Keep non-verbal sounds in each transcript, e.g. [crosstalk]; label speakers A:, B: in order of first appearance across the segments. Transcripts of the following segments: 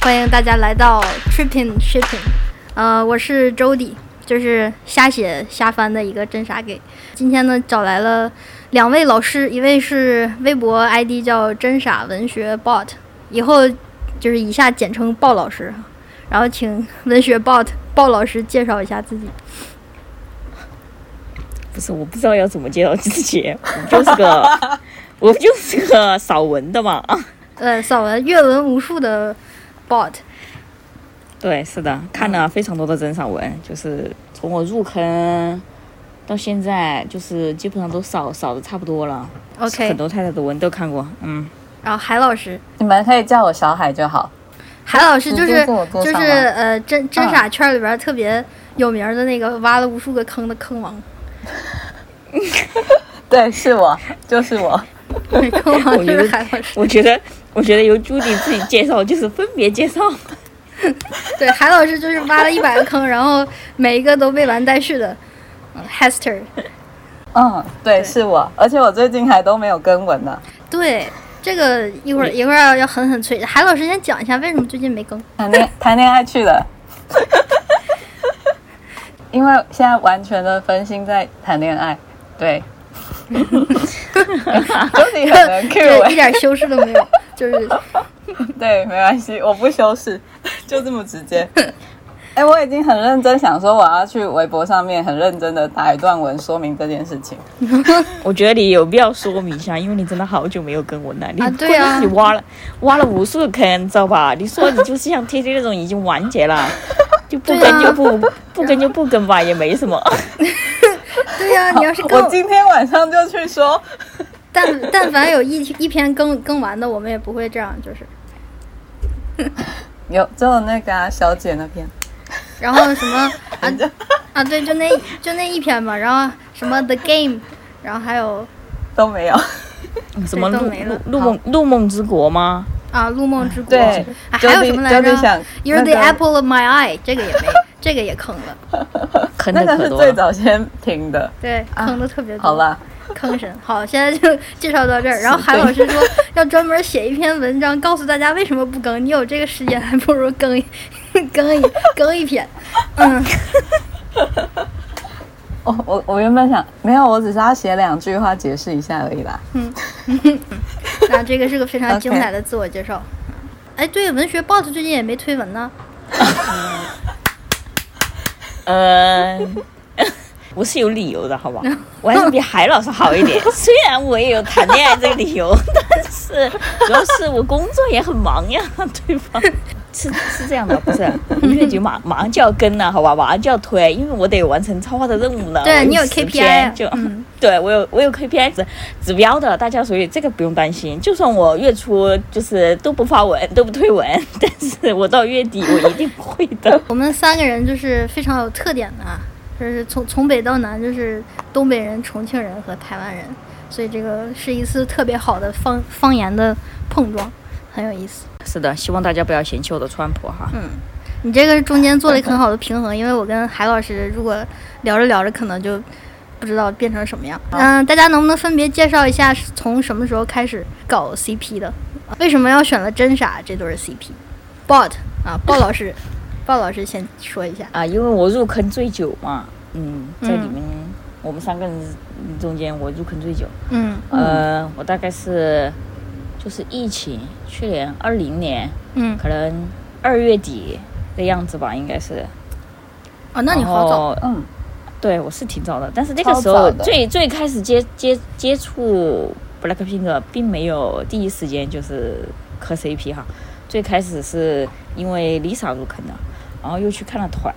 A: 欢迎大家来到 Tripping Shipping，呃，我是周底，就是瞎写瞎翻的一个真傻给。今天呢，找来了两位老师，一位是微博 ID 叫真傻文学 bot，以后就是以下简称鲍老师，然后请文学 bot 鲍老师介绍一下自己。
B: 不是，我不知道要怎么介绍自己，我就是个， [laughs] 我就是个扫文的嘛。 [laughs]
A: 呃，扫完阅文无数的 bot，
B: 对，是的，看了非常多的真扫文，就是从我入坑到现在，就是基本上都扫扫的差不多了。
A: OK
B: 很多太太的文都看过，嗯，
A: 然后海老师，
C: 你们可以叫我小海就好。
A: 海老师就是
C: 你坐我
A: 就
C: 桌
A: 是
C: 上吗
A: 呃真真
C: 嗯
A: 傻圈里边特别有名的那个挖了无数个坑的坑王，
C: 对，是 [laughs] 我，就是 [laughs] 我。
A: 坑王就
B: 我觉
A: 是
B: 得
A: 海老师。
B: 我觉得，我觉得由朱迪自己介绍就是分别介绍。
A: 对，海老师就是挖了一百个坑，然后每一个都未完待续的。嗯 Hester，
C: 嗯，对，
A: 对
C: 是我。而且我最近还都没有更文呢。
A: 对这个一会儿一会儿要要狠狠催。海老师先讲一下为什么最近没更。
C: 谈 [laughs] 恋谈恋爱去了，因为现在完全的分心在谈恋爱。 [laughs] 对，周底很能 Q
A: 对，
C: 哎、
A: 一点修饰都没有，就是
C: 对，没关系，我不修饰， [laughs] 就这么直 [laughs] 接。哎、我已经很认真想说，我要去微博上面很认真的打一段文说明这件事情。
B: 我觉得你有必要说明一下，因为你真的好久没有跟我了。你
A: 啊对
B: 关键
A: 啊
B: 是你挖了挖了无数个坑，知道吧？你说你就是像 T T 那种已经完结
A: [laughs]
B: 了，就不
A: 对啊
B: 跟就不、不跟就不跟吧，也没
A: [laughs]
B: 什么。
A: 对呀、你要是
C: [laughs] 我
A: 更，
C: 今天晚上就去说。
A: 但但凡有一一篇更更完的，我们也不会这样，就是。
C: 有，只有那个、啊、小姐那边，
A: 然后什
C: [laughs]
A: 么啊啊对，就那就那一篇嘛，然后什么 The Game，然后还有
C: 都没有。
B: 什么
A: 对都
B: 入
A: 没了
B: 入入梦入梦之国吗？
A: 啊《陆梦之国》
C: 对
A: 啊还有
C: Jody-
A: 什么来着
C: Jody 想
A: ？You're
C: 那
A: the
C: 个
A: apple of my eye，这个也
C: [laughs]
A: 没，这个也坑了，
B: 坑
C: 那
B: 的
C: 个
B: 可
C: 是
B: 多
C: 最
B: 了。
C: 早先停的。
A: 对，
C: 啊
A: 坑的特别多。
C: 好，啦，
A: 坑神。好，现在就 [laughs] 介绍到这儿。然后韩老师说要专门写一篇文章，告诉大家为什么不更。你有这个时间，还不如更一 [laughs] 更一更一篇。嗯，
C: 我哦我我原本想没有，我只是要写两句话解释一下而已啦。
A: 那这个是个非常
C: OK
A: 精彩的自我介绍。哎，对，文学 boss 最近也没推文呢。
B: [laughs] 嗯。我是有理由的，好
A: [laughs]
B: 吧？我还是比海老师好一点。 [laughs] 虽然我也有谈恋爱这个理由，但是主要是我工作也很忙呀， [laughs] 对吧？是是这样的，
A: [laughs]
B: 不是？文学局马马上就要跟了，好吧？马上就要推，因为我得完成超话的任务了。
A: 对啊
B: 我
A: 你有
B: 10
A: KPI
B: 篇就、
A: 嗯
B: [laughs] 对我有我有 KPI 指指标的，大家所以这个不用担心。就算我月初就是都不发文，都不推文， [laughs] 但是我到月底我一定会的。
A: 我们三个人就是非常有特点的，啊，就是从从北到南就是东北人、重庆人和台湾人，所以这个是一次特别好的方方言的碰撞，很有意思。
B: 是的，希望大家不要嫌弃我的川普哈。
A: 嗯你这个中间做了一个很好的平衡，因为我跟海老师如果聊着聊着，可能就不知道变成什么样。嗯、大家能不能分别介绍一下是从什么时候开始搞 CP 的？为什么要选了真傻这对 CP？Bot 啊，鲍老师，鲍老师先说一下。
B: 啊，因为我入坑最久嘛，嗯，在里
A: 嗯
B: 面、我们三个人中间，我入坑最久。
A: 嗯
B: 呃，我大概是就是疫情，去年二零年，
A: 嗯，
B: 可能二月底的样子吧，应该是。
A: 哦，那你好早。
B: 早。
C: 嗯，
B: 对，我是挺早的，但是那个
C: 超
B: 时候
C: 早的
B: 最最开始接接接触呃 BLACKPINK，并没有第一时间就是磕 CP 哈，最开始是因为 Lisa 入坑的，然后又去看了团，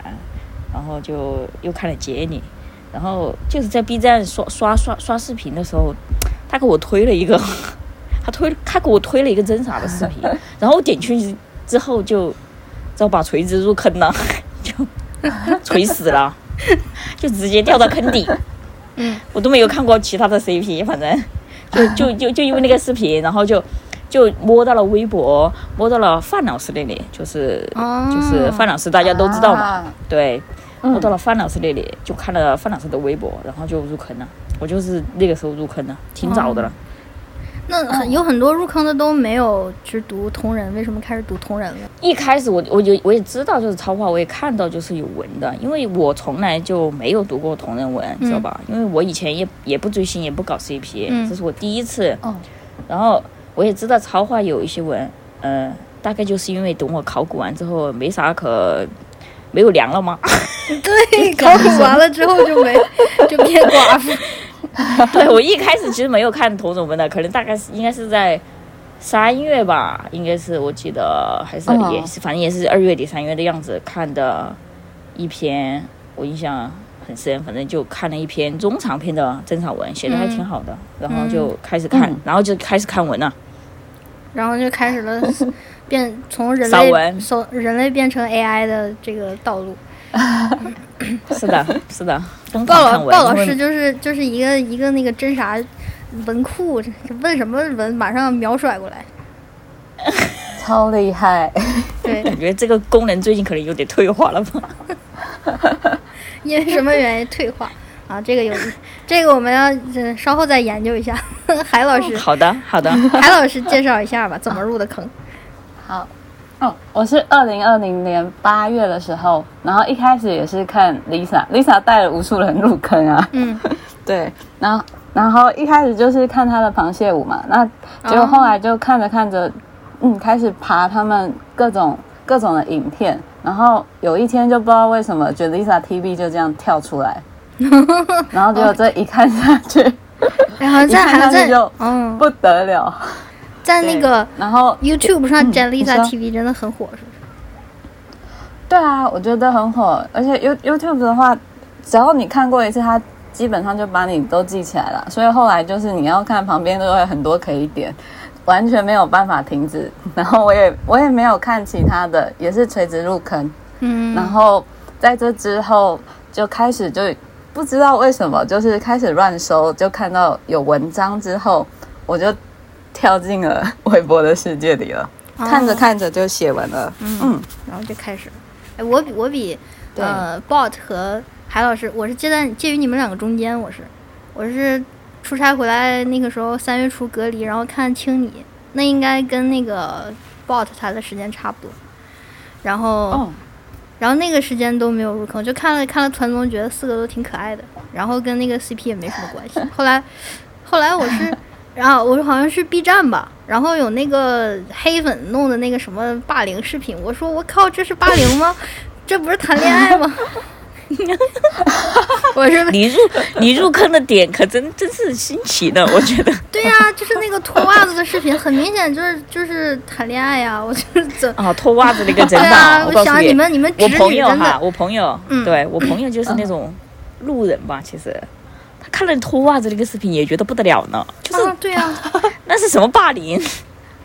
B: 然后就又看了杰尼，然后就是在 B 站刷刷刷刷视频的时候，他给我推了一个， [laughs] 他推他给我推了一个真傻的视频，然后我点进去之后就， [laughs] 知道把锤子入坑了， [laughs] 就锤死了，就直接掉到坑底。
A: [laughs] 嗯，
B: 我都没有看过其他的 CP，反正就就就就因为那个视频，然后就就摸到了微博，摸到了范老师那里，就是、
A: 哦
B: 就是范老师大家都知道嘛，
C: 啊
B: 对，
A: 嗯
B: 我到了范老师那里，就看了范老师的微博，然后就入坑了。我就是那个时候入坑的，挺早的了。
A: 那很有很多入坑的都没有只读同人，为什么开始读同人了？ [laughs]
B: 一开始我我就我也知道就是超话，我也看到就是有文的，因为我从来就没有读过同人文，知道吧？因为我以前也也不追星，也不搞 CP，、
A: 嗯
B: 这是我第一次。
A: 哦，
B: 然后我也知道超话有一些文，嗯、大概就是因为等我考古完之后没啥可没有粮了嘛，
A: 对，考古完了之后就没 [laughs] 就变寡妇。 [laughs]
B: [laughs] 对我一开始其实没有看同种文的，可能大概是应该是在三月吧，应该是我记得还是
C: 哦
B: 也是、反正也是二月底三月的样子看的一篇，我印象很深，反正就看了一篇中长篇的正常文，写的还挺好的，然后就开始看，
C: 嗯
B: 然后就开始看文啊了，
A: 然后就开始了变从人
B: 扫
A: 类
B: 文
A: 从人类变成 AI 的这个道路。
B: [laughs] 是 [laughs] 的，是的，疯
A: 鲍
B: 狂
A: 老
B: 看文，
A: 鲍老
B: 因为
A: 师就是就是一个一个那个真啥文库，这问什么文马上秒甩过来。
C: 超厉 [laughs] 害，
A: 对，
B: 感觉这个功能最近可能有点退化了吧。
A: 因为什么原因退化啊？这个有这个我们要呃稍后再研究一下。 [laughs] 海老师，
B: 好的，好的，
A: [laughs] 海老师介绍一下吧，怎么入的坑？
C: 好，嗯，我是二零二零年八月的时候，然后一开始也是看 Lisa，Lisa 带了无数人入坑啊，
A: [laughs] 嗯，
C: 对，然后然后一开始就是看她的螃蟹舞嘛，那结果后来就看着看
A: 哦
C: 着，嗯，开始爬他们各种各种的影片，然后有一天就不知道为什么，觉得 Lisa TV 就这样跳出来，
A: [laughs]
C: 然后结果这一看下去
A: 哎，好像在
C: 一
A: 好像
C: 看上去
A: 在
C: 就
A: 嗯，
C: 不得了，
A: 在那个
C: 然后
A: YouTube 上
C: 嗯
A: j e l i s a
C: 你说
A: TV 真的很火，是不是？
C: 对啊，我觉得很火，而且 You YouTube 的话，只要你看过一次，它基本上就把你都记起来了。所以后来就是你要看旁边都有很多可以点，完全没有办法停止。然后我也我也没有看其他的，也是垂直入坑。
A: 嗯，
C: 然后在这之后就开始就不知道为什么，就是开始乱搜，就看到有文章之后，我就跳进了微博的世界里了。
A: 哦
C: 看着看着就写文了，嗯
A: 然后就开始了。哎，我比我比
C: 对
A: 呃 Bot 和海老师，我是介在介于你们两个中间，我是我是出差回来那个时候三月初隔离，然后看青你，那应该跟那个 Bot 他的时间差不多。然后、
C: 哦
A: 然后那个时间都没有入坑，就看了看了团综，觉得四个都挺可爱的，然后跟那个 CP 也没什么关系。后来后来我是。然后我好像是 B 站吧，然后有那个黑粉弄的那个什么霸凌视频，我说我靠，这是霸凌吗？ [laughs] 这不是谈恋爱吗？ [laughs] 我是
B: 你入你入坑的点可真真是新奇的，我觉得。
A: 对呀、就是那个脱袜子的视频，很明显就是就是谈恋爱呀、我就是怎
B: 啊，脱袜子那个
A: [laughs] 对
B: [laughs] 真的，
A: 啊，
B: 我
A: 我
B: 告诉
A: 想你们你们直
B: 我
A: 女
B: 朋友
A: 真
B: 哈，
A: 的
B: 我朋友，
A: 嗯
B: 对我朋友就是那种路人吧，其实他看了脱袜子那个视频也觉得不得了呢，就是、
A: 啊，对呀、
B: 那是什么霸凌？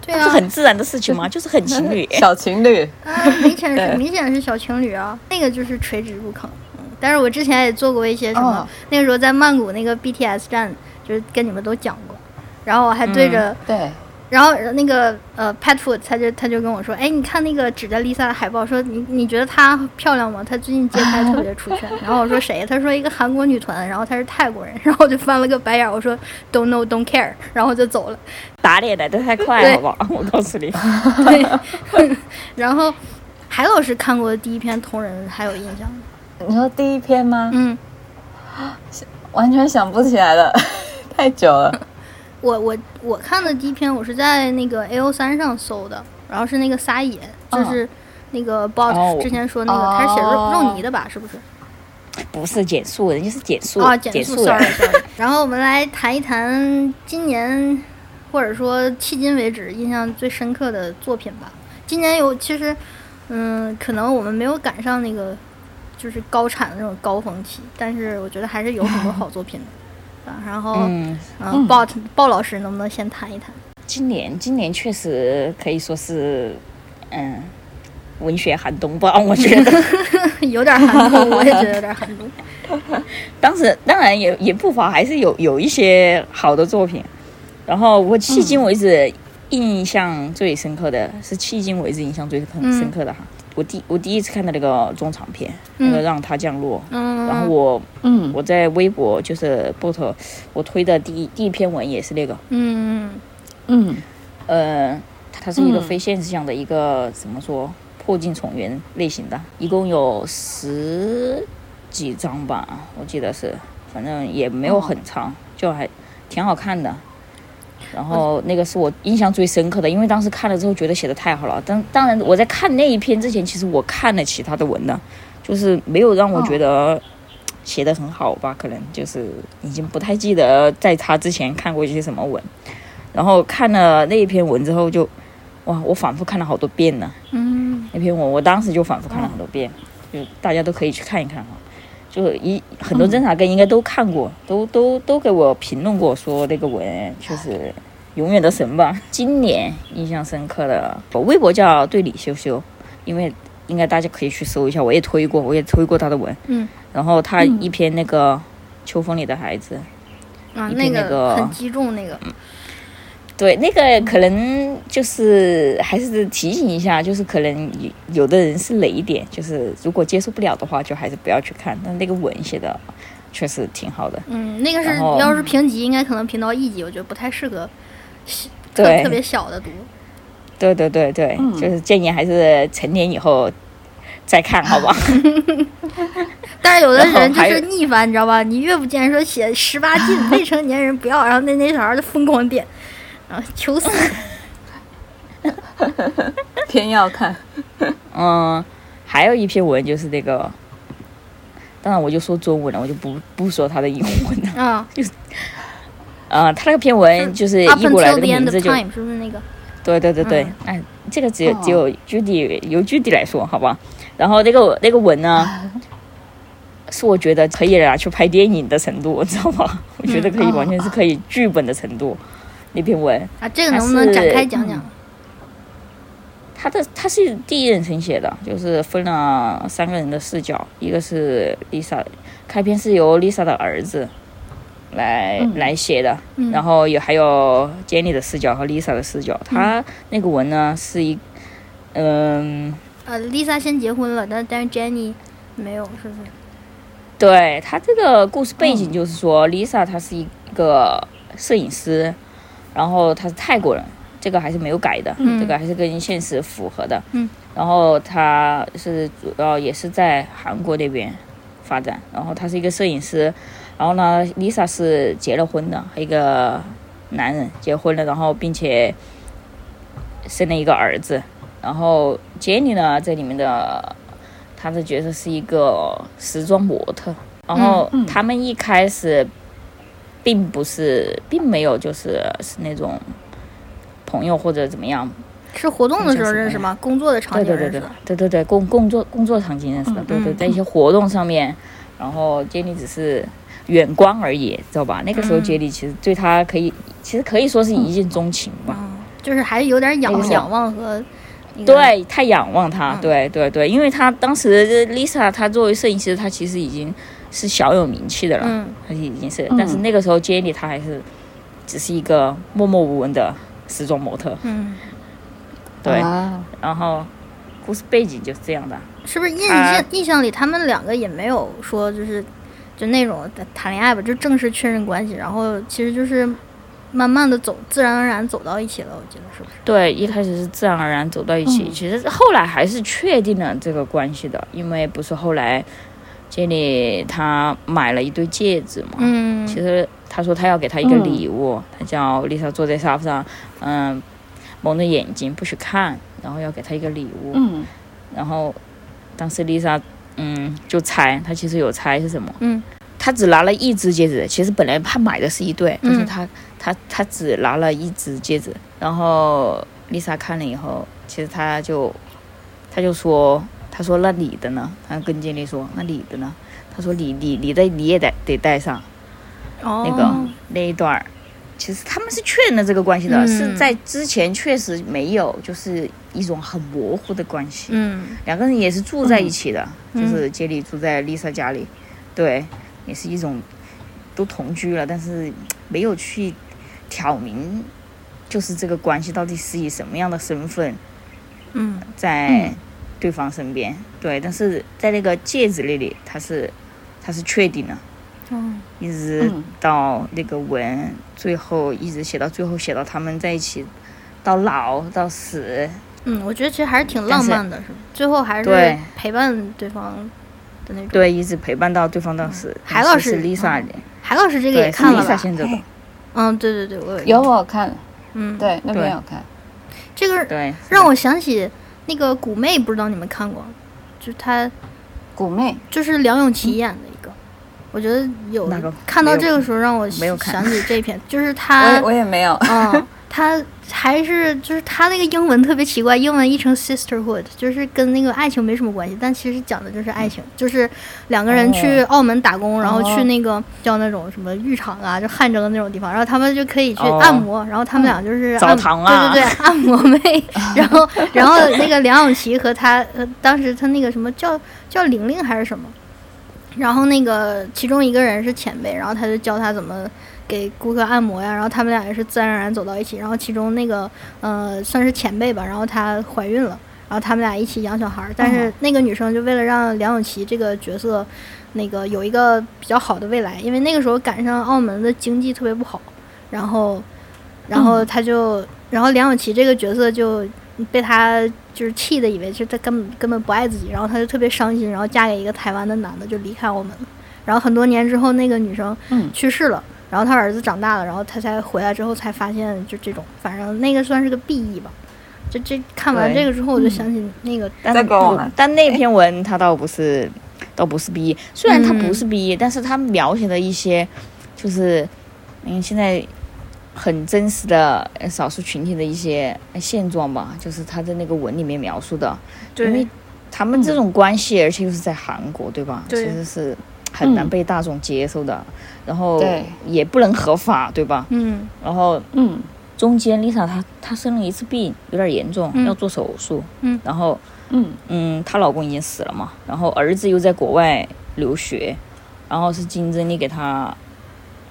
A: 对啊
B: 那
A: 呀、
B: [laughs] 是很自然的事
A: [laughs]
B: 情吗？就是很情侣。
C: 小情侣，
A: 啊，明显是
C: 对
A: 明显是小情侣啊，那个就是垂直入坑。嗯但是我之前也做过一些什么，
C: 哦
A: 那个时候在曼谷那个 BTS 站，就是跟你们都讲过，然后我还对着，
C: 对。
A: 然后那个呃 Petfood 他就他就跟我说，哎，你看那个指着 Lisa 的海报，说你你觉得她漂亮吗？她最近街拍特别出
C: [laughs]
A: 圈。然后我说谁？他说一个韩国女团，然后她是泰国人，然后我就翻了个白眼儿，我说 Don't know, don't care，然后我就走了。 [laughs]
B: 打脸来的太快，
A: 对嗯
B: 好不好？ [laughs] 我告诉你，
C: [laughs]
A: 对，然后海老师看过的第一篇同人还有印象吗？
C: 你说第一篇吗？
A: 嗯，
C: 完全想不起来了， [laughs] 太久了。
A: 我我我看的第一篇，我是在那个 A O 三上搜的，然后是那个撒野，就
C: 哦
A: 是那个 bot、
B: 哦我
A: 之前说那个，他是写肉
C: 哦
A: 肉泥的吧？是不是？
B: 不是减速，人家是减速，
A: 啊，
B: 减
A: 减速
B: 人
A: ，sorry sorry。然 [laughs] 后我们来谈一谈今年或者说迄今为止印象最深刻的作品吧。今年有其实，嗯，可能我们没有赶上那个就是高产的那种高峰期，但是我觉得还是有很多好作品的。 [laughs] 啊，然后，
B: 嗯，
A: 嗯，鲍鲍老师能不能先谈一谈？
B: 今年今年确实可以说是，嗯，文学寒冬吧，我觉得。
A: [laughs] 有点寒冬，我也觉得有点寒
B: [laughs]
A: 冬。
B: 当时当然也也不乏还是有有一些好的作品，然后我迄今为止印象最深刻的、是迄今为止印象最深
A: 嗯
B: 深刻的哈，我第我第一次看到那个中长篇，那个
A: 嗯
B: 让它降落，
A: 嗯，
B: 然后我
C: 嗯，
B: 我在微博就是 bot 我推的第一第一篇文也是那个，
A: 嗯，
C: 嗯
B: 呃，它是一个
C: 嗯
B: 非现实向的一个、怎么说破镜重圆类型的，一共有十几张吧，我记得是，反正也没有很长，就还挺好看的。然后那个是我印象最深刻的，因为当时看了之后觉得写的太好了。当当然我在看那一篇之前，其实我看了其他的文的，就是没有让我觉得写的很好吧，可能就是已经不太记得在他之前看过一些什么文。然后看了那一篇文之后就，哇，我反复看了好多遍呢。
A: 嗯
B: 那篇文我当时就反复看了很多遍，就大家都可以去看一看哈。就一很多侦察哥应该都看过，都都都给我评论过说那个文就是永远的神吧。今年印象深刻的，我微博叫对李羞羞，因为应该大家可以去搜一下，我也推过，我也推过他的文。
A: 嗯。
B: 然后他一篇那个《秋风里的孩子》，
A: 啊，
B: 一
A: 那
B: 定那
A: 个
B: 个
A: 很击中那个，
B: 对，那个可能就是还是提醒一下，就是可能有有的人是雷点，就是如果接受不了的话，就还是不要去看。但那个文写的确实挺好的，
A: 嗯，那个是
B: 然后
A: 要是评级，应该可能评到一级，我觉得不太适合小特
B: 对
A: 特别小的读。
B: 对对对对，
C: 嗯
B: 就是建议还是成年以后再看，好
A: [laughs]
B: 吧？
A: 但是有的
B: 然后
A: 人就
B: 还
A: 是
B: 有
A: 逆反，你知道吧？你越不见说写十八禁未成年人不要，然后那那小孩就疯狂点，然后求
B: [laughs]
A: 死。
C: 偏要看，
B: 嗯，还有一篇文就是那个，当然我就说中文了，我就不不说他的英文了。
A: 啊，
B: 嗯，他那个篇文就是
A: [laughs] ，Up
B: 译过来
A: until the
B: 的名
A: end of
B: 字就
A: time 是不是那个？
B: 对对对对
A: 嗯，
B: 哎，这个只有
C: 哦
B: 只有 Judy 由 Judy 来说，好吧？然后那个那个文呢，是我觉得可以拿去拍电影的程度，知道吗？我觉得可以，
C: 哦
B: 完全是可以剧本的程度。那篇文，
A: 啊，这个能不能展开
B: 嗯
A: 讲讲？
B: 他的他是第一人称写的，就是分了三个人的视角，一个是 Lisa，开篇是由 Lisa 的儿子来、
C: 嗯
B: 来写的，
A: 嗯，
B: 然后也还有 Jenny 的视角和 Lisa 的视角。他那个文呢是一，嗯。
A: 呃，Lisa 先结婚了，但但是 Jenny 没有，是不是？
B: 对他这个故事背
A: 嗯
B: 景就是说、l i s a 她是一个摄影师，然后她是泰国人，这个还是没有改的，
A: 嗯
B: 这个还是跟现实符合的。
A: 嗯，
B: 然后她是主要也是在韩国那边发展，然后她是一个摄影师，然后呢，Lisa 是结了婚的，和一个男人结婚了，然后并且生了一个儿子。然后 Jenny 呢，这里面的她的角色是一个时装模特。然后
C: 嗯嗯
B: 他们一开始并不是，并没有就是是那种朋友或者怎么样。
A: 是活动的时候认识吗？工作的场
B: 嗯对
A: 景
B: 对
A: 认识
B: 对对
A: 的？
B: 对对对，工工作工作场景认识的，对对，
A: 嗯
B: 在一些活动上面，然后 Jenny 只是远观而已，知道吧？那个时候
A: 嗯
B: Jenny 其实对他可以，其实可以说是一见钟情吧。
A: 嗯，就是还有点仰
B: 那个时候
A: 仰望和那个
B: 对，太仰望他，
A: 嗯
B: 对对对，因为他当时 Lisa 她作为摄影师，她其实已经是小有名气的了，
A: 嗯
B: 她已经是，
C: 嗯
B: 但是那个时候 Jenny 她还是只是一个默默无闻的时装模特，
A: 嗯，
B: 对，
C: 啊
B: 然后故事背景就是这样的，
A: 是不是印
B: 啊
A: 象印象里他们两个也没有说就是就那种谈谈恋爱吧，就正式确认关系，然后其实就是慢慢的走，自然而然走到一起了，我记得是不是？
B: 对，一开始是自然而然走到一起，
C: 嗯
B: 其实后来还是确定了这个关系的，因为不是后来 Jenny 她买了一对戒指嘛，
A: 嗯
B: 其实他说他要给她一个
C: 嗯
B: 礼物，他叫 Lisa 坐在沙发上，嗯，蒙着眼睛不许看，然后要给她一个礼物。
C: 嗯
B: 然后当时 Lisa 嗯就猜，她其实有猜是什么，
A: 嗯，
B: 她只拿了一只戒指，其实本来她买的是一对，但是
A: 嗯
B: 她、她她只拿了一只戒指，然后 Lisa 看了以后，其实她就她就说，她说那你的呢？她跟经理说那你的呢？她说你你你的你也得得戴上。
A: 哦，
B: 那个那一段儿，其实他们是确认了这个关系的，
A: 嗯
B: 是在之前确实没有，就是一种很模糊的关系。
A: 嗯
B: 两个人也是住在一起的，
A: 嗯
B: 就是杰里住在 Lisa 家里，对，也是一种都同居了，但是没有去挑明，就是这个关系到底是以什么样的身份
A: 嗯
B: 在
C: 嗯
B: 对方身边。对，但是在那个戒指那里，他是他是确定了。
A: 嗯
B: 一直
C: 嗯
B: 到那个文，最后一直写到最后，写到他们在一起，到老到死，
A: 嗯，我觉得其实还是挺
B: 但
A: 浪
B: 是
A: 漫的，是吧？最后还是
B: 对
A: 陪伴对方的那种。
B: 对，一直陪伴到对方到死。
A: 海
B: 当
A: 老
B: 时
A: 师
B: 是 Lisa 的，
A: 海老师这个
B: 对，
A: 也
B: 是
A: 看了
B: Lisa
A: 吧？
B: 先走的
C: 嘿，
A: 嗯，对对对，我
C: 有，我看，
A: 嗯，，
C: 对，那边
B: 对
C: 有看，
A: 这个
B: 对，
A: 让我想起那个《古妹》，不知道你们看过吗？就她
C: 古妹
A: 就是梁咏琪演的一个，我觉得有
B: 嗯哪个
A: 看到
B: 没有
A: 这个时候让我
B: 没有看
A: 想起这篇，就是
C: 我
A: 她
C: 也，我也没有，
A: 嗯，她还是就是她那个英文特别奇怪，英文译成 sisterhood，就是跟那个爱情没什么关系，但其实讲的就是
B: 嗯
A: 爱情，就是两个人
B: 哦
A: 去澳门打工，然后去
C: 哦
A: 那个叫那种什么浴场啊，就汗蒸的那种地方，然后他们就可以去
B: 哦
A: 按摩，然后他们俩就是
B: 澡
A: 按
B: 堂啊
A: 对对
B: [laughs]
A: 对，按摩妹，然后然后那个梁咏琪和她呃，当时她那个什么叫叫玲玲还是什么，然后那个其中一个人是前辈，然后他就教她怎么。给顾客按摩呀，然后他们俩也是自然而然走到一起，然后其中那个呃算是前辈吧，然后她怀孕了，然后他们俩一起养小孩儿，但
B: 嗯
A: 是那个女生就为了让梁咏琪这个角色那个有一个比较好的未来，因为那个时候赶上澳门的经济特别不好，然后，然后他就，然后梁咏琪这个角色就被他就是气的，以为是他根本根本不爱自己，然后他就特别伤心，然后嫁给一个台湾的男的，就离开澳门了。然后很多年之后，那个女生
C: 嗯
A: 去世了，然后她儿子长大了，然后她才回来之后才发现，就这种，反正那个算是个 B E 吧。这这看完
B: 对
A: 这个之后，我就想起那个，
B: 但
C: 再给我
B: 不
C: 们
B: 但那篇文它倒不是，倒不是 B 虽然它
A: 嗯
B: 不是 B 但是它描写的一些，就是嗯现在很真实的呃少数群体的一些呃现状吧，就是他在那个文里面描述的，因为他们这种关系，而且又是在韩国，对吧？
A: 对
B: 其实是很难被大众接受的，然后
C: 对
B: 也不能合法，对吧？
A: 嗯
B: 然后
C: 嗯，
B: 中间 Lisa 她她生了一次病，有点严重，
A: 嗯
B: 要做手术，
A: 嗯
B: 然后。
C: 嗯，
B: 嗯，她老公已经死了嘛，然后儿子又在国外留学，然后是金珍妮给她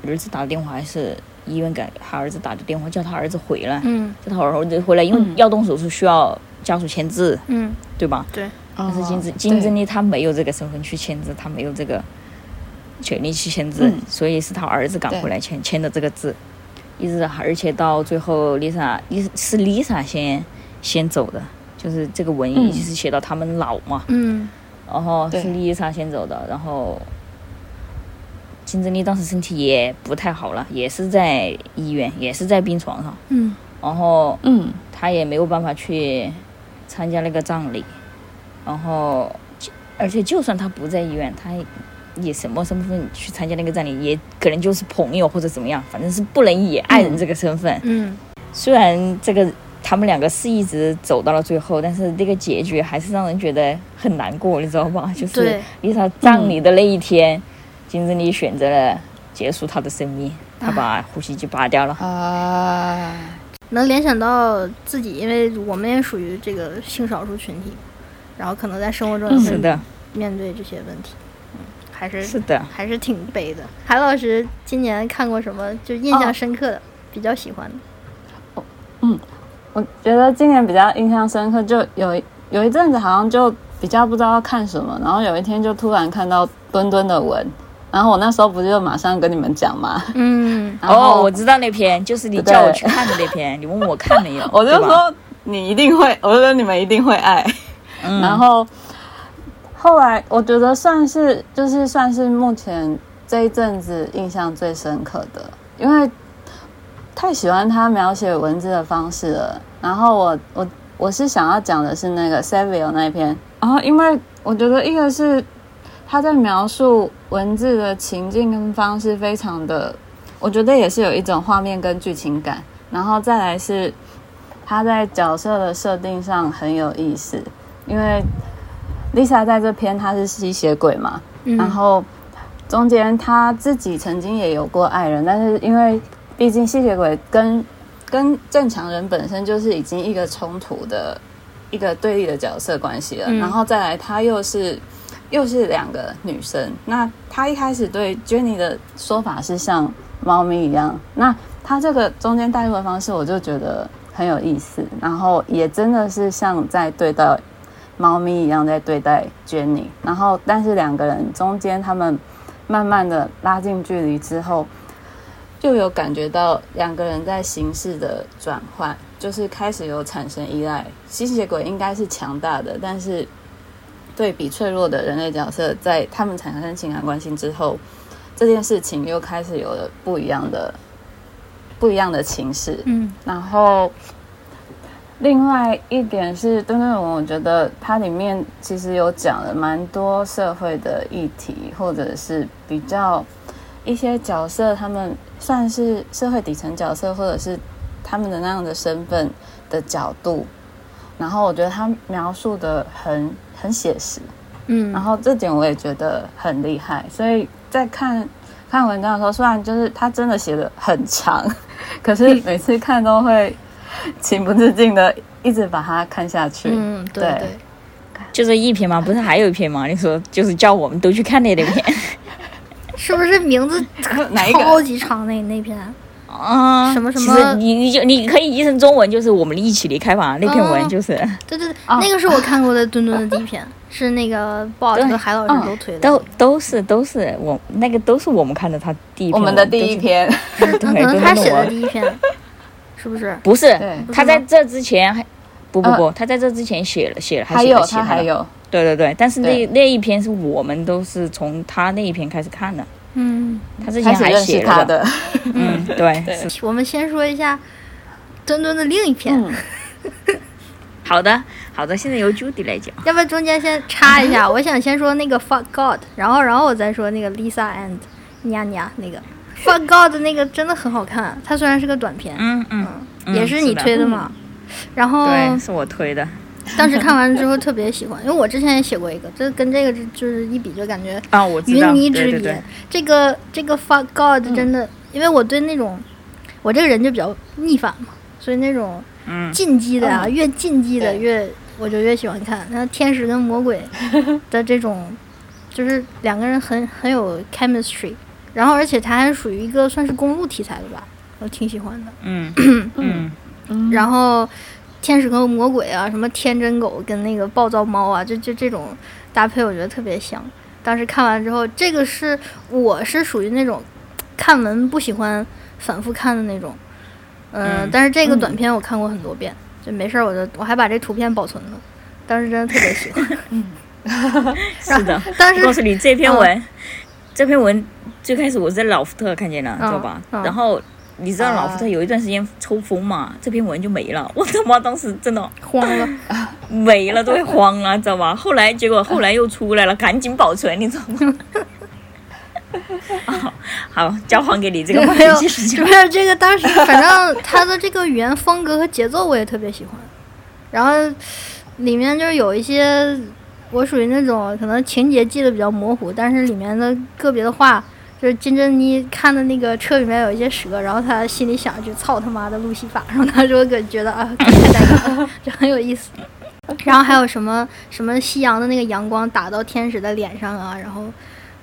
B: 儿子打的电话，还是医院给她儿子打的电话，叫她儿子回来，
A: 嗯
B: 叫她儿子回来，因为
C: 嗯
B: 要动手术需要家属签字，
A: 嗯，
B: 对吧？
A: 对，
C: 但
B: 但是
C: 哦
B: 金珍金珍妮她没有这个身份去签字，她没有这个权利去签字，
C: 嗯
B: 所以是她儿子赶
C: 对
B: 回来签签的这个字，一直而且到最后，Lisa 是 Lisa 先先走的，就是这个文艺
C: 嗯
B: 就是写到他们老嘛，
A: 嗯
B: 然后
C: 对
B: 是丽莎先走的，然后金珍妮当时身体也不太好了，也是在医院，也是在病床上，
A: 嗯
B: 然后
C: 嗯
B: 她也没有办法去参加那个葬礼，然后就而且就算她不在医院，她也什么身份去参加那个葬礼，也可能就是朋友或者怎么样，反正是不能以爱人这个身份。
A: 嗯
B: 虽然这个他们两个是一直走到了最后，但是这个结局还是让人觉得很难过，你知
A: [laughs]
B: 道吗？就是
A: 对
B: Lisa 葬礼的那一天，金珍妮选择了结束她的生命，她把呼吸机拔掉了。
C: 啊，
A: 能联想到自己，因为我们也属于这个性少数群体，然后可能在生活中也
B: 嗯是
A: 会
B: 的，
A: 面对这些问题，嗯，还是
B: 是的。
A: 还是挺悲的。海老师今年看过什么就印
C: 哦
A: 象深刻的，比较喜欢的？
C: 我觉得今年比较印象深刻，就有一有一阵子好像就比较不知道要看什么，然后有一天就突然看到墩墩的文，然后我那时候不是就马上跟你们讲嘛，
A: 嗯
C: 然后
B: 哦，我知道那篇，就是你
C: 对
B: 叫我去看的那篇，你问我看没有，
C: [laughs] 我就
B: 对吧，
C: 说你一定会，我就说你们一定会爱。
B: 嗯
C: 然后后来我觉得算是就是算是目前这一阵子印象最深刻的，因为太喜欢他描写文字的方式了。然后我我我是想要讲的是那个 Savio 那一篇，然哦后因为我觉得一个是他在描述文字的情境跟方式非常的，我觉得也是有一种画面跟剧情感，然后再来是他在角色的设定上很有意思，因为 Lisa 在这篇她是吸血鬼嘛，
A: 嗯，
C: 然后中间她自己曾经也有过爱人，但是因为毕竟吸血鬼跟跟正常人本身就是已经一个冲突的一个对立的角色关系了，
A: 嗯
C: 然后再来她又是又是两个女生，那她一开始对 Jenny 的说法是像猫咪一样，那她这个中间带入的方式，我就觉得很有意思，然后也真的是像在对待猫咪一样在对待 Jenny，然后但是两个人中间他们慢慢的拉近距离之后，就有感觉到两个人在形式的转换，就是开始有产生依赖。吸血鬼应该是强大的，但是对比脆弱的人类角色，在他们产生情感关系之后，这件事情又开始有了不一样的不一样的情势。
A: 嗯
C: 然后另外一点是，邓邓文，我觉得它里面其实有讲了蛮多社会的议题，或者是比较一些角色，他们算是社会底层角色，或者是他们的那样的身份的角度。然后我觉得他描述的很很写实，
A: 嗯，
C: 然后这点我也觉得很厉害，所以在看看文章的时候，虽然就是他真的写的很长， [laughs] 可是每次看都会情不自禁的一直把它看下去。
A: 嗯对
C: 对
A: 对，
B: 就这一篇嘛，不是还有一篇吗？你说就是叫我们都去看那那篇
C: [laughs]
A: 是不是名字
C: 哪一
A: 超
C: 个？
A: 级长那那篇？
B: 啊？
A: 什么什
B: 其
A: 么
B: 实你你就你可以译成中文，就是我们一起离开吧那篇文
A: 嗯
B: 就是。
A: 对对对，
C: 哦
A: 那个是我看过的墩墩
C: [laughs]
A: 的第一篇，是那个鲍尔和海老师
C: 嗯
A: 都推的
B: 都，都是都是我那个都是我们看的他第一
C: 我
B: 篇
C: 们的第一，篇，
B: 都是
A: 那
B: 对，
A: 可
B: 都
A: 能
B: 是
A: 他
B: 那
A: 写的
B: 我
A: 第一篇，是不是？
B: 不是
C: 对不
A: 是
B: 他在
A: 吗
B: 这之前还不不
C: 呃
B: 不，他在这之前写了写了，
C: 还
B: 写了
C: 有
B: 写
C: 他
B: 了
C: 还
B: 的，
C: 有，
B: 对对对，但是那
C: 对
B: 那一篇是我们都是从他那一篇开始看的，
A: 嗯，
B: 他之
C: 开
B: 前
C: 始
B: 还
C: 认识
B: 写
C: 他
B: 了，
C: 的。
B: 嗯，对，
C: 对
B: 是
A: 我们先说一下墩墩的另一篇，
C: 嗯，
B: 好的好的，现在由 Judy 来讲，
A: 要不要中间先插一
B: [laughs]
A: 下？我想先说那个 Fuck God，然后然后我再说那个 Lisa and nha nha 那个 Fuck God 那个真的很好看，它虽然是个短片，
B: 嗯嗯，嗯
A: 也是你推的嘛。然后
B: 对，是我推的，
A: 当时看完之后特别喜欢，因为我之前也写过一个，这跟这个就就是一比就感觉
B: 啊，我知道，
A: 云泥
B: 对
A: 之别。
B: 对对，嗯
A: 这个这个 fuck God 真的，因为我对那种我这个人就比较逆反嘛，所以那种
B: 嗯，
A: 禁忌的啊，越禁忌的
C: 对
A: 越我就越喜欢看。那天使跟魔
B: [laughs]
A: 鬼的这种，就是两个人很很有 chemistry，然后而且它还属于一个算是公路题材的吧，我挺喜欢的。
B: 嗯嗯嗯
A: 然后天使和魔鬼啊，什么天真狗跟那个暴躁猫啊，就就这种搭配，我觉得特别香。当时看完之后，这个是我是属于那种看文不喜欢反复看的那种，呃、
B: 嗯
A: 但是这个短片我看过很多遍，就没事儿我就我还把这图片保存了，当时真的特别喜
B: [laughs]
A: 欢。
B: 是的。
A: 当
B: 我告
A: 时
B: 诉你，这篇
A: 嗯
B: 文，这篇文最开始我是在老福特看见的，知道吧？
A: 嗯
B: 然后你知道老福特有一段时间抽风
A: 哦
B: 嘛，这篇文就没了。 [laughs] 我他妈当时真的
A: 慌了，
B: 没了，都会慌了，知道吧？后来结果后来又出来了，赶紧保存，你知道吗？
A: [laughs]
B: 哦好，好，交还给你这个话
A: 没有
B: 题继续
A: 主
B: 讲。
A: 要这个当时反正他的这个语言风格和节奏我也特别喜欢，然后里面就是有一些我属于那种可能情节记得比较模糊，但是里面的个别的话，就是金珍妮看的那个车里面有一些蛇，然后她心里想一句“操他妈的路西法”，然后她就感觉得啊，太带感了， [laughs] 就很有意思。然后还有什么什么夕阳的那个阳光打到天使的脸上啊，然后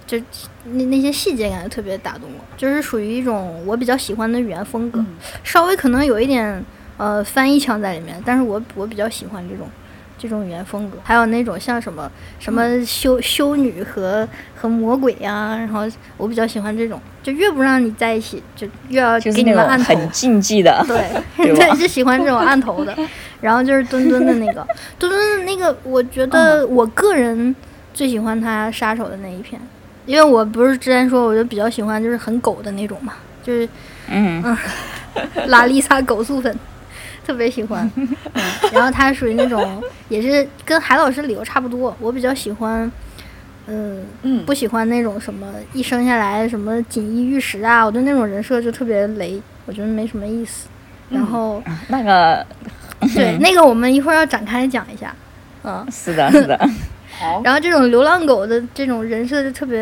A: 就那那些细节感觉特别打动我，就是属于一种我比较喜欢的语言风格，
B: 嗯
A: 稍微可能有一点呃翻译腔在里面，但是我我比较喜欢这种这种语言风格，还有那种像什么什么修修女和和魔鬼呀、然后我比较喜欢这种，就越不让你在一起，就越要
B: 就
A: 给
B: 是
A: 你
B: 那
A: 们按
B: 种
A: 头。
B: 很禁忌的，
A: 对
B: [laughs] 对吧
A: 就喜欢这种按头的。然后就是墩墩的那个，墩墩的那个，我觉得
B: 嗯
A: 我个人最喜欢他杀手的那一篇，因为我不是之前说，我就比较喜欢就是很狗的那种嘛，就是
B: 嗯，
A: 拉丽莎狗素粉，特别喜
B: [laughs]
A: 欢。嗯，然后他属于那种也是跟海老师理由差不多，我比较喜欢，嗯、
C: 嗯
A: 不喜欢那种什么一生下来什么锦衣玉食啊，我对那种人设就特别雷，我觉得没什么意思。
B: 嗯
A: 然后，
B: 那个嗯
A: 对那个我们一会儿要展开讲一下，嗯。[laughs]
B: 是的，是的，
C: 好，
A: 然后这种流浪狗的这种人设就特
B: [laughs]
A: 别，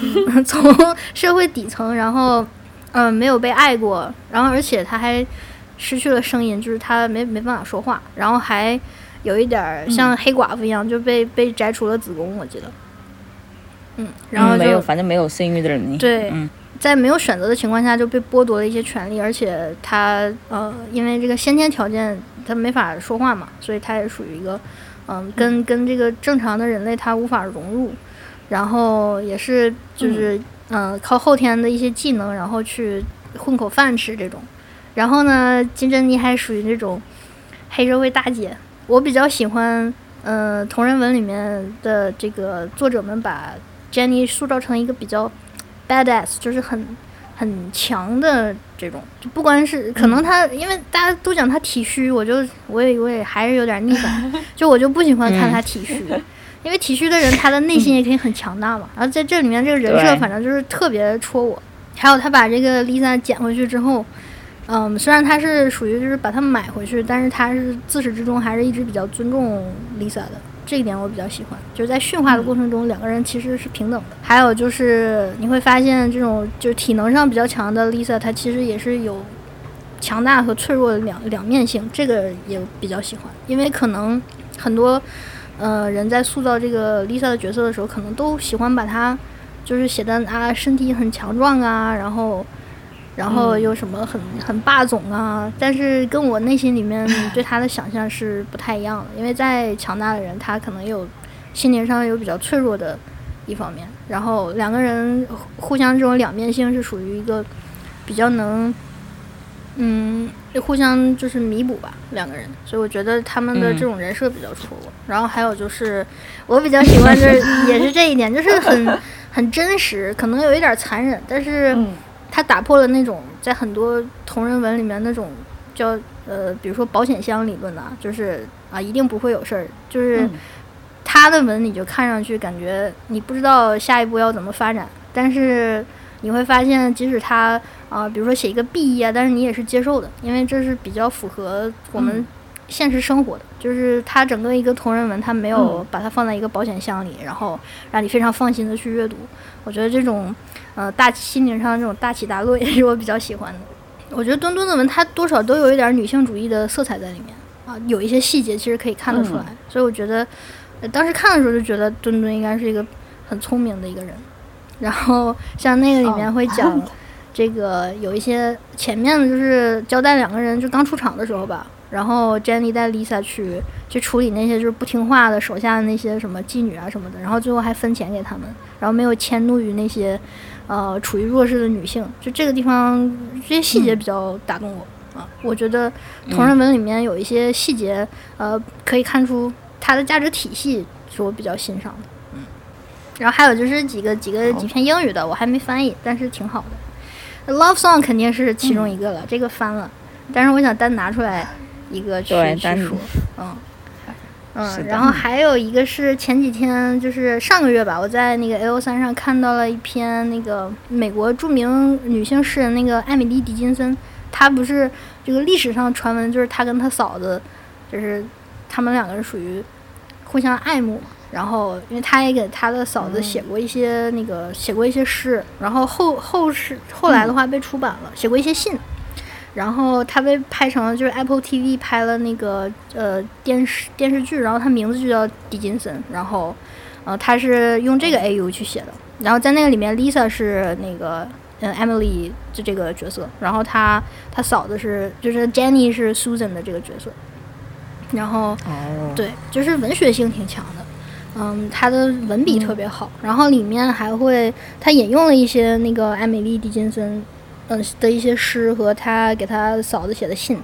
A: 嗯从社会底层，然后，嗯、没有被爱过，然后而且他还失去了声音，就是他没没办法说话，然后还有一点儿
B: 嗯
A: 像黑寡妇一样，就被被摘除了子宫，我记得，嗯，然后
B: 嗯
A: 就、
B: 没有，反正没有生育的能力。
A: 对
B: 嗯
A: 在没有选择的情况下就被剥夺了一些权利，而且他呃，因为这个先天条件他没法说话嘛，所以他也属于一个嗯、跟跟这个正常的人类他无法融入，然后也是就是嗯、嗯、靠后天的一些技能，然后去混口饭吃这种。然后呢，金珍妮还属于那种黑社会大姐。我比较喜欢，呃，同人文里面的这个作者们把 Jenny 塑造成一个比较 badass，就是很很强的这种。就不光是可能她，因为大家都讲她体虚，我就我也我也还是有点逆反，就我就不喜欢看她体虚。因为体虚的人，他的内心也可以很强大嘛。然后在这里面，这个人设
B: 对
A: 反正就是特别戳我。还有他把这个 Lisa 捡回去之后，嗯，虽然他是属于就是把他买回去，但是他是自始至终还是一直比较尊重 Lisa 的，这一点我比较喜欢。就是在驯化的过程中，两个人其实是平等的。还有就是你会发现，这种就是体能上比较强的 Lisa，她其实也是有强大和脆弱的两两面性，这个也比较喜欢，因为可能很多呃人在塑造这个 Lisa 的角色的时候，可能都喜欢把她就是写的啊身体很强壮啊，然后然后又什么很很霸总啊，但是跟我内心里面对她的想象是不太一样的，因为再强大的人，他可能有心灵上有比较脆弱的一方面，然后两个人互互相这种两面性是属于一个比较能。嗯，互相就是弥补吧，两个人，所以我觉得他们的这种人设比较戳我。然后还有就是，我比较喜欢就是也是这一点，就是很很真实，可能有一点残忍，但是
B: 嗯
A: 它打破了那种在很多同人文里面那种叫呃，比如说保险箱理论呐、就是啊一定不会有事儿，就是他的文你就看上去感觉你不知道下一步要怎么发展，但是你会发现，即使他啊、比如说写一个 B 啊，但是你也是接受的，因为这是比较符合我们现实生活的。就是它整个一个同人文，它没有把它放在一个保险箱里，然后让你非常放心的去阅读。我觉得这种呃大心灵上这种大起大落也是我比较喜欢的。我觉得墩墩的文它多少都有一点女性主义的色彩在里面啊，有一些细节其实可以看得出来，所以我觉得、呃当时看的时候就觉得墩墩应该是一个很聪明的一个人。然后像那个里面会讲这个有一些前面的就是交代两个人就刚出场的时候吧，然后 Jenny 带 Lisa 去去处理那些就是不听话的手下的那些什么妓女啊什么的，然后最后还分钱给他们，然后没有迁怒于那些呃处于弱势的女性，就这个地方这些细节比较打动我、啊，我觉得同人文里面有一些细节，呃，可以看出它的价值体系是我比较欣赏的。
B: 嗯
A: 然后还有就是几个几个几篇英语的，我还没翻译，但是挺好的。Love Song 肯定是其中一个了，
B: 嗯
A: 这个翻了，但是我想单拿出来一个去
B: 对
A: 去
B: 单
A: 说，嗯。
B: 是
A: 嗯，
B: 的
A: 然后还有一个是前几天，就是上个月吧，我在那个 A O 三上看到了一篇那个美国著名女性诗人那个艾米丽·狄金森，她不是这个历史上传闻就是她跟她嫂子，就是他们两个人属于互相爱慕，然后因为她也给她的嫂子写过一些那个、写过一些诗，然后后后世后来的话被出版了，写过一些信，然后他被拍成了就是 Apple TV 拍了那个呃电视电视剧，然后他名字就叫狄金森，然后呃他是用这个 AU 去写的，然后在那个里面 Lisa 是那个嗯 Emily 就这个角色，然后他他嫂子是就是 Jenny 是 Susan 的这个角色，然后
B: 哦，
A: 对，就是文学性挺强的。嗯，他的文笔
C: 嗯
A: 特别好，然后里面还会他引用了一些那个艾米丽·狄金森，嗯、的一些诗和他给他嫂子写的信，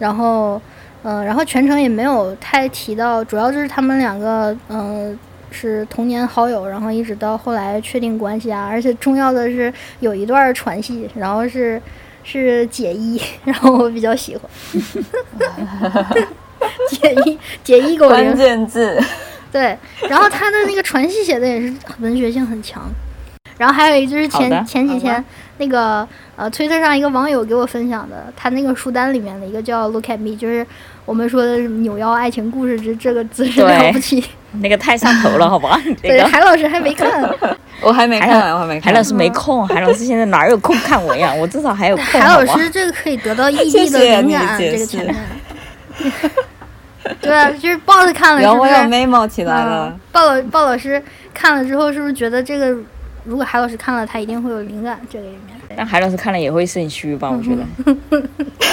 A: 然后，嗯、然后全程也没有太提到，主要就是他们两个，嗯、是童年好友，然后一直到后来确定关系啊，而且重要的是有一段传戏，然后是是解衣，然后我比较喜欢， [laughs] 解衣解衣狗
C: 关
A: 零。
C: 键字，
A: 对，然后他的那个传戏写的也是文学性很强。然后还有一个就是
B: 好的
A: 前前几
B: 好
A: 天
B: 吧
A: 那个呃推特上一个网友给我分享的，他那个书单里面的一个叫《Look at Me》，就是我们说的扭腰爱情故事之这个姿势
B: 对
A: 了不起。 [laughs]
B: 那个太上头了，好吧？你这
A: 对，
B: 个 [laughs]
A: 韩老师还没
C: [laughs]
A: 看，
C: 我还没看完，我还没
B: 韩
C: 看
B: 老
C: 完。
B: 师没空，韩老师现在哪有空看我呀？ [laughs] 我至少还有空，
A: 韩
B: 好
A: 老
B: 吧？
A: 师这个可以
C: [laughs]
A: 得到异
C: 谢
A: 地的
C: 谢
A: 灵
C: 你的
A: 感，
C: 解
A: 这个
C: 释
A: 前面。
C: [laughs]
A: 对啊，就是 boss 看了，
C: 有
A: 是不
C: 我
A: 是
C: 有 memo 起来了
A: 嗯，，鲍老鲍老师看了之后，是不是觉得这个如果韩老师看了，他一定会有灵感？这个里面。
B: 但韩老师看了也会肾虚吧？我觉得，
A: 嗯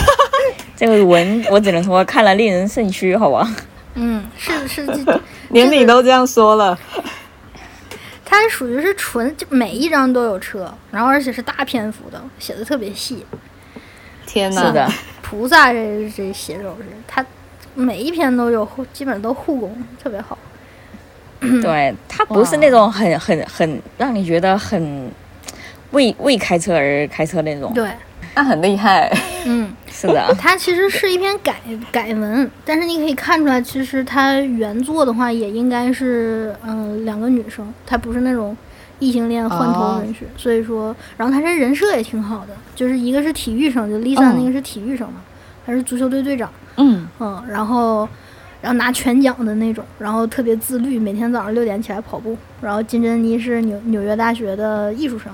B: [laughs] 这个文我只能说看了令人肾
A: [laughs]
B: 虚，好吧？
A: 嗯，是是，这
C: 连你都这样说了，
A: 它属于是纯，就每一张都有车，然后而且是大篇幅的，写的特别细。
C: 天哪！
B: 是的，
A: 菩萨这这写手是，他每一篇都有，基本都护工，特别好。 [laughs]
B: 对，它不是那种很很很让你觉得很为为开车而开车那种。
A: 对，
C: 那很厉害。
A: 嗯，
B: 是的，
A: 它其实是一篇改改文，但是你可以看出来，其实它原作的话也应该是嗯、两个女生，它不是那种异性恋换头文学，所以说，然后他这人设也挺好的，就是一个是体育生，就 Lisa
C: 嗯
A: 那个是体育生嘛，他是足球队队长，
C: 嗯，
A: 嗯，然后然后拿全奖的那种，然后特别自律，每天早上六点起来跑步。然后金珍妮是纽纽约大学的艺术生，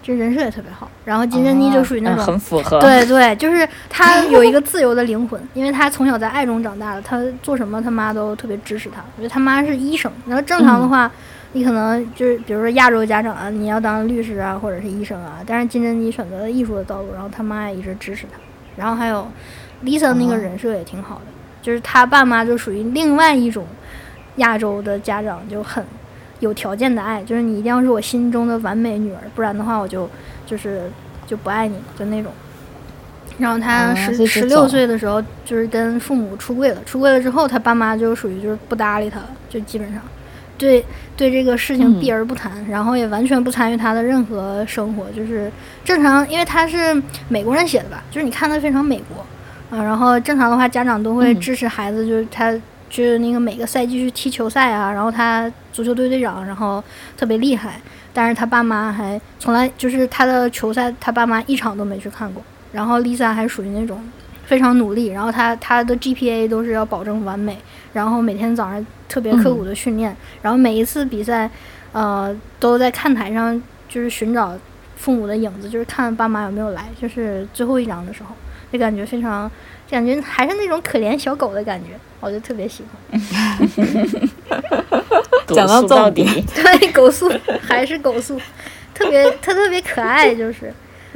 A: 这人设也特别好。然后金珍妮就属于那
B: 嗯，
A: 种、
B: 很符合。
A: 对对，就是他有一个自由的灵魂，因为他从小在爱中长大的，他做什么他妈都特别支持他。因为他妈是医生，然后正常的话，你可能就是比如说亚洲家长啊，你要当律师啊，或者是医生啊。但是金珍妮选择了艺术的道路，然后他妈也一直支持他。然后还有 Lisa 那个人设也挺好的，就是他爸妈就属于另外一种亚洲的家长，就很有条件的爱，就是你一定要是我心中的完美女儿，不然的话我就就是就不爱你了，就那种。然后他
C: 啊
A: 十
C: 是
A: 十
C: 这
A: 六
C: 种
A: 岁的时候，就是跟父母出柜了。出柜了之后，他爸妈就属于就是不搭理他了，就基本上对对这个事情
C: 嗯
A: 避而不谈，然后也完全不参与他的任何生活，就是正常，因为他是美国人写的吧，就是你看他非常美国，啊，然后正常的话，家长都会
C: 嗯
A: 支持孩子，就是他去那个每个赛季去踢球赛啊，然后他足球队队长，然后特别厉害，但是他爸妈还从来就是他的球赛，他爸妈一场都没去看过。然后 Lisa 还属于那种非常努力，然后她她的 GPA 都是要保证完美，然后每天早上特别刻苦的训练，然后每一次比赛，呃，都在看台上就是寻找父母的影子，就是看爸妈有没有来，就是最后一张的时候，就感觉非常，感觉还是那种可怜小狗的感觉，我就特别喜欢。 [laughs]
B: 狗
C: 讲到
B: 塑
C: 重
B: 到底，
A: 对，狗素还是狗素，特别它特别可爱，就是，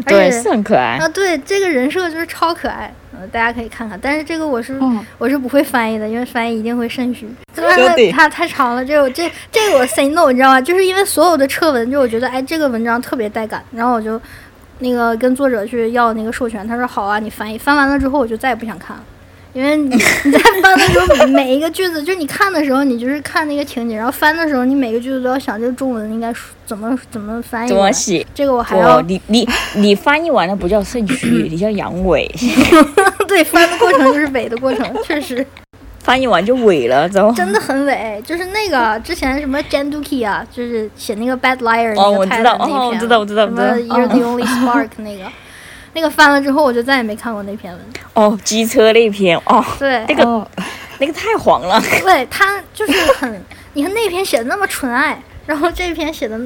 A: 而
B: 对，
A: 且
B: 是很可爱。
A: 啊，对，这个人设就是超可爱，嗯，大家可以看看。但是这个我是、
C: 嗯
A: 我是不会翻译的，因为翻译一定会肾虚。
C: 兄弟
A: 它太长了，这个我这这个我 say no，你知道吗？就是因为所有的车文，就我觉得哎，这个文章特别带感，然后我就那个跟作者去要那个授权，他说好啊，你翻译。翻完了之后，我就再也不想看了。因
B: [laughs]
A: 为你你在翻的时候，每一个句子，就是你看的时候，你就是看那个情节，然后翻的时候，你每个句子都要想这个中文应该说怎么怎么翻译
B: 怎
A: 过
B: 么
A: 来。
B: 写？
A: 这个我还要嗯
B: 不，你你你翻译完了不叫肾虚，你叫阳痿。
A: [laughs] 对，翻的过程就是伪的过程，确实
B: 翻译完就萎了，知道吗？
A: 真的很伪。就是那个之前什么 Jan Duki 啊，就是写那个 Bad Liar
B: 哦
A: 那个
B: 我
A: 泰
B: 知
A: 勒
B: 道
A: 那篇，
B: 哦我知道我知道
A: 什
B: 我知
A: 么
B: 道 [laughs]
A: You're the Only Spark 那个，那个翻了之后我就再也没看过那篇文。
B: 哦，机车那篇哦，
A: 对
B: 那，个、
C: 哦，
B: 那个太黄了。
A: [laughs] 对他就是很，你看那篇写的那么纯爱，然后这篇写的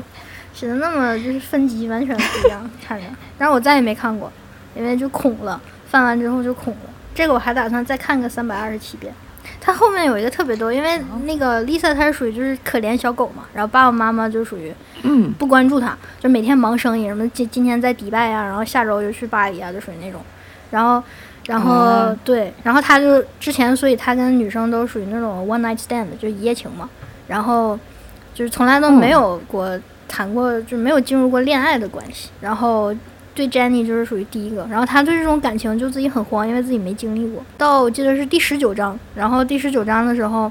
A: 写的那么就是分级完全不一样，看着，然后我再也没看过，因为就恐了，翻完之后就恐了。这个我还打算再看个三百二十七遍。它后面有一个特别多，因为那个 Lisa 她是属于就是可怜小狗嘛，然后爸爸妈妈就属于
C: 嗯，
A: 不关注他，就每天忙生意，什么今今天在迪拜啊，然后下周就去巴黎啊，就属于那种。然后，然后、
C: 哦
A: 对，然后他就之前，所以他跟女生都属于那种 one night stand，就一夜情嘛。然后就是从来都没有过谈过，就没有进入过恋爱的关系。然后对 Jenny 就是属于第一个，然后他对这种感情就自己很慌，因为自己没经历过。到我记得是第十九章，然后第十九章的时候，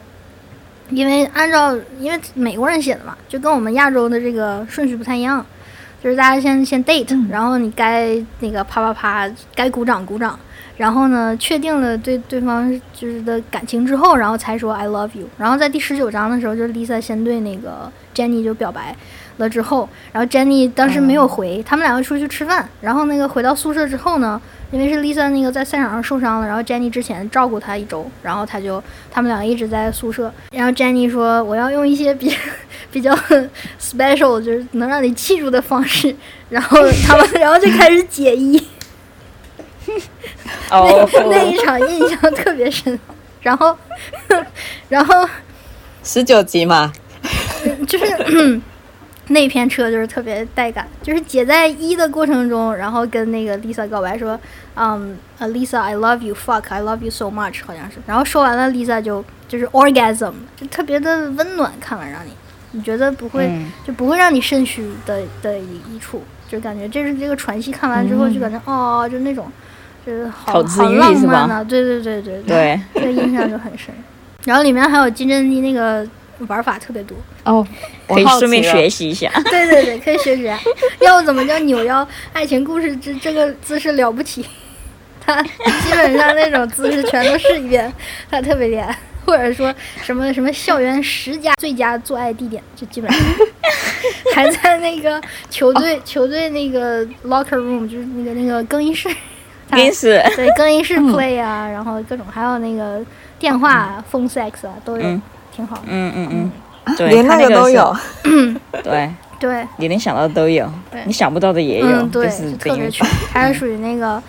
A: 因为按照因为美国人写的嘛，就跟我们亚洲的这个顺序不太一样，就是大家先先 date，、然后你该那个啪啪啪，该鼓掌鼓掌。然后呢，确定了对对方就是的感情之后，然后才说 I love you。然后在第十九章的时候，就是 Lisa 先对那个 Jenny 就表白了之后，然后 Jenny 当时没有回，他们两个出去吃饭。然后那个回到宿舍之后呢，因为是 Lisa 那个在赛场上受伤了，然后 Jenny 之前照顾她一周，然后她就他们两个一直在宿舍。然后 Jenny 说我要用一些比比较 [laughs] special，就是能让你记住的方式。然后他们 [laughs] 然后就开始解衣。
B: 哦，
A: 那一场印象特别深。然后， [laughs] 然后
C: 十九集嘛，
A: 就是 [coughs] 那篇车就是特别带感，就是姐在一的过程中，然后跟那个 Lisa 告白说，嗯、呃 l i s a I love you, fuck, I love you so much，好像是。然后说完了，Lisa 就就是 orgasm，就特别的温暖，看完让你。你觉得不会、
B: 嗯
A: 就不会让你肾虚的的一一处，就感觉这是这个传戏看完之后就感觉、哦，就那种就是好
B: 嗯好治
A: 好
B: 愈
A: 浪
B: 是吧
A: 漫啊，对对对对
B: 对，
A: 这个印象就很深。然后里面还有金珍妮那个玩法特别多，
C: 哦，我
B: 可以
C: 好
B: 顺便
C: 奇了
B: 学习一下。
A: [laughs] 对对对，可以学学。要不怎么叫扭腰爱情故事？这这个姿势了不起， [laughs] 他基本上那种姿势全都试一遍，他特别厉害。或者说什么什么校园十佳最佳做爱地点，就基本上 [laughs] 还在那个球队、球队那个 locker room，就是那个那个 [laughs] 更衣室，他
B: 真是，
A: 对更衣室 play 啊，然后各种还有那个电话 phone sex 啊，都有，
B: 嗯
A: 挺好的。
B: 嗯嗯
C: 啊
B: 嗯，对，
D: 连
B: 他
D: 个
B: 个
D: 都
A: [laughs]
B: 是
D: 有，，
B: 对
A: 对，
B: 你能想到的都有
A: 对，
B: 你想不到的也有，
A: 嗯，对，
B: 就是
A: 特
B: 等
A: 别
B: 于
A: 全，它是属于那个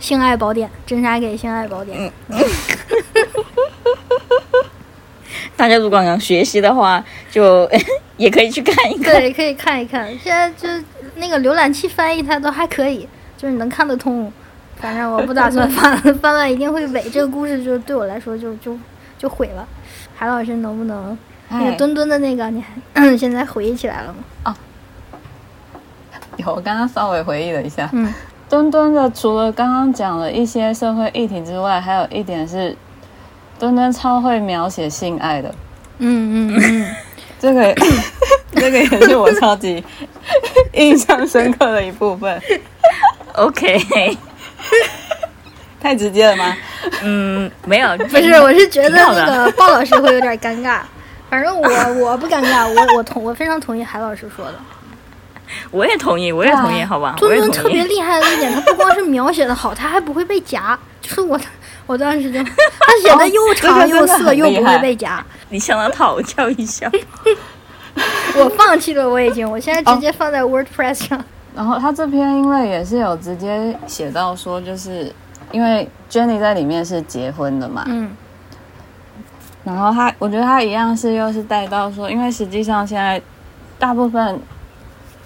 A: 性爱宝典，真傻给性爱宝
B: 嗯
A: 典。
B: 大家如果想学习的话，就 [laughs] 也可以去看一看。
A: [laughs] 对，可以看一看。现在就那个浏览器翻译它都还可以，就是你能看得通。反正我不打算 [laughs] 翻，翻完一定会萎。这个故事就对我来说就就就毁了。韩老师能不能那
B: 嗯
C: 哎
A: 个墩墩的那个，你还 [coughs] 现在回忆起来了吗？
C: 有，我刚刚稍微回忆了一下，
B: [laughs]
A: 嗯，
C: 墩墩的除了刚刚讲了一些社会议题之外，还有一点是，墩墩超会描写性爱的，
A: 嗯嗯
B: [laughs]
A: 嗯，
C: 这个 [coughs] 这个也是我超 [laughs] 级印象深刻的一部分。
B: OK，
C: 太直接了吗？
B: 嗯，没有，不
A: 不是，我是觉得
B: 挺好
A: 那
B: 的
A: 个鲍老师会有点尴尬，反正我我不尴尬，我我同我非常同意韩老师说的。
B: 我也同意，我也同意，好吧，啊我
A: 墩
B: 也
A: 墩特
B: 同
A: 别
B: 意。
A: 厉害的一点，他不光是描写的好，他还不会被夹。就是我，我当时就他写的又长
C: 这个
A: 又
C: 真的
A: 涩
C: 很
A: 又不
C: 厉
A: 会
C: 害
A: 被夹，
B: 你向他讨教一下，
A: 我放弃了，我已经，我现在直接放在 WordPress 上。
C: 然后他这篇因为也是有直接写到说，就是因为 Jenny 在里面是结婚的嘛，
A: 嗯
C: 然后他我觉得他一样是又是带到说，因为实际上现在大部分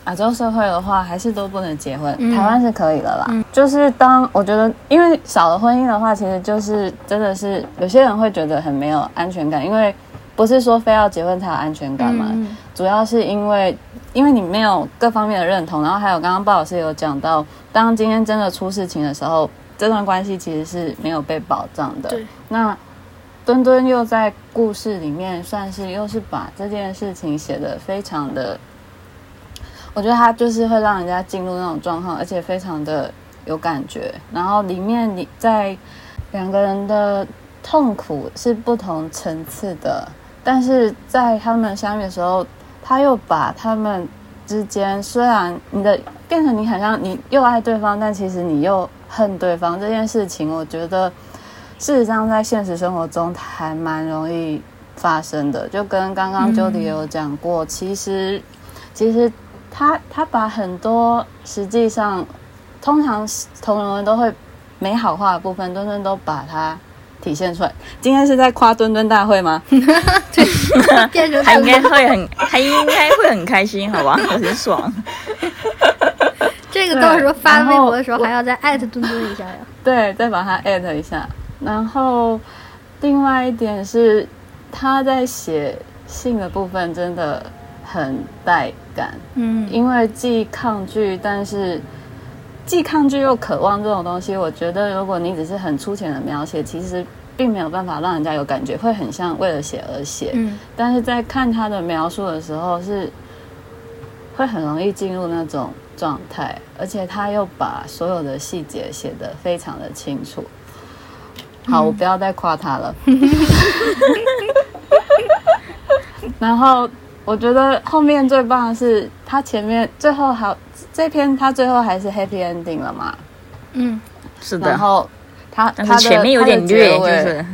C: 亚洲社会的话还是都不能结婚，
A: 嗯
C: 台湾是可以的啦。就是当我觉得，因为少了婚姻的话，其实就是真的是有些人会觉得很没有安全感，因为不是说非要结婚才有安全感嘛，
A: 嗯
C: 主要是因为因为你没有各方面的认同，然后还有刚刚鲍老师有讲到，当今天真的出事情的时候，这段关系其实是没有被保障的。
A: 对，
C: 那墩墩又在故事里面算是又是把这件事情写的非常的，我觉得他就是会让人家进入那种状况，而且非常的有感觉。然后里面你在两个人的痛苦是不同层次的，但是在他们相遇的时候，他又把他们之间虽然你的变成你好像你又爱对方，但其实你又恨对方这件事情，我觉得事实上在现实生活中还蛮容易发生的。就跟刚刚 Jody 也有讲过，其实其实他他把很多实际上通常同人文都会美好化的部分，墩墩都把它体现出来。今天是在夸墩墩大会吗？
A: 嗯，变 [laughs] 成
B: 他应
A: 墩
B: 该
A: 墩
B: 会很，他应该会很开心，好吧，很爽。
A: 这个到时候
C: 对
A: 发
C: 然
A: 微
C: 后
A: 博的时候
C: 我
A: 还要再艾特墩墩一下呀。
C: 对，再把它 add 一下。然后另外一点是，他在写信的部分真的很带感，
A: 嗯
C: 因为既抗拒，但是既抗拒又渴望这种东西，我觉得如果你只是很粗浅的描写，其实并没有办法让人家有感觉，会很像为了写而写。
A: 嗯
C: 但是在看他的描述的时候是会很容易进入那种状态，而且他又把所有的细节写得非常的清楚。
B: 嗯
C: 好，我不要再夸他
B: [laughs]
C: 了。 [laughs] 然后我觉得后面最棒的是他前面最后好这篇他最后还是 happy ending 了嘛？
A: 嗯，
B: 是
C: 然
B: 的，
C: 后他
B: 但
C: 他
B: 是
C: 的
B: 前面有点虐，
C: 他
B: 就
C: 的结尾
B: 是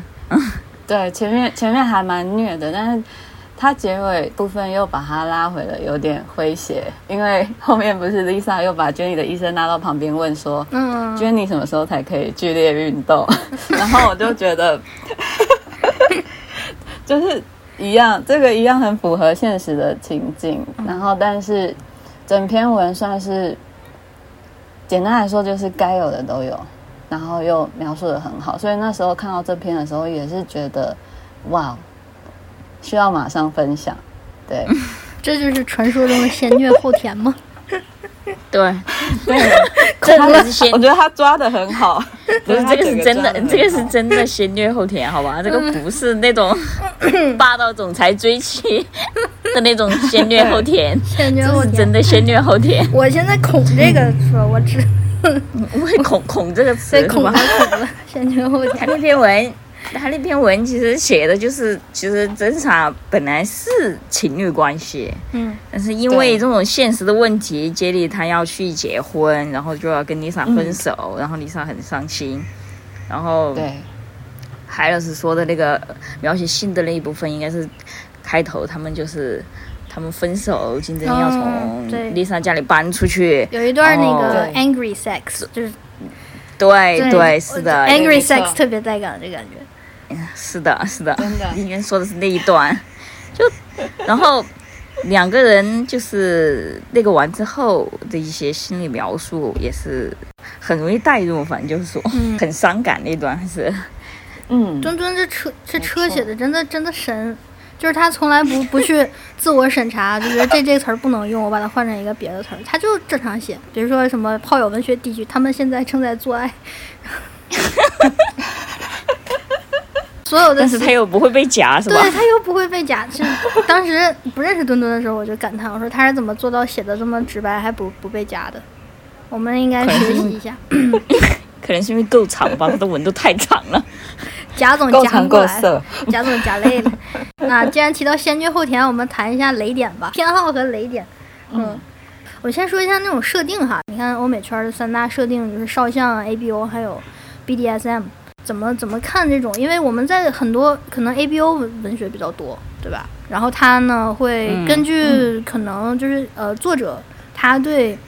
C: 对，前面前面还蛮虐的，但是他结尾部分又把他拉回了有点诙谐，因为后面不是 Lisa 又把 Jenny 的医生拉到旁边问说、
A: 嗯，
C: j e n n y 什么时候才可以剧烈运
B: [laughs]
C: 动？”然后我就觉得， [laughs] 就是一样，这个一样很符合现实的情境。
B: 嗯
C: 然后，但是整篇文算是简单来说，就是该有的都有，然后又描述的很好，所以那时候看到这篇的时
B: [laughs]
C: 候，也是觉得哇，需要马上分享。对，
A: 这就是传说中的先虐后甜吗？
B: 对，
A: 哭
B: 这
A: 了
B: 个是先
C: [laughs] 我觉得他抓的
B: [laughs]
C: 很好，
B: 不是这个是真的，这个是真
C: 真。
B: 的先虐后甜，好吧？这个不是那种霸道总裁追妻的那种先虐后甜，
A: 先虐后
B: 这
A: 甜
B: 是真。的先虐后甜。
A: 我现在恐这个说，我只
B: 我会恐恐这个词
A: 被
B: 是
A: 恐了
B: 吧？
A: 恐了，先虐后
B: 他
A: 甜。
B: [laughs] 那篇文，他那篇文其实写的就是，其实真傻本来是情侣关系，
A: 嗯
B: 但是因为这种现实的问题，杰里他要去结婚，然后就要跟丽莎分手，然后丽莎很伤心，然后
C: 对，
B: 海老师说的那个呃描写性的那一部分，应该是开头他们就是他们分手，金珍要
A: 哦
B: 从
A: 对
B: 丽莎家里搬出去，
A: 有一段那个
B: 哦
A: angry sex，就是
B: 对对是的，
A: angry
C: 没错
A: sex 特别带感，这感觉。
C: 嗯
B: 是的，是的， [laughs]
C: 真的
B: 应该说的是那一段，就然后两个人就是那个完之后的一些心理描述，也是很容易带入，反正就是说、
A: 嗯
B: 很伤感那段，还是
C: 嗯，
A: 墩墩这车这车
C: 错
A: 写的真的真的神，就是他从来不不去自我审查， [laughs] 就觉得这这个词儿不能用，我把它换成一个别的词儿，他就正常写，
C: 嗯
A: 比如说什么炮友文学地区，他们现在正在做
C: [laughs]
A: 爱，所有的
B: 但是他又不会被夹，是吧？
A: 对他又不会被夹。是当时不认识墩墩的时候，我就感叹我说他是怎么做到写的这么直白，还不不被夹的。我们应该学习一下，
B: 可能是因为够长吧，他的文都太长了。
A: 贾总
C: 够
A: 夹不
C: 长
A: 过
C: 够
A: 来。
C: 色，
A: 贾总贾累了。 [laughs] 那既然提到先虐后甜，我们谈一下雷点吧，偏好和雷点。嗯，我先说一下那种设定哈，你看欧美圈的三大设定就是啊少相、ABO 还有 BDSM，怎么怎么看这种？因为我们在很多可能 ABO 文文学比较多，对吧？然后它呢会
B: 嗯
A: 根据可能就是、呃作者他对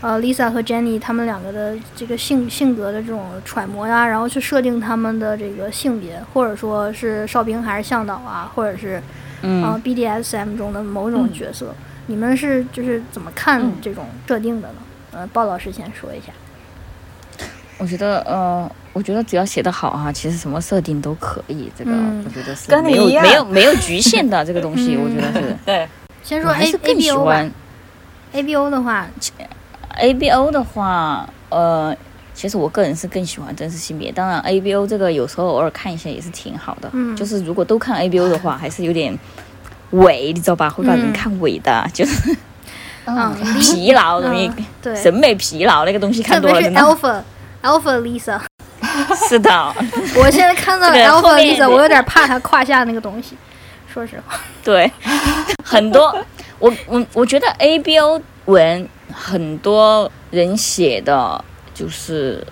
A: 呃 Lisa 和 Jenny 他们两个的这个性性格的这种揣摩呀，然后去设定他们的这个性别，或者说是哨兵还是向导啊，或者是
B: 嗯，
A: 呃 BDSM 中的某种角色，你们是就是怎么看
C: 嗯
A: 这种设定的呢？呃，鲍老师先说一下。
B: 我觉得呃，我觉得只要写得好哈、其实什么设定都可以。这个、
A: 嗯
B: 我觉得是
C: 跟你
B: 没有
C: 一样
B: 没有没有局限的这个东 [laughs] 西，
A: 嗯
B: 我觉得是。
C: 对，
A: 先
B: 我
A: 说
B: 还
A: A
B: 是更
A: A
B: 喜
A: B O 吧
B: 欢
A: ，A B O 的话，
B: A B O 的话，呃，其实我个人是更喜欢真实性别。当然，A B O 这个有时候偶尔看一下也是挺好的。
A: 嗯
B: 就是如果都看 A B O 的话，还是有点萎，你知道吧？会把人
A: 嗯
B: 看萎的，就是
A: 嗯，
B: [laughs] 疲劳，容易
A: 嗯， [laughs] 对，
B: 审美疲劳那个东西看
A: 特
B: 多了
A: 别是
B: 真的。
A: Alpha Alpha
B: [laughs]
A: Lisa，
B: 是的，
A: 我现在看到
B: 这个后
A: Alpha
B: 面
A: Lisa，我有点怕她胯下那个东西。说实话，
B: 对， [laughs] 很多我我我觉得 A B O 文很多人写的就是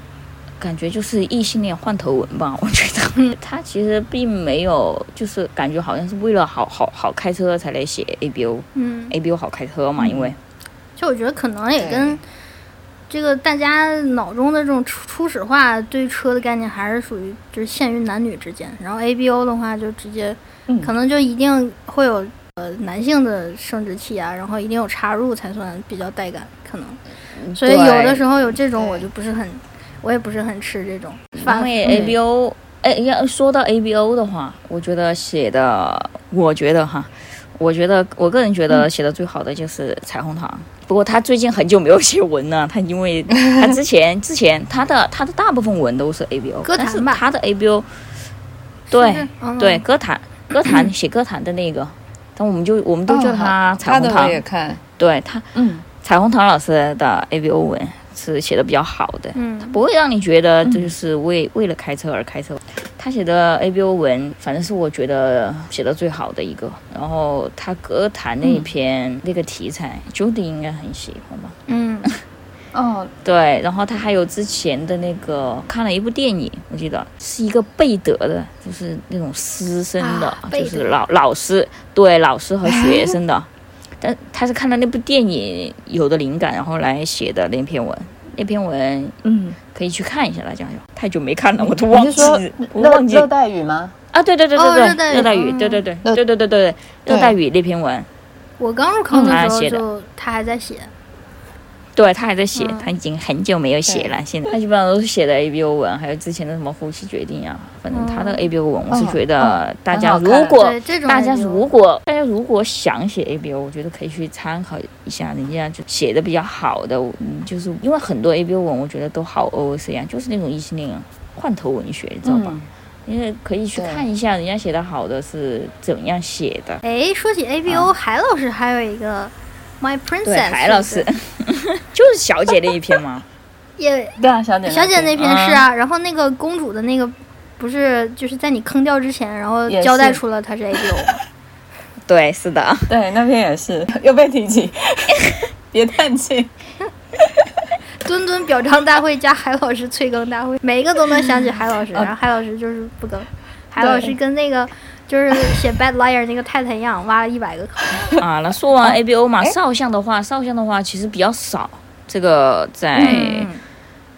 B: 感觉就是异性恋换头文吧，我觉得他其实并没有，就是感觉好像是为了好好好开车才来写 A B O
A: 嗯，
B: A B O 好开车嘛，因为
A: 就我觉得可能也
C: 对
A: 跟这个大家脑中的这种初初始化对车的概念，还是属于就是限于男女之间。然后 A B O 的话，就直接
C: 嗯
A: 可能就一定会有呃男性的生殖器啊，然后一定有插入才算比较带感，可能。嗯
B: 嗯
A: 所以有的时候有这种，
C: 对
A: 我就不是很，我也不是很吃这种。
B: 因为 A B O 哎要说到 A B O 的话，我觉得写的，我觉得哈，我觉得我个人觉
A: 嗯
B: 得写的最好的就是彩虹糖。不过他最近很久没有写文了，他因为他之前之前他的他的大部分文都是 A B O，
A: 歌坛
B: 但是
A: 吧
B: 他的 A B O
A: 对
B: 对，
A: 嗯
B: 对，歌坛歌坛写歌坛的那个，但我们就我们都叫
A: 哦
B: 他彩
C: 哦他
B: 虹
C: 的
B: 糖
C: 我，也看，
B: 对他
C: 嗯，
B: 彩虹糖老师的 A B O 文是写的比较好的，
A: 嗯，
B: 不会让你觉得这就是为、为了开车而开车。他写的 A B O 文，反正是我觉得写的最好的一个。然后他歌坛那一篇、那个题材，Judy 应该很喜欢吧？
A: 嗯，
C: 哦，
B: 对，然后他还有之前的那个看了一部电影，我记得是一个贝德的，就是那种师生的，
A: 啊贝
B: 就
A: 德
B: 是老老师对老师和学
A: [laughs]
B: 生的。但他是看了那部电影有的灵感，然后来写的那篇文。那篇文
C: 嗯，
B: 可以去看一下大家有太久没看了，我都忘
C: 你
B: 记
C: 是说
B: 我
C: 热
B: 忘记
C: 热带雨吗？
B: 啊！对对对
A: 哦
B: 对
A: 热带
B: 对，
A: 雨
B: 热带雨，对对对
C: 嗯
B: 对对对对对，热带雨那篇文，
A: 我刚入坑的
B: 嗯
A: 时候
B: 他写的
A: 就他还在写，
B: 对他还在写，
A: 嗯
B: 他已经很久没有写了。现在他基本上都是写的 ABO 文，还有之前的什么后期决定啊，反正他的 ABO 文，我是觉
C: 嗯
B: 得
C: 嗯
B: 大家
C: 很好
B: 如
C: 看
B: 果
A: 哦对这种
B: 大家
A: ABO
B: 如果大家如果想写 ABO，我觉得可以去参考一下人家就写的比较好的，嗯就是因为很多 ABO 文我觉得都好 OOC 啊，就是那种异性恋换头文学，你知道吧？
C: 嗯
B: 因为可以去
C: 对
B: 看一下人家写的好的是怎样写的。
A: 哎，说起 A B O，、海老师还有一个 My Princess，
B: 啊对，海
A: 是
B: 老
A: 不是
B: 师 [laughs] 就是小姐那一篇嘛。
A: 也
C: 对啊，小姐，
A: 小姐那
C: 边
A: 篇是啊，然后那个公主的那个不是就是在你坑掉之前，然后
C: 也
A: 交代
C: 是
A: 出了她是 A B O，
B: [laughs] 对，是的。
C: 对那篇也是 [laughs] 又被提起，别叹气。
A: 墩墩表彰大会加海老师催更大会，每一个都能想起海
B: [laughs]
A: 老师，
C: 啊
A: 然后海老师就是不更，海老师跟那个就是写 Bad Liar 那个泰坦一样，挖了一百个坑。
B: [laughs] 啊，那说完 ABO 嘛，
C: 哎
B: 少校的话，少校的话其实比较少，这个在、
A: 嗯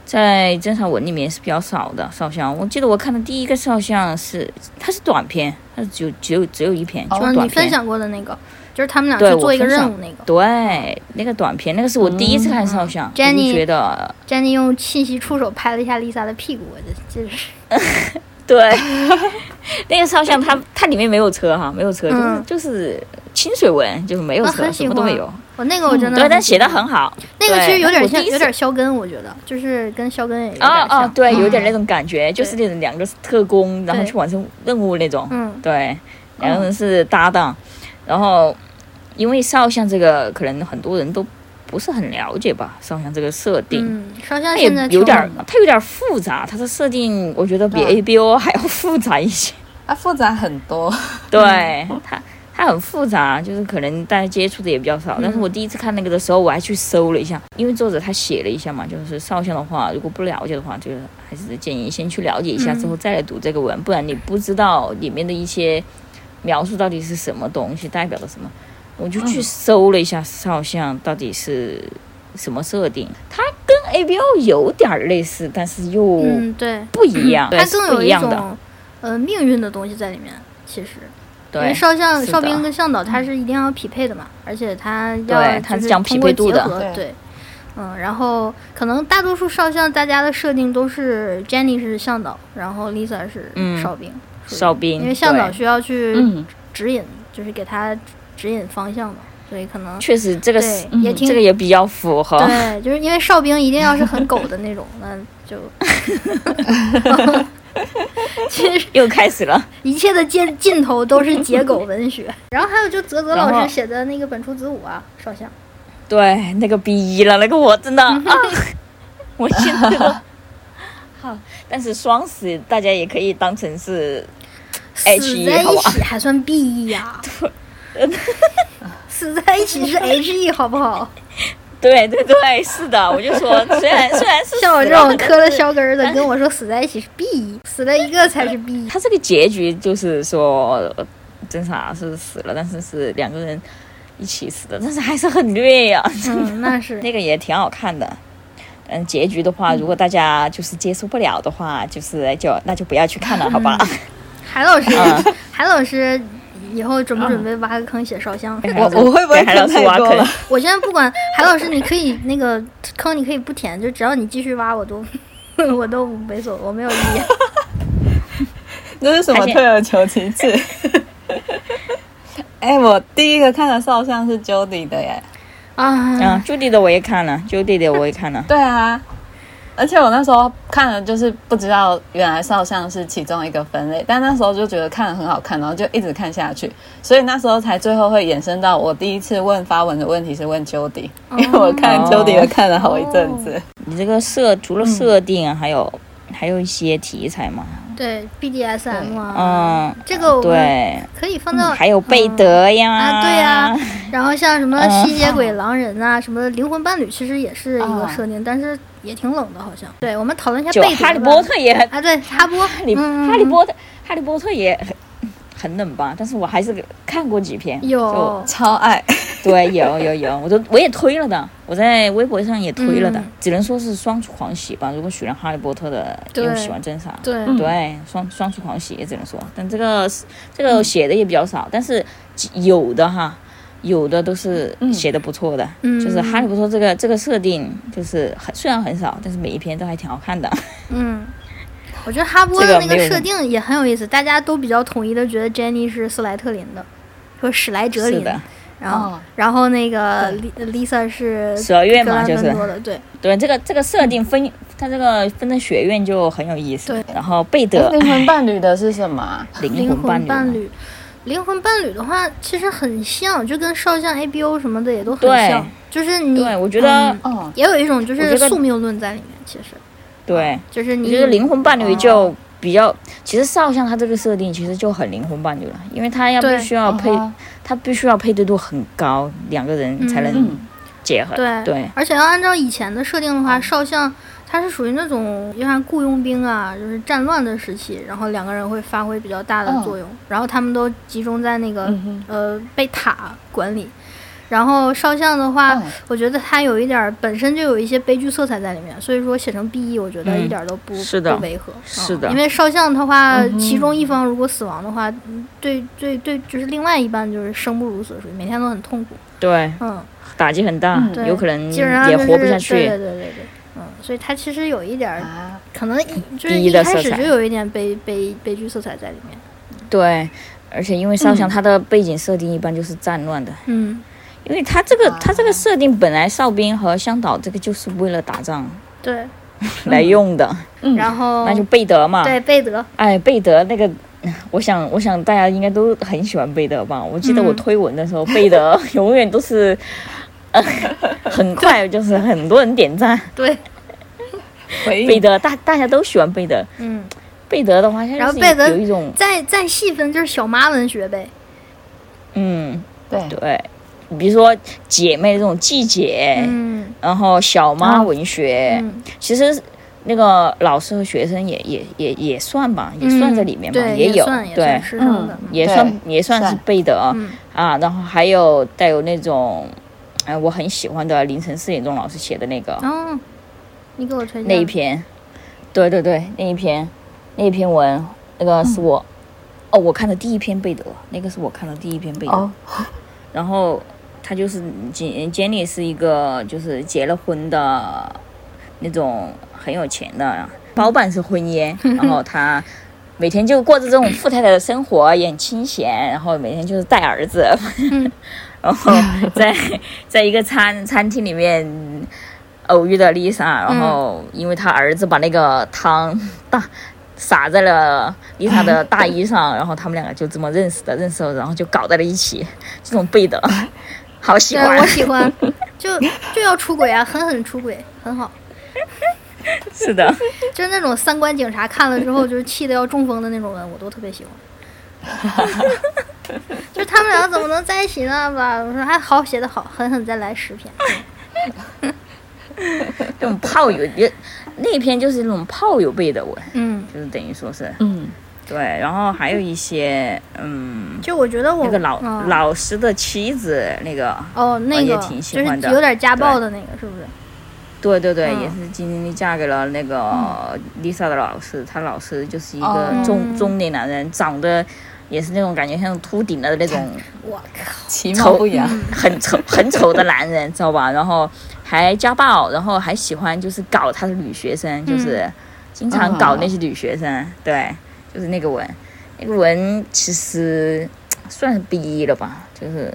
B: 在侦查文里面是比较少的少校。我记得我看的第一个少校是，它是短篇，它是只有只有只有一篇，
C: 哦
B: 就
A: 嗯，
B: 是
A: 你
B: 短
A: 分
B: 篇。
A: 享过的那个，就是他们俩
B: 对
A: 去
B: 我
A: 做一个
B: 分
A: 任
B: 享
A: 务那个
B: 对，那个短篇，那个是我第一次看少校，我就
A: Jenny
B: 觉得
A: ，Jenny 用气息触手拍了一下 Lisa 的屁股，我这这是
B: 对， [laughs] 那个少校它它里面没有车哈，没有车，
A: 嗯
B: 就是就是清水文，就是没有
A: 我
B: 车，
A: 很
B: 什
A: 喜
B: 么
A: 欢，
B: 都没有。
A: 我那个我真的
B: 嗯对，但
A: 喜
B: 写
A: 欢
B: 的很好。
A: 那个
B: 对
A: 其实有点
B: 我
A: 像，
B: 第一
A: 有
B: 次
A: 点肖根，我觉得就是跟肖根也有点
B: 啊
A: 像。
B: 啊，对，有点
A: 嗯
B: 那种感觉，就是那种两个是特工，然后去完成任务那种。
A: 嗯
B: 对，两个人是搭档，然后因为少相这个可能很多人都不是很了解吧，少相这个设定。
A: 嗯，烧香
B: 它也
A: 现在挺
B: 有点儿
A: 红的，
B: 它有点儿复杂，它的设定我觉得
A: 嗯
B: 比
C: 对
B: ABO 还要复杂一些。
C: 啊，复杂很多，
B: 对它，它很复杂，就是可能大家接触的也比较少。但
A: 嗯
B: 是我第一次看那个的时候，我还去搜了一下，因为作者他写了一下嘛，就是少校的话，如果不了解的话，就是还是建议先去了解一下，之后
A: 嗯
B: 再来读这个文，不然你不知道里面的一些描述到底是什么东西，代表了什么。我就
A: 嗯
B: 去搜了一下少校到底是什么设定，它跟 ABO 有点儿类似，但是又
A: 嗯，对，
B: 不一样，对
A: 它
B: 是
A: 更
B: 不
A: 有
B: 一
A: 一
B: 样的，
A: 种呃命运的东西在里面。其实，因为
B: 对。
A: 少校、
B: 是的嗯
A: 哨兵跟向导他是一定要匹配的嘛，而且他要
B: 对它
A: 就是
B: 讲匹
A: 通过
B: 配度
A: 结
B: 的
A: 合，
C: 对
A: 对。嗯，然后可能大多数少校大家的设定都是 Jenny 是向导，然后 Lisa 是
B: 嗯
A: 哨兵，属于
B: 哨兵，
A: 因为向导
B: 对
A: 需要去
B: 嗯，
A: 指引，就是给他指引方向嘛，所以可能
B: 确实这个是、
A: 对也
B: 嗯
A: 挺
B: 这个也比较符合。
A: 对，就是因为哨兵一定要是很狗的那种，那就其实
B: [laughs] 又开始了，
A: 一切的尽尽头都是解狗文学。然后还有就泽泽
B: 然
A: 老
B: 后
A: 师写的那个本初子午啊，少校，
B: 对，那个 B 一了，那个我
A: [laughs]
B: 真的啊，我现在都 [laughs] 好，但是双十大家也可以当成是
A: 死
B: H
A: 在
B: 好
A: 一
B: 吧？
A: 起还算 B E
B: [laughs]
A: 呀、死在一起是 H E 好不好？
B: 对对对，是的，我就
A: [laughs]
B: 说，虽然虽然是
A: 像我
B: 死
A: 这种
B: 了
A: 磕了
B: 但是
A: 削根儿的跟我说死在一起是 B E，死了一个才是 B
B: [laughs]
A: E。
B: 他这个结局就是说，呃侦查是死了，但是是两个人一起死的，但是还是很虐呀、
A: 嗯，那是
B: 那个也挺好看的。嗯，结局的话，如果大家就是接受不了的话，就是哎就那就不要去看了，好吧？
A: 海老师
B: 啊，
A: 海老师以后准不准备挖个坑写烧
B: [laughs]
A: 香？
B: 给
C: 我
B: 孩子
C: 我会不会
B: 给孩子
C: 看太
B: 挖
C: 多
B: 坑
C: 了？
A: 我现在不管海老师，你可以那个坑，你可以不填，就只要你继续挖，我都 [laughs] 我都没所，我没有异议。
C: 这是什么
B: 而且
C: 退而求其次？
B: [laughs]
C: 哎、我第一个看的少像是 Jody 的耶。
A: 啊
B: 嗯，，就地的我也看了，就地的我也看了。
C: 对啊，而且我那时候看了，就是不知道原来少像是其中一个分类，但那时候就觉得看了很好看，然后就一直看下去，所以那时候才最后会衍生到我第一次问发文的问题是问 Jody，因为我看
B: 哦
C: Jody 的看了好一阵子。
B: 你这个设除了设定，还有还有一些题材嘛，
A: 对 BDSM 啊，
B: 嗯，
A: 这个我们
B: 对，嗯
A: 可以放到
B: 还有贝德呀，
A: 啊，对呀、然后像什么
B: 嗯
A: 吸血鬼、狼人啊，什么灵魂伴侣，其实也是一个
C: 啊
A: 设定，但是也挺冷的，好像。对，我们讨论一下
B: 就
A: 贝德
B: 哈利
A: 吧
B: 波特嗯也很，
A: 啊，对，哈波，哈
B: [laughs] 哈利哈利波特哈利波特也很很冷吧，但是我还是看过几篇，
A: 有
B: 就
C: 超爱，
B: 对，有有有， [laughs] 我都我也推了的，我在微博上也推了的，
A: 嗯
B: 只能说是双厨狂喜吧。如果喜欢哈利波特的，
A: 对
B: 又喜欢真傻，
A: 对，
C: 嗯
B: 对，双双
A: 嗯
B: 厨狂喜也只能说，但这个是这个写的也比较少，但是几有的哈，有的都是写的不错的，
A: 嗯
B: 就是《哈利波特》这个这个设定，就是很虽然很少，但是每一篇都还挺好看的。
A: 嗯，我觉得哈波
B: 这
A: 的
B: 个
A: 那
B: 没
A: 个
B: 有
A: 设定也很有意思，大家都比较统一的觉得 Jenny 是斯莱特林的，说史莱 [laughs] 哲
B: 是
A: 林，
B: 的，
A: 然后、
C: 哦
A: 然后那个 Li- Lisa 是
B: 蛇月
A: 格
B: 嘛，
A: 兰
B: 就
A: 芬
B: 是
A: 多的，对，
B: 对这个这个设定分，它这个分的学院就很有意思。
A: 对
B: 然后贝德
C: 哎灵魂伴侣的是什么啊？
B: 灵
A: 灵
B: 魂伴
A: 魂
B: 侣
A: 伴
B: 嘛，
A: 侣。灵魂伴侣的话，其实很像，就跟少将 A B O 什么的也都很
B: 对
A: 像，就是你
B: 对我觉得
A: 嗯
C: 哦，
A: 也有一种就
B: 我
A: 是
B: 觉得
A: 宿命论在里面，其实
B: 对，
A: 就是
B: 我
A: 你
B: 觉得灵魂伴侣
A: 哦
B: 就比较，其实少将他这个设定其实就很灵魂伴侣了，因为他要
A: 对
B: 必须要
A: 嗯
B: 配，
C: 哦
B: 他必须要配对度很高，两个人才能
C: 嗯
B: 结合。
A: 对
B: 对
A: 而且要按照以前的设定的话，少将他是属于那种就像雇佣兵啊，就是战乱的时期，然后两个人会发挥比较大的
C: 嗯
A: 作用，然后他们都集中在那个、
C: 嗯哼
A: 呃贝塔管理。然后少将的话，
C: 嗯
A: 我觉得他有一点儿本身就有一些悲剧色彩在里面，所以说写成 B E，我觉得
B: 嗯
A: 一点儿都不、
B: 是的
A: 不违和。
B: 是
A: 嗯
B: 的
A: 因为少将的话，
C: 嗯哼
A: 其中一方如果死亡的话，嗯对对对，就是另外一半就是生不如死，属于每天都很痛苦。
B: 对，
A: 嗯，
B: 打击很大
C: 嗯，
A: 对
B: 有可能
A: 基本上
B: 也
A: 就
B: 活不
A: 是
B: 下
A: 对
B: 去
A: 对。对对对，嗯，所以它其实有一点儿，
C: 啊，
A: 可能一就是
B: 低
A: 一
B: 的
A: 开
B: 色
A: 始
B: 彩
A: 就有一点悲悲悲剧色彩在里面。
B: 对，而且因为少将
C: 嗯
B: 他的背景设定一般就是战乱的，
A: 嗯，
B: 因为他这个他这个
C: 啊
B: 设定本来哨兵和香岛这个就是为了打仗
A: 对。
B: 来用的，
C: 嗯
A: 然后
B: 那就贝德嘛。
A: 哦对贝德，
B: 哎，贝德那个，我想，我想大家应该都很喜欢贝德吧？我记得我
A: 嗯
B: 推文的时候，
A: [laughs]
B: 贝德永远都是，呃，很快就是很多人点赞。
A: 对，
C: 回
B: 贝
C: 应
B: 德大大家都喜欢贝德，
A: 嗯，
B: 贝德的话，它
A: 然后
B: 就是
A: 贝德
B: 有一种，
A: 再再细分就是小妈文学呗。
B: 嗯，
C: 对
B: 对，比如说姐妹这种季姐，
A: 嗯
B: 然后小妈
C: 啊
B: 文学，
A: 嗯，
B: 其实。那个老师和学生也也也也算吧，也算在里面吧，
A: 嗯对，
B: 有
A: 算也
B: 对嗯
A: 算，师生的。
B: 也
C: 对
B: 算也算是
C: 算
B: 贝德，
A: 嗯
B: 啊，然后还有带有那种，哎，我很喜欢的凌晨四点钟老师写的那个、
A: 哦，你给我推荐
B: 那一
A: 吧
B: 篇，对对对，那一篇那一篇文，那个是我、哦，我看的第一篇贝德，那个是我看的第一篇贝德，
C: 哦，
B: 然后他就是简简里是一个就是结了婚的那种很有钱的包办式婚姻，然后他。每天就过着这种富太太的生活，也很清闲，然后每天就是带儿子， [laughs] 然后在在一个餐餐厅里面偶遇的 Lisa，然后因为他儿子把那个汤大洒在了 Lisa 的大衣上，然后他们两个就这么认识的，认识了，然后就搞在了一起，这种
A: [laughs]
B: 背的，好喜
A: 对，
B: 欢
A: 我，
B: [laughs]
A: 喜欢，就就要出轨啊，狠狠出轨，很好，
B: 是的，
A: 就是那种三观警察看了之后就是气得要中风的那种文，我都特别
B: [laughs]
A: 喜欢。就是他们两个怎么能在一起呢？吧，我说还好写的好，狠狠再来十篇。
B: 这种炮友也那篇就是那种炮友背的文，
A: 嗯，
B: 就是等于说是
C: 嗯，
B: 对，然后还有一些嗯，
A: 就我觉得我
B: 那个老、
A: 嗯
B: 老师的妻子那个。
A: 哦那个
B: 也挺喜
A: 就是
B: 欢的
A: 有点家暴的那个是不是？
B: 对对对，
A: 嗯
B: 也是今天嫁给了那个 Lisa 的老师，她老师就是一个
C: 哦
B: 中、
A: 嗯
B: 中年男人，长得也是那种感觉像秃顶的
A: [laughs]
B: 那种
A: 我靠，
C: 其貌
B: 丑嗯
C: 不扬，
B: 很丑 [laughs] 很丑的男人，知道吧？然后还家暴，然后还喜欢就是搞他的女学生，
C: 嗯
B: 就是经常
C: 哦
B: 搞那些女学生，对，就是那个文，那个文其实算是 B 了吧，就是。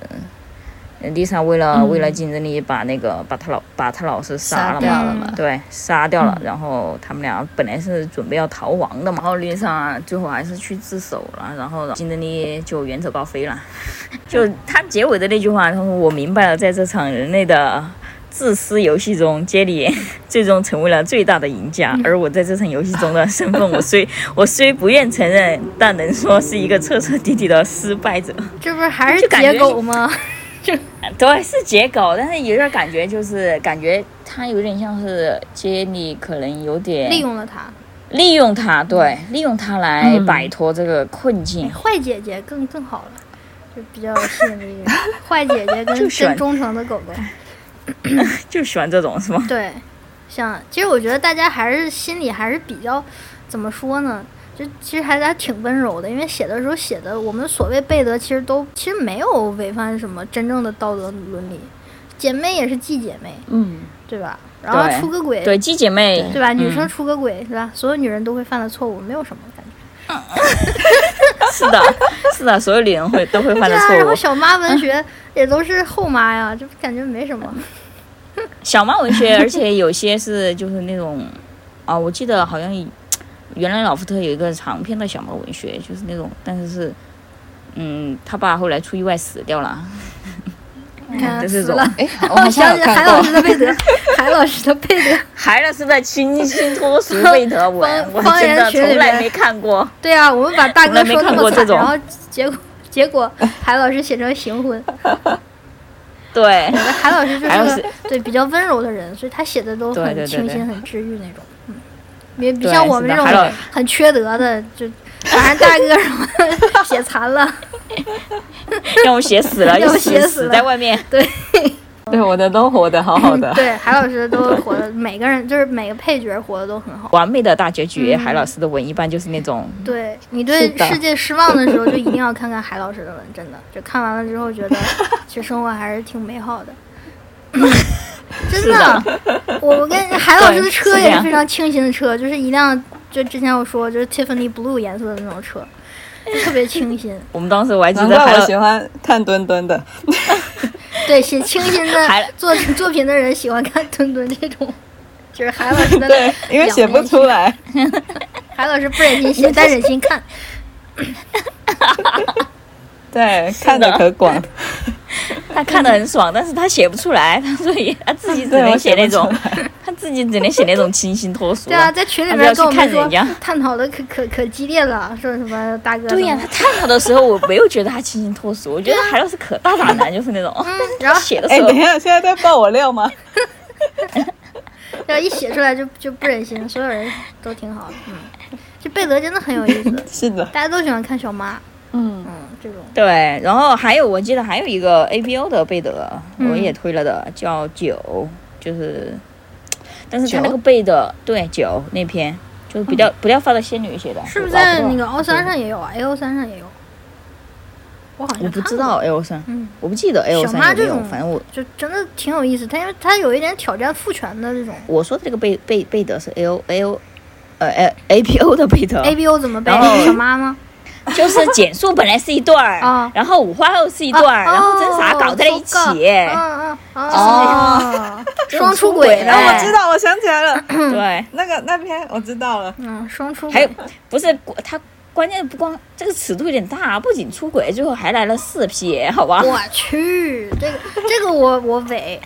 B: Lisa 为了、为了竞争力，把那个把他老把他老师杀
C: 嗯杀
B: 了
C: 掉
B: 嘛，
C: 了嘛，
B: 对，杀掉了。然后他们俩本来是准备要逃亡的嘛，然后丽莎最后还是去自首了，然后金珍妮就远走高飞了。 [laughs] 就他结尾的那句话，他说：“我明白了，在这场人类的自私游戏中，杰里 [laughs] 最终成为了最大的赢
A: 嗯
B: 家，而我在这场游戏中的身份，我
A: [laughs]
B: 虽我虽不愿承认，但能说是一个彻彻底底的失败者。” [laughs]
A: 这不是还是
B: 就感觉
A: 结狗
B: [laughs]
A: 吗？
B: 对，是结狗，但是有点感觉，就是感觉他有点像是杰里，可能有点
A: 利用了他，
B: 利用他，对，利用他来
C: 嗯
B: 摆脱这个困境。
A: 坏姐姐更更好了，就比较有吸引力。坏姐姐跟
B: 就喜欢
A: 跟忠诚的狗狗。
B: 就喜欢这种是吗？
A: 对，像其实我觉得大家还是心里还是比较怎么说呢？就其实还还挺温柔的，因为写的时候写的我们所谓贝德其实都其实没有违反什么真正的道德伦理，姐妹也是继姐妹，
C: 嗯，
A: 对吧？然后
B: 对
A: 出个轨，
B: 对，鸡姐妹，
A: 对吧？
B: 嗯
A: 女生出个轨是吧？所有女人都会犯的错误，没有什么感觉。
B: 是的， [laughs] 是的，所有女人会都会犯
A: 对
B: 的
A: 啊，然
B: 错
A: 后
B: 误。嗯
A: 小妈文学也都是后妈呀，这感觉没什么。
B: 小猫文学，而且有些 [laughs] 是就是那种，啊，我记得好像原来老福特有一个长篇的小猫文学，就是那种，但是是，嗯，他爸后来出意外死掉了，
A: 你看
B: 就，
A: 死
B: 是嗯这种
A: 了。哦
C: 哎， [laughs] 我好像
A: 想
C: 有
A: 起
C: 看
A: 海老
C: 过
B: 哦
A: 师，的贝
B: [laughs]
A: 德，海老师的贝德。
B: 海老师的清新脱 [laughs] 俗贝德文，我
A: 方
B: 真
A: 言
B: 的
A: 群里
B: 从来
A: 面
B: 没看过。
A: 对啊，我们把大
B: 从
A: 哥
B: 来没
A: 说那
B: 看
A: 么
B: 过
A: 惨，
B: 这种
A: 然后结果 [laughs] 结果海老师写成行婚。
B: [laughs] 对，
A: 海老师就
B: 海老
A: 是
B: 师
A: 个 [laughs] 对比较温柔的人，所以他写的都
B: 对
A: 很
B: 对对
A: 清
B: 对
A: 新、很治愈那种。嗯，也不
B: 对
A: 像我们
B: 是的
A: 这种
B: 海老
A: 很缺德的，
B: [laughs]
A: 就反正大哥什么 [laughs] 写残了。
B: 要么写死了，
A: 要么
B: 就
A: 写
B: 死
A: 死了，
B: 死在外面。
C: 对我的都活得好好 [laughs] 的
A: [laughs] 对，海老师都活的，每个人就是每个配角活的都很好。
B: 完美的大结局，
A: 嗯
B: 海老师的文一般就是那种，
A: 对你
C: 是
A: 对
C: 的
A: 世界失望的时候，就一定要看看海老师的文，真的，就看完了之后觉
C: [laughs]
A: 得，其实生活还是挺美好的。真的，我我跟海老师的
B: 对
A: 车
B: 是
A: 也
B: 这
A: 是
B: 样
A: 非常清新的车，就是一辆就之前我说就是 Tiffany blue 颜色的那种车，就特别清
C: [laughs]
A: 新。
B: 我们当时我还记
C: 难
B: 得
C: 怪
B: 海
C: 我
B: 老
C: 喜欢看墩墩的。
A: 对，写清新的
B: 海
A: [laughs] 作作品的人喜欢看墩墩这种，就是海老师的
C: 对，因为
A: 两
C: 写不
A: 面
C: 出来。
A: 海老师不忍心写，但忍心看。
C: 对，看的可 [laughs] 广。
B: 他看得很爽，但是他写不出来，他所以 [laughs] 他自己只
C: 对我
B: 能
C: 写
B: 写
C: 不
B: 那
C: 出
B: 种， [laughs] 他自己只能写那种清新脱俗。
A: 对啊，，在群里
B: 他
A: 面
B: 们
A: 跟
B: 要
A: 我
B: 去
A: 们
B: 看
A: 说
B: 人家
A: 探讨的可可可激烈了，说什么大哥
B: 对呀、啊
A: 怎么
B: 他探讨的时候我没有觉得他清新脱俗，我
C: [laughs]
B: 觉得海老师可大胆了，就是那种。
A: 嗯然后
B: 写的
C: 哎，
B: 时候
C: 等一下，现在在爆我料吗？
A: 然后一写出来就就不忍心，所有人都挺好的，嗯，这贝德真的很有意思，
C: 是的，
A: 大家都喜欢看小妈，
C: 嗯，
A: 嗯，这种
B: 对，然后还有我记得还有一个 ABO 的贝德，
A: 嗯
B: 我也推了的，叫九，就是，但是他那
C: 九嗯
B: 个贝德对九那篇就是比较、比较发的仙女写的，
A: 是不是
B: 我搞
A: 在那
B: 懂
A: 个 O 三上也有啊？A 三上也有，我好像
B: 我不
A: 看
B: 知
A: 过，
B: 道 L 三，
A: 嗯，
B: 我不记得 L
A: 小妈
B: 三有没
A: 这
B: 有
A: 种，
B: 反正我
A: 就真的挺有意思，它因为它有一点挑战父权的这种
B: 我说的这个贝贝贝德是 L L，呃 L A P O 的贝德，
A: A B O 怎么背
B: 然后
A: 小妈吗？
B: 就是简述本来是一对
A: [laughs]
B: 儿
A: 啊，哦
B: 然后五花肉是一对儿，然后真傻搞在了一起，
A: 嗯嗯哦，双出轨的，
B: 然后
C: 我
B: 哎
C: 知道，我想起来了，
B: 对，
C: [coughs] 那个那篇我知道了。
A: 嗯，双出轨
B: 还有不是他。关键不光这个尺度有点大，不仅出轨，最后还来了四 P，好吧？
A: 我去，这个这个我我伪，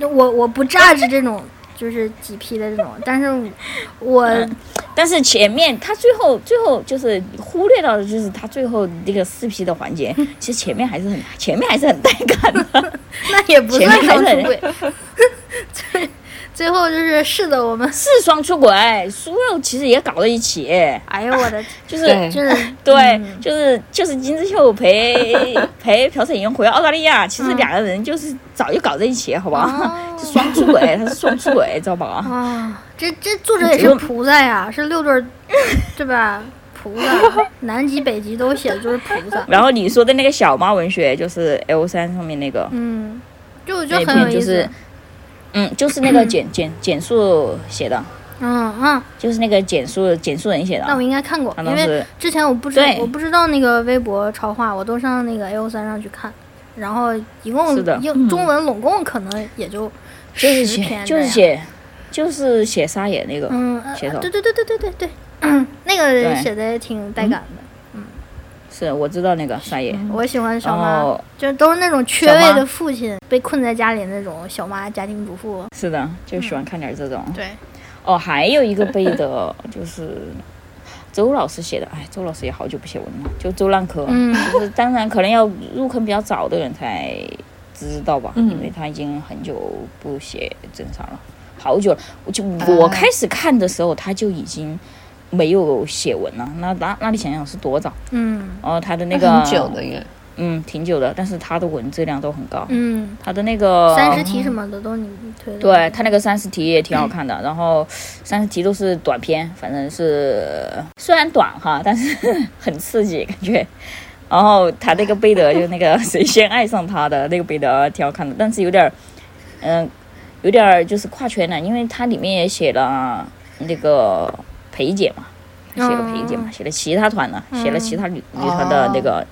A: 我我不榨汁这种就是几 P 的这种，但是我
B: 嗯但是前面他最后最后就是忽略到的就是他最后那个四 P 的环
A: [laughs]
B: 节，其实前面还是很前面还是很带感的。
A: 那也不
B: 前
A: 算
B: 面
A: 双
B: 还
A: 出
B: 是
A: 轨。 [laughs] 最最后就是是的，我们
B: 是双出轨，酥肉其实也搞到一起，
A: 哎呦我的，
B: 就是
C: 对
A: 真的
B: 对，就是就是金智
A: [laughs]
B: 秀陪陪朴彩英回澳大利亚，其实两个人就是早就搞在一起，好吧
A: 嗯哦？
B: [laughs] 就双
A: [laughs]
B: 出轨，他是双出轨，知道吧？
A: 啊，这这作者也是菩萨呀，是六对儿，对吧？菩萨，南极北极都写的就是菩萨。
B: 然后你说的那个小猫文学，就是 L 三上面那个，
A: 嗯，就我觉
B: 那
A: 得很有
B: 篇
A: 意
B: 就
A: 思。
B: 是，嗯，就是那个简简简述写的，
A: 嗯嗯，
B: 就是那个简述简述人写的
A: 那我。应该看过，
B: 他
A: 因
B: 当
A: 为
B: 时
A: 之前我不知
B: 对
A: 我不知道那个微博超话，我都上那个 A O 三上去看，然后一共
B: 是的
A: 英中文拢共可能也就
B: 就是
A: 十
B: 写
A: 篇
B: 就是
A: 这样
B: 写就是写沙野那个，
A: 嗯，呃
B: 写手
A: 对对对对对对对，嗯那个
B: 对
A: 写的也挺带感的，
B: 是我知道那个沙野。
A: 我喜欢嗯小
B: 然
A: 妈，
B: 后
A: 就都是那种缺
B: 小
A: 位
B: 妈
A: 的父亲被困在家里那种小妈家庭主妇，
B: 是的，就喜欢看点这种。
A: 嗯对，
B: 哦，还有一个背的就是周老师写的，哎，周老师也好久不写文了，就周浪科，
A: 嗯
B: 就是当然可能要入坑比较早的人才知道吧，
C: 嗯
B: 因为他已经很久不写正常了，好久了，我就
A: 呃
C: 啊
B: 我开始看的时候他就已经没有写文了，那那那你想想是多早？哦
A: 嗯
B: 然后他的那个
C: 耶，
B: 嗯，挺久的，但是它的文质量都很高，
A: 嗯，
B: 它的那个
A: 三十题什么的都你推的，
B: 哦对他那个三十题也挺好看的，然后三十题都是短篇，反正是虽然短哈，但是很刺激感觉。然后他那个贝德就是那个谁先爱上他的那个贝德挺好看的，但是有点儿，嗯、有点儿就是跨圈啊了，因为它里面也写了嗯那个裴姐嘛，写了裴姐嘛，写了其他团的，啊写了其他女女团的那个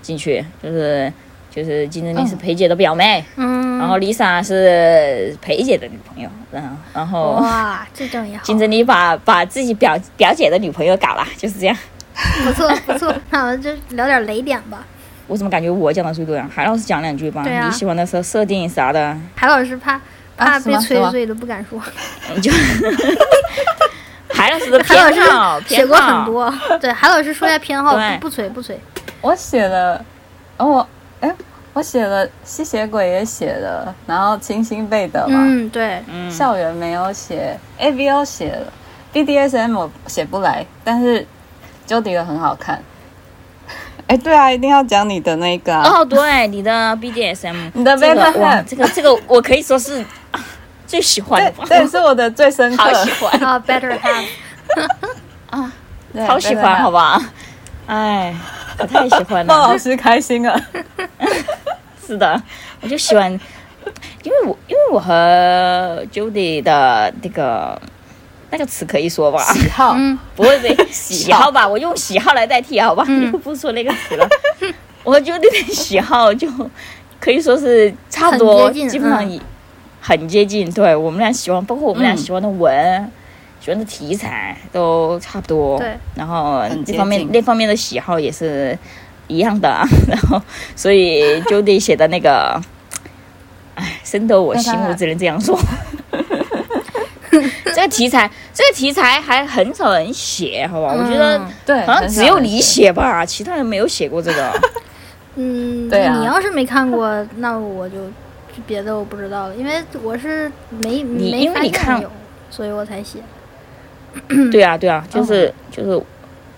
B: 进去，就是就是金正丽是裴姐的表妹。
A: 嗯，
B: 然后 Lisa 是裴姐的女朋友，嗯，然后
A: 哇，这种也好，
B: 金珍妮把把自己表表姐的女朋友搞了，就是这样。
A: 不错不错。那我们就聊点雷点吧。
B: 我怎么感觉我讲的最多呀？韩老师讲两句吧，
A: 对啊
B: 你喜欢的设设定啥的，
A: 韩老师怕怕
C: 啊
A: 被
C: 是吗
A: 催
C: 是吗
A: 醉的不敢
B: [laughs]
A: 说，
B: 你就韩老师
C: [laughs]
B: 的
A: 韩
B: 偏
A: 老
B: 好，
A: 师写
B: 偏
A: 过
B: 好
A: 很，多，对，韩老师说一下偏好，
B: 对
A: 不不催不催。
C: 我写了，哦我哎我写了吸血鬼也写了，然后清新贝德嘛，
A: 嗯，对，
B: 嗯，
C: 校园没有写，A B O 写了，BDSM 我写不来，但是 Jody 的很好看。哎，对啊，一定要讲你的那个、啊。
B: 哦，对，你的 BDSM，
C: 你的
B: 这个
C: Batman
B: 哇，这个这个我可以说是 [laughs] 啊最喜欢的吧
C: 对，，这是我的最深刻，
B: 好喜欢，
A: 啊，Better Half，
C: 对
B: 好喜
C: 对哦
B: 欢，
C: 对
B: 好吧？哎，我太喜
C: [laughs]
B: 欢
C: 鲍
B: 了。
C: 老师开心啊了。
B: 是的，我就喜欢，因为我因为我和 Judy 的那个那个词可以说吧，
C: 喜好，
A: 嗯
B: 不会被
A: [laughs]
B: 喜好吧？我用喜好来代替好吧？
A: 嗯
B: [laughs] 又不说那个词了，我 Judy 的喜好就可以说是差不多，
A: 很接近
B: 基本上
A: 嗯
B: 也很接近。对我们俩喜欢，包括我们俩
C: 嗯
B: 喜欢的文。喜欢的题材都差不多，
A: 对，
B: 然后
C: 很
B: 这
C: 接
B: 方面
C: 近
B: 那方面的喜好也是一样的、 [laughs] 啊，然后所以 Judy 写的那个， [laughs] 哎，深得我心，
C: 那当然
B: 我只能这样说。 [laughs] 这个题材，这个题材还很少人写，好吧？我觉得
A: 嗯
C: 对，
B: 好像
C: 很
B: 啊只
C: 少
B: 有
C: 人
B: 你
C: 写。
B: 写吧，其他人没有写过这个。
A: 嗯，
C: 对啊
A: 你要是没看过，那我就就别的我不知道了，因为我是没
B: 你
A: 没
B: 因为
A: 发
B: 你看
A: 现有，所以我才写。
B: 对啊，对啊，就是、就是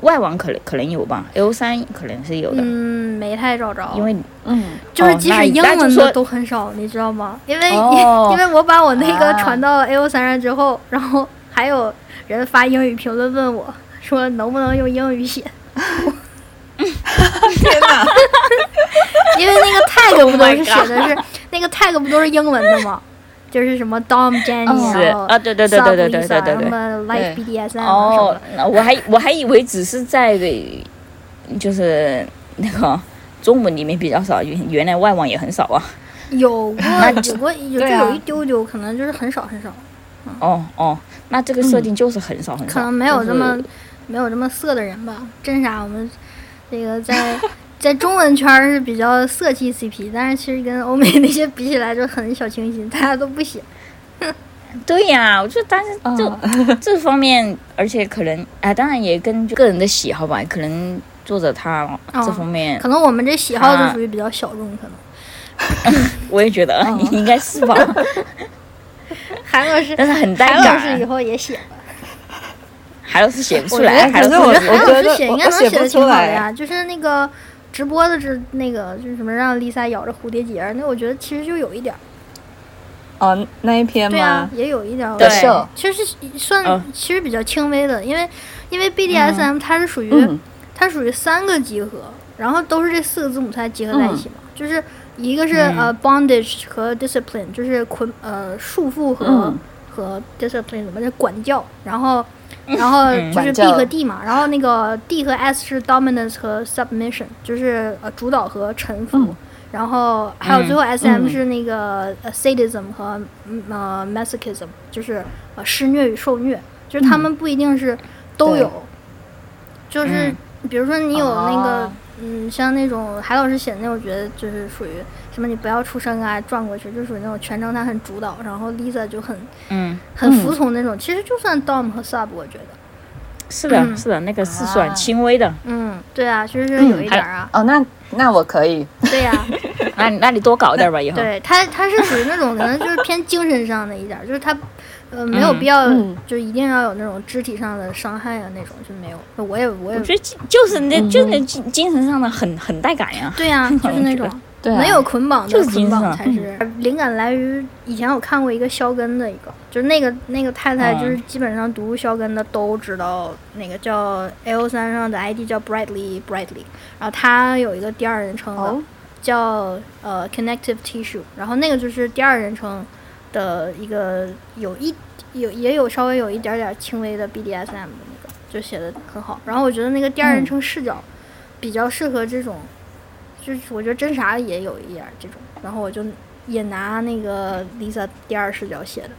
B: 外网可能可能有吧，L 三可能是有的，
A: 嗯，没太找着，
B: 因为
C: 嗯，
A: 就是
B: 哦
A: 即
B: 那
A: 使英
B: 那就
A: 文
B: 说
A: 的都很少，你知道吗？因为、
B: 哦
A: 因为我把我那个
C: 啊
A: 传到 A O 三上之后，然后还有人发英语评论问我说能不能用英语
B: [laughs]
A: 写，
C: 天哪，
A: 因为那个 tag 不都
B: Oh my
A: 是写的是、那个 tag 不都是英文的吗？就是什么 Dom Jenny，、
C: 是
A: 然后
B: 啊对对对对对对
A: Sub
B: 对
A: Lisa，
B: 对对
A: 什么 Life
C: 对
A: BDSM 啊什么
B: 哦
A: 的，，
B: 那我还我还以为只是在呃就是那个中文里面比较少，原原来外网也很少啊。
A: 有过有过有就
C: 对啊
A: 有一丢丢，可能就是很少很少，
B: 哦哦，那这个设定就是很少很少，
A: 可能没有这么
B: 就是
A: 没有这么色的人吧。真傻，我们这个
C: [laughs]
A: 在在中文圈儿是比较色气 CP，但是其实跟欧美那些比起来就很小清新，大家都不写。
B: 对呀、我觉得但是这、这方面，而且可能哎，当然也跟个人的喜好吧，可能作者他
A: 哦
B: 这方面，
A: 可能我们这喜好
B: 啊
A: 就属于比较小众，可能。
B: 我也觉得、你应该是吧，
A: 韩老师，
B: 但是很带
A: 韩老师以
B: 感，
A: 后也写吧。
B: 还老是写不出
C: 我觉得
B: 来，
C: 可
B: 还
C: 是
B: 老
C: 我
B: 是
A: 韩老
C: 觉
A: 师
C: 得
A: 写
C: 我
A: 应该
C: 我
A: 能
C: 写
A: 写
C: 不
A: 的挺
C: 出
A: 好
C: 来
A: 的啊呀，就是那个直播的这那个就是什么让 Lisa 咬着蝴蝶结儿，那我觉得其实就有一点儿，
C: 哦，那一篇
A: 对啊
C: 吗，？
A: 也有一点儿。我
B: 对
C: 的秀，
A: 其实是算、
B: 嗯
A: 其实比较轻微的，因为因为 BDSM 它是属于、
C: 嗯，
A: 它属于三个集合，然后都是这四个字母才结
C: 嗯
A: 合在一起嘛，就是一个是、
B: 嗯
A: 呃 bondage 和 discipline，就是捆呃束缚和、
C: 嗯
A: 和 discipline 怎么叫管教，然
C: [laughs]
A: 后然后就
C: 管
A: 是 B
C: 教
A: 和 D 嘛，然后那个 D 和 S 是 dominance 和 submission，就是呃主导和臣服。
C: 嗯
A: 然后还有最后 S M
C: 嗯
A: 是那个呃 sadism 和嗯呃 masochism，就是呃施虐与受虐，就是他们不一定是都
C: 嗯对
A: 有，就是比如说你有那个、
C: 哦
A: 嗯，像那种海老师写的那种，我觉得就是属于什么你不要出声啊，转过去，就属于那种全程他很主导，然后 Lisa 就很
B: 嗯，
A: 很
C: 嗯
A: 服从那种。其实就算 Dom 和 Sub，我觉得，
B: 是的，
A: 嗯
B: 是的，那个是算
C: 啊
B: 轻微的，
A: 嗯，对啊，其实是有一点儿啊，
C: 哦，那那我可以，
A: 对啊呀、
B: 那你那你多搞点吧，以后。
A: 对他，他是属于那种可能就是偏精神上的一点儿，就是他呃，没有
B: 嗯
A: 必要，
C: 嗯
A: 就一定要有那种肢体上的伤害啊，那种就没有。我也，我也
B: 我，觉得就就是那就是那精精神上的很很带感呀。
A: 对呀、啊就是那种
C: 对、啊，
A: 没有捆绑
B: 就
A: 的
B: 是
A: 捆
B: 金
A: 绑
B: 色
C: 嗯
A: 才是灵感来于以前我看过一个肖根的一个，就是那个那个太
C: 啊
A: 太，
B: 嗯
A: 就是基本上读肖根的都知道，那个叫 L 三上的 ID 叫 Brightly Brightly，然后他有一个第二人称的，
C: 哦
A: 叫呃 Connective Tissue，然后那个就是第二人称的一个有一有也有稍微有一点点轻微的 BDSM 的那个，就写的很好。然后我觉得那个第二人称视角比较适合这种，就是我觉得真啥也有一点儿这种。然后我就也拿那个 Lisa 第二视角写的，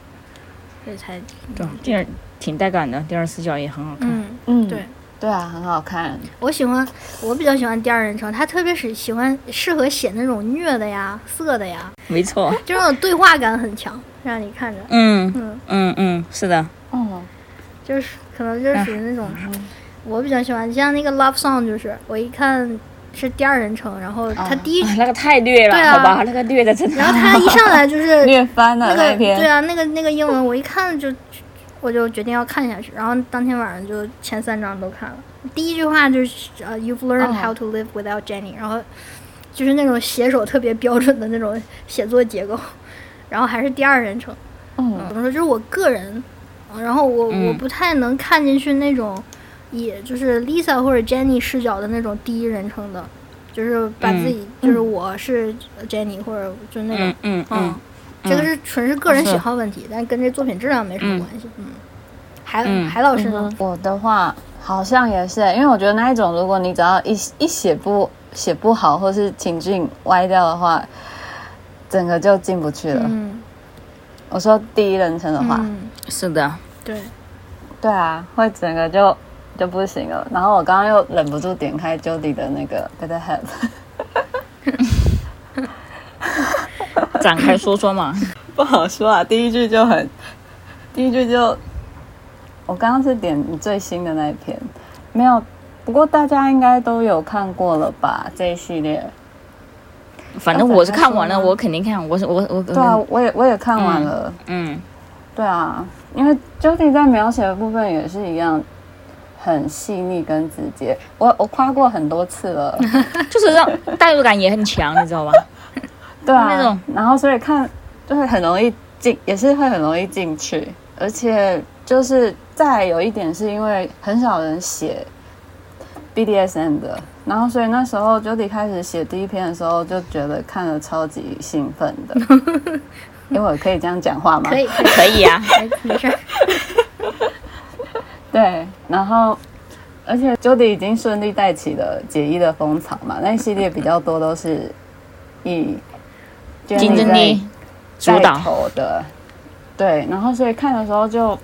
A: 所以才
B: 对，第二挺带感的，第二视角也很好看。
A: 嗯，
C: 嗯，
A: 对
C: 对啊，很好看。
A: 我喜欢我比较喜欢第二人称，他特别是喜欢适合写那种虐的呀、色的呀，
B: 没错，
A: 就那种对话感很强，让你看着，
B: 嗯
A: 嗯，
B: 嗯嗯，是的，
C: 哦，
A: 就是可能
C: 哎
A: 就是属于那种，
C: 嗯
A: 我比较喜欢像那个 Love Song，就是我一看是第二人称，然后他
C: 啊
A: 第一，
B: 那个太虐了，
A: 对啊
B: 好吧，那个虐的真的。
A: 然后他一上来就是
C: 嗯虐翻
A: 那
C: 了 [laughs] 那
A: 个对
C: 篇，
A: 啊，那个那个英文我一看就，我就决定要看下去，然后当天晚上就前三章都看了。第一句话就是呃、y o u v e learned
C: 哦
A: how to live without Jenny，、然后就是那种写手特别标准的那种写作结构，然后还是第二人称，
C: 嗯
A: 怎么说就是我个人，呃然后我、我
B: 嗯
A: 不太能看进去那种，也就是 Lisa 或者 Jenny 视角的那种第一人称的，就是把自己、就是我是呃 Jenny 或者就那种。
B: 嗯嗯嗯，
A: 这个是纯是个人喜
B: 是
A: 好问题，但跟这作品质量没什么
B: 嗯
A: 关系。嗯，海
B: 嗯
A: 海老师呢？
C: 我的话好像也是，因为我觉得那一种，如果你只要一一写不写不好，或是情境歪掉的话，整个就进不去了。
A: 嗯，
C: 我说第一人称的话，
A: 嗯，
B: 是的，
A: 对，
C: 对啊，会整个就就不行了。然后我刚刚又忍不住点开 Jody 的那个 Better Help，
B: 展开说说
C: [laughs]
B: 嘛。
C: [laughs] 不好说啊，第一句就很，第一句就，我刚刚是点你最新的那一篇，没有，不过大家应该都有看过了吧？这一系列，
B: 反正我是看完了，
C: 要展开说吗
B: 我肯定看，我是我我
C: 对啊，我也我也看完了。
B: 嗯
C: 对啊，因为 Jody 在描写的部分也是一样，很细腻跟直接。我我夸过很多次了，
B: 嗯，就是让代入感也很强，你知道吧？
C: 对
B: 那
C: 啊
B: 种，
C: 然后所以看就会很容易进，也是会很容易进去，而且就是再有一点是因为很少人写 BDSM 的，然后所以那时候 Jody 开始写第一篇的时候，就觉得看了超级兴奋的。
B: [laughs]
C: 因为我可以这样讲话吗？
A: 可以，可以，
B: 可以
C: [laughs]
B: 啊，
A: 没没事儿。
C: 对，然后而且 Jody 已经顺利带起了解衣的风潮嘛，那一系列比较多都是以
B: 竞争力主
C: 带
B: 导，
C: 头的，对，然后所以看的时候就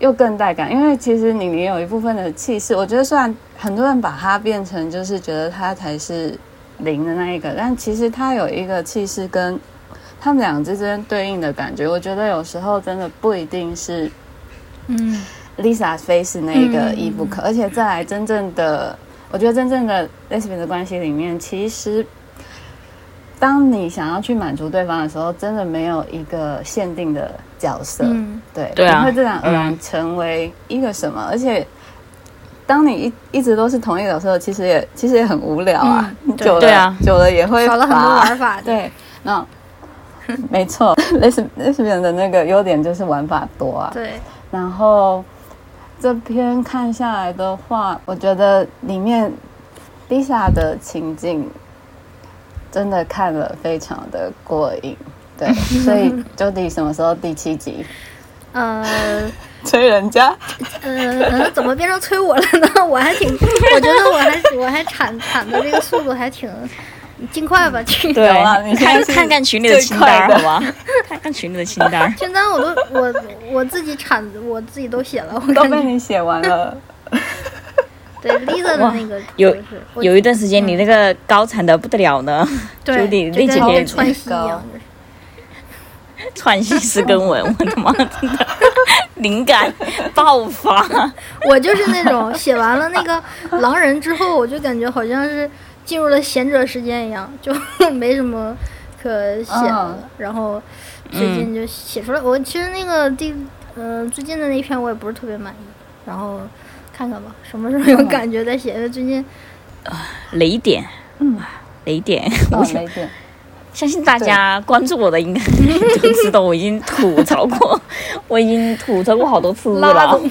C: 又更带感，因为其实你你有一部分的气势，我觉得虽然很多人把它变成就是觉得他才是零的那一个，但其实他有一个气势跟他们俩之间对应的感觉，我觉得有时候真的不一定是 [laughs]
A: 嗯
C: Lisa 非是那一个
A: 嗯
C: 一不可，而且再来真正的，我觉得真正的 lesbian 的关系里面，其实当你想要去满足对方的时候，真的没有一个限定的角色，
A: 嗯，
C: 对，
B: 对啊
C: 不会自然而然
B: 嗯
C: 成为一个什么，而且。当你一一直都是同一个角色，其实也其实也很无聊啊， [laughs]
A: 嗯对
C: 久了
B: 对啊
C: 久了也会
A: 少了很多
C: 乏
A: 玩法。，
C: 对，那没错，les [laughs] lesbian 的那个优点就是玩法多啊，
A: 对，
C: 然后这篇看下来的话，我觉得里面 Lisa 的情境真的看了非常的过瘾。对，所以 Jody 什么时候第七集 [laughs]
A: 呃
C: 催人家？
A: 呃，呃怎么变成催我了呢？ [laughs] 我还挺，我觉得我还我还产产的这个速度还挺尽快吧。这个，
B: 对
C: 有啊你，现在
B: 看
C: 是
B: 看看群里的清单，
C: 最
B: 好
C: 快的 [laughs]
B: 吧？看看群里的清单
A: 清单我都我我自己产，我自己都写了。我
C: 都
A: 感
C: 被
A: 觉
C: 你写完了，
A: 对 Lisa 的
B: 哇
A: 那个
B: 有
A: 就是我
B: 有一段时间你那个高产的不得了呢，
C: 嗯
A: 对，
B: 就得
A: 就
B: 那
A: 跟
B: 几
A: 那个
B: 天
A: 川西一
C: 高
A: 样，就是
B: 喘息是跟文，我他妈真的灵感爆发，
A: 我就是那种写完了那个狼人之后，我就感觉好像是进入了贤者时间一样，就 [laughs] 没什么
C: 嗯
A: 可写的了。然后最近就写出来，我其实那个第嗯、最近的那一篇我也不是特别满意，然后看看吧，什么时候有感觉再写。因为最近
B: 雷点，
C: 嗯，
B: 雷点，
C: 哦
B: 我想
C: 雷点，
B: 相信大家关注我的应该 [laughs] 都知道，我已经吐槽过， [laughs] 我已经吐槽过好多次
A: 拉
B: 了。
A: 总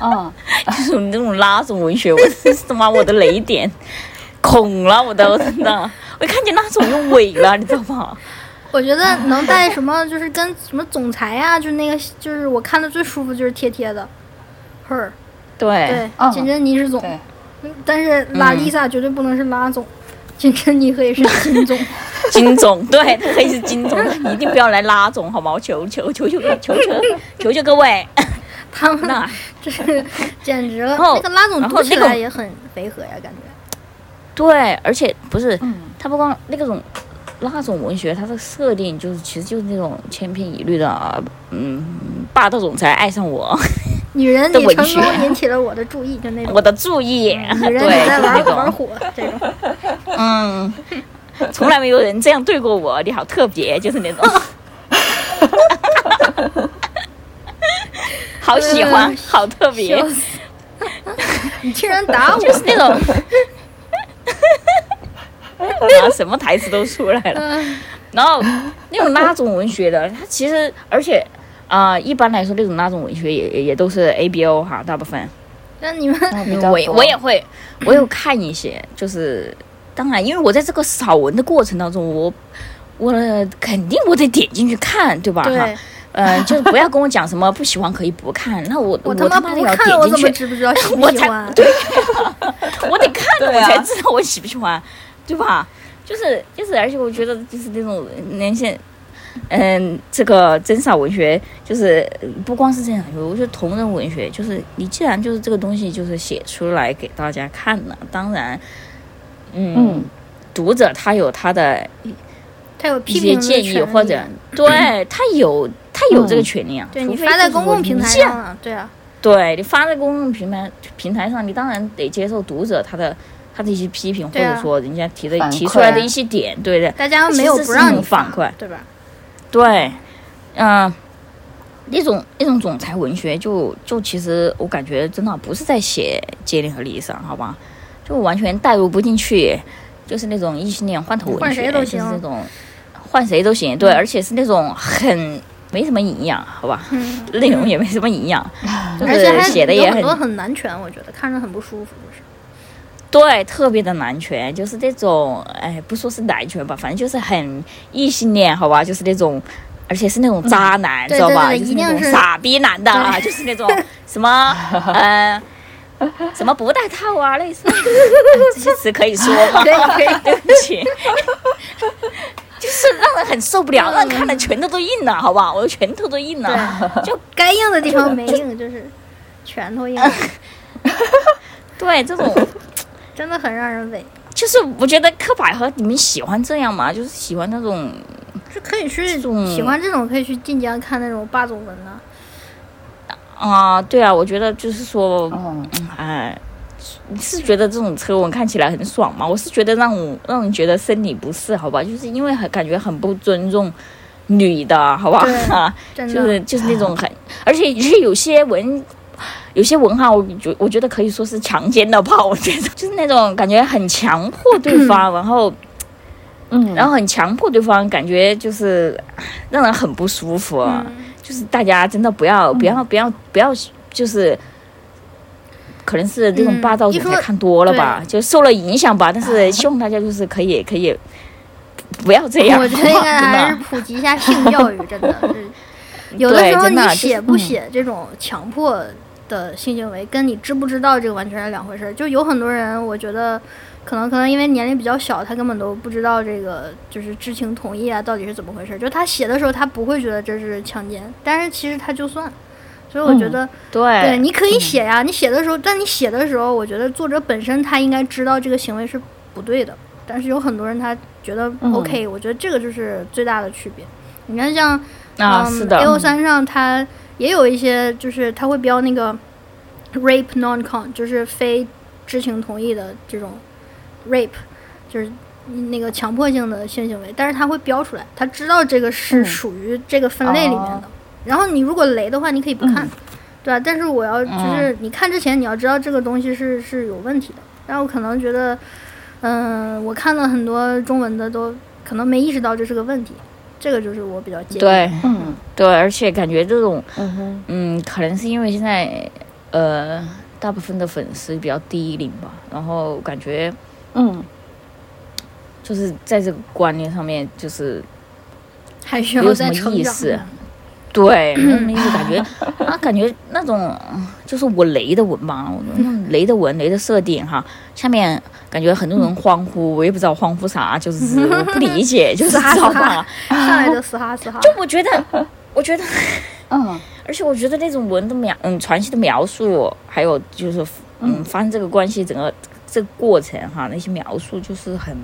C: 嗯，
B: 就是 [laughs] 你这种拉种文学，我真是他妈我的雷点， [laughs] 恐了我都真的，我一看见拉种就萎了，你知道吗？
A: [laughs] 我觉得能带什么，就是跟什么总裁啊，就是那个，就是我看的最舒服就是贴贴的，her，对
B: 对，，
C: 哦
A: 金珍妮是总，
C: 对，
A: 但是拉
B: 嗯
A: 丽萨绝对不能是拉总，金珍妮可以是金
B: [laughs]
A: 总，
B: 金总，对，他可以是金总，一定不要来拉总好吗？我求求求求求求求求各位，
A: 他们
B: 那
A: [laughs] 这是简直了。
B: 然后
A: 那个拉总
B: 然后
A: 读起
B: 那个
A: 来也很违和呀，感觉。
B: 对，而且不是
C: 嗯，
B: 他不光那个种那种文学，它的设定就是其实就是那种千篇一律的，嗯，霸道总裁爱上我，
A: 女人，
B: 的
A: 你
B: 文
A: 成
B: 学
A: 功引起了我的注意，就那种
B: 我。的注意，
A: 女
B: 对，
A: 嗯人，
B: 就
A: 你在
B: 那
A: 玩玩
B: 种，
A: 火这种。
B: 嗯，从来没有人这样对过我，你好特别，就是那种。 [laughs] 好喜欢，好特 [laughs] 别，
A: 嗯笑死！ [laughs] 你竟然打我！
B: [laughs] 就是那种啊，什么台词都出来了。
A: 嗯
B: 然后那种拉种文学的，它其实而且啊、一般来说那种拉种文学也也也都是 A B O 哈，大部分。
A: 那你们
B: 啊
C: 那比较
B: 嗯我也
C: 多
B: 我也会，我有看一些，就是当然，因为我在这个扫文的过程当中，我我肯定我得点进去看，对吧？哈
A: 对，
B: 呃，就是不要跟我讲什么不喜欢可以不看，那我
A: 我
B: 我
A: 他
B: 他
A: 妈
B: 妈的
A: 不
B: 要
A: 看，我
B: 点
A: 怎么知
B: 进去，
A: 不知
B: [laughs]
A: 道喜不
B: 我
A: 喜
B: 才
A: 欢？
B: 对、 [laughs] 我得看了、
C: 对
B: 我
C: 啊
B: 才知道我喜不喜欢，对吧？就是就是，而且我觉得就是那种年限，嗯，这个真傻文学就是呃不光是真傻文学，我觉得同人文学就是你既然就是这个东西就是写出来给大家看了，当然，嗯，
C: 嗯
B: 读者他有他的
A: 他有
B: 一
A: 批
B: 些
A: 评的
B: 建议
A: 权
B: 或
A: 利
B: 者对 [clears throat] 他有他有这个权利啊，
A: 对
B: 除
A: 你
B: 非
A: 发在
B: 就是
A: 公
B: 我
A: 共平
B: 明
A: 台
B: 显
A: 上了，对啊，
B: 对你发在公众平台平台上，你当然得接受读者他的他的一些批评，或
A: 对啊
B: 者说人家提的
C: 反馈
B: 提出来的一些点，对的，
A: 大家
B: 其
A: 没有
B: 实
A: 不
B: 是一
A: 让
B: 种
A: 你发
B: 反馈，
A: 对吧？
B: 对，嗯、那种那种总裁文学就就其实我感觉真的不是在写杰林和丽莎，好吧，就完全代入不进去，就是那种异性恋换头文
A: 换
B: 学，
A: 谁都行
B: 就是那种换谁都行，对，而且是那种很没什么营养，好吧，
A: 嗯，
B: [laughs] 内容也没什么营养，就
A: 而且
B: 是
A: 还
B: 写的
A: 有
B: 也
A: 很
B: 很
A: 多很难全，我觉得看着很不舒服，就是。
B: 对，特别的男权，就是那种，哎，不说是男权吧，反正就是很异性恋，好吧，就是那种，而且是那种渣男，
A: 嗯对
B: 知道吧？
A: 对对
B: 就是
A: 一定
B: 那种
A: 是
B: 傻逼男的
A: [laughs]
B: 啊， [laughs] 就是那种什么，呃，什么不戴套啊，类似这些词可以说
A: [laughs]
B: 吗？
A: 可以可以，
B: [laughs] 对不起，就是让人很受不了，
A: 嗯
B: 让人看的拳头都硬了，好吧？我的拳头都硬了。
A: 对，就该硬的地方没硬，就是拳头硬，
B: [laughs] 对，这种
A: 真的很让人委。
B: 就是我觉得柯百合，你们喜欢这样吗？就是喜欢那种。
A: 就可以去
B: 这种
A: 喜欢这种，可以去晋江看那种霸总文呐、
B: 啊、对啊，我觉得就是说，
C: 嗯，
B: 嗯哎、你是觉得这种车文看起来很爽吗？我是觉得让我让人觉得生理不适，好吧，就是因为很感觉很不尊重女的，好吧， [laughs]
A: 真的。
B: 就是就是那种很，而且是有些文。有些文哈，我觉我觉得可以说是强奸的吧， [laughs] 我觉得就是那种感觉很强迫对方，
A: [clears throat]
B: 然后
C: 嗯，
B: 然后很强迫对方，感觉就是唉让人很不舒服。啊
A: 嗯
B: 就是大家真的不要不要不要不要，就是可能是这种
A: 嗯
B: 霸道
A: 一
B: 总裁
A: 说
B: 看多了吧，就受了影响吧。但是希望大家就是可以可以不不要这样，
A: 我觉得应该还是
B: [laughs] 真的
A: 普及一下性教育，真的
B: [laughs]
A: 是。有的时候
B: 真
A: 你
B: 的就是嗯
A: 写不写这种强迫的性行为，跟你知不知道这个完全是两回事儿。就有很多人，我觉得可能可能因为年龄比较小，他根本都不知道这个就是知情同意啊到底是怎么回事儿。就他写的时候，他不会觉得这是强奸，但是其实他就算。所以我
B: 嗯
A: 觉得，对，
B: 对
A: 你可以写呀、你写的时候，但你写的时候，我觉得作者本身他应该知道这个行为是不对的，但是有很多人他觉得
C: 嗯
A: OK，、我觉得这个就是最大的区别。你看像
B: 啊，
A: 嗯
B: 是的，
A: ，A O 三上它也有一些，就是它会标那个 rape non con，就是非知情同意的这种 rape，就是那个强迫性的性行为，但是它会标出来，他知道这个是
C: 嗯
B: 哦
A: 属于这个分类里面的，然后你如果雷的话，你可以不
B: 嗯
A: 看，对吧？啊但是我要就是你看之前你要知道这个东西是是有问题的。但我可能觉得，嗯、我看了很多中文的都可能没意识到这是个问题，这个就是我比较介意。，
B: 对
C: 嗯
B: 对，而且感觉这种
C: 嗯哼，
B: 嗯，可能是因为现在呃大部分的粉丝比较低龄吧，然后感觉
C: 嗯，
B: 就是在这个观念上面就是
A: 还需
B: 没
A: 要
B: 有什
A: 再
B: 么
A: 成
B: 意
A: 长。
B: 思。对，没有什么意思，感觉啊，感觉那种嗯就是我雷的文嘛，我那种雷的文、雷的设定哈，下面感觉很多人欢呼，我也不知道欢呼啥，就是我不理解，就是
A: 死哈
B: 知道
A: 死
B: 吧
A: 哈？上
B: [laughs]
A: 来就嘶哈嘶哈，
B: 就我觉得，我觉得，
C: 嗯，
B: 而且我觉得那种文的描，嗯，传奇的描述，还有就是，嗯，发生这个关系整个这个过程哈，那些描述就是很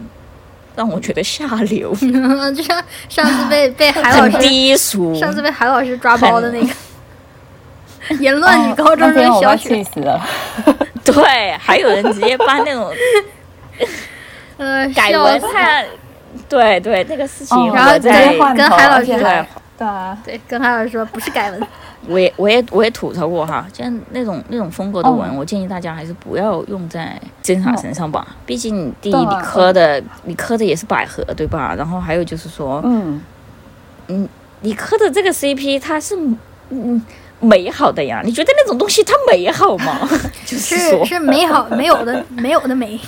B: 让我觉得下
A: [laughs]
B: 流，
A: 嗯就像上次被被海老
B: 很
A: 师
B: 低俗。
A: 上次被海老师抓包的那个淫乱女高中
B: 哦
C: 那
A: 生
C: 天我
A: 小
C: 快
A: 雪
C: 气，死了，
B: 对，还有人直接把那
A: [laughs]
B: 种
A: 呃，
B: 改
A: 笑
B: 文
A: 死
B: [laughs] 案，对对，那个事情
C: 哦
B: 我
A: 然后
B: 在，
A: 直接换跟海老师
C: 而且
B: 对
C: 还对啊，
A: 对，跟海老师说不是改文，
B: 我也我也我也吐槽过哈，像那种那种风格的文，
C: 哦
B: 我建议大家还是不要用在侦
A: 哦
B: 查身上吧。毕竟第一，
C: 对
B: 理
C: 啊
B: 科的理科的也是百合，对吧？然后还有就是说，
C: 嗯，
B: 理科的这个 CP 它是嗯美好的呀，你觉得那种东西它美好
C: [laughs]
B: 吗？ [laughs] 就是
A: 是
B: 说，
A: 是美好没有的没有的
B: [laughs]
A: 美，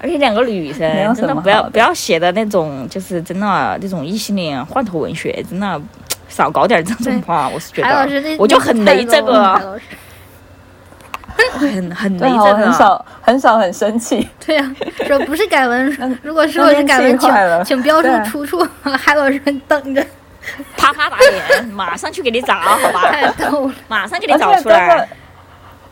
B: 而且两个女
C: 没有
B: 生
C: 什
B: 真的
C: 么
B: 不要
C: 好的
B: 不要写的那种，就是真的那种异性恋换头文学，真的少搞点这种话，我是觉
A: 海老师
B: 得
A: 那，
B: 我就很雷这个，啊
A: 海老师
B: 很很雷
C: 对啊，
B: 这个
C: 我很。少很少很生气，
A: 对呀、说不是改
B: 嗯
A: 文，如果是
C: 那
A: 我是
C: 天
A: 改
C: 气
A: 文，请
C: 坏了
A: 请标注
B: 啊
C: 对
A: 出处， [laughs] 海老师等
B: [laughs]
A: 着，
B: 啪啪打脸，马上去给你找，好
C: [laughs]
B: 吧？
A: 太逗了，
B: 马上给你
C: 而
B: 找
C: 且
B: 出
C: 真的
B: 来。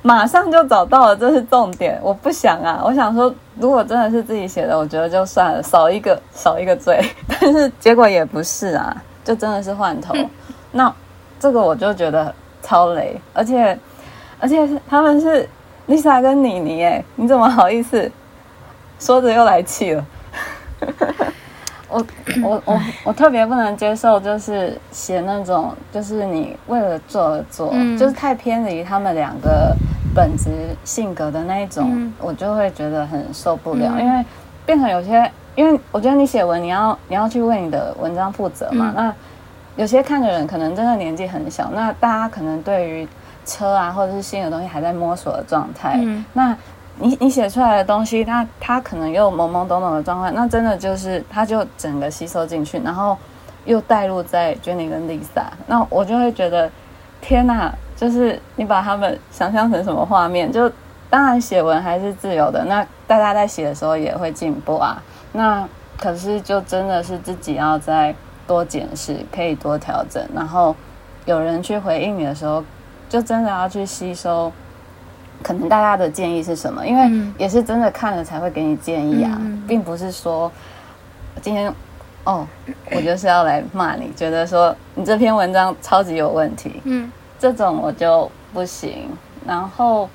C: 马上就找到了，这是重点。我不想啊，我想说，如果真的是自己写的，我觉得就算了，少一个少一个罪。 [laughs] 但是结果也不是啊，就真的是换头。那这个我就觉得超雷，而且而且他们是 Lisa 跟妮妮，哎，你怎么好意思？说着又来气了。我我我我特别不能接受，就是写那种，就是你为了做而做，
A: 嗯
C: 就是太偏离他们两个本质性格的那一种，
A: 嗯
C: 我就会觉得很受不了，
A: 嗯
C: 因为变成有些，因为我觉得你写文，你要你要去为你的文章负责嘛，
A: 嗯
C: 那有些看的人可能真的年纪很小，那大家可能对于车啊或者是新的东西还在摸索的状态，
A: 嗯
C: 那你你写出来的东西，那它可能又懵懵懂懂的状态，那真的就是它就整个吸收进去，然后又带入在 Jenny 跟 Lisa，那我就会觉得天呐，就是你把他们想象成什么画面？就当然写文还是自由的，那大家在写的时候也会进步啊。那可是就真的是自己要再多检视，可以多调整，然后有人去回应你的时候，就真的要去吸收。可能大家的建议是什么？因为
A: 嗯
C: 也是真的看了才会给你建议啊，
A: 嗯
C: 并不是说今天哦，我就是要来骂你，觉得说你这篇文章超级有问题，
A: 嗯
C: 这种我就不行。然后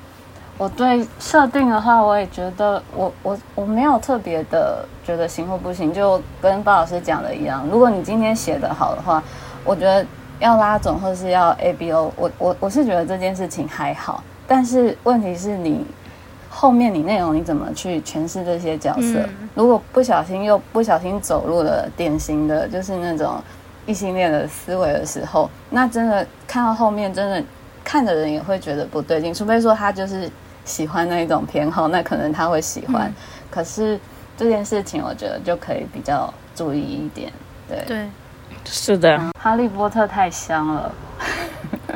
C: 我对设定的话，我也觉得我我我没有特别的觉得行或不行，就跟包老师讲的一样，如果你今天写的好的话，我觉得要拉总或是要 A B O，我我我是觉得这件事情还好，但是问题是你。后面你内容你怎么去诠释这些角色？
A: 嗯
C: 如果不小心又不小心走入了典型的就是那种异性恋的思维的时候，那真的看到后面，真的看的人也会觉得不对劲。除非说他就是喜欢那一种偏好，那可能他会喜欢。
A: 嗯
C: 可是这件事情，我觉得就可以比较注意一点。对，
A: 对，
B: 是的，
C: 哈利波特太
B: [laughs]
C: 香了。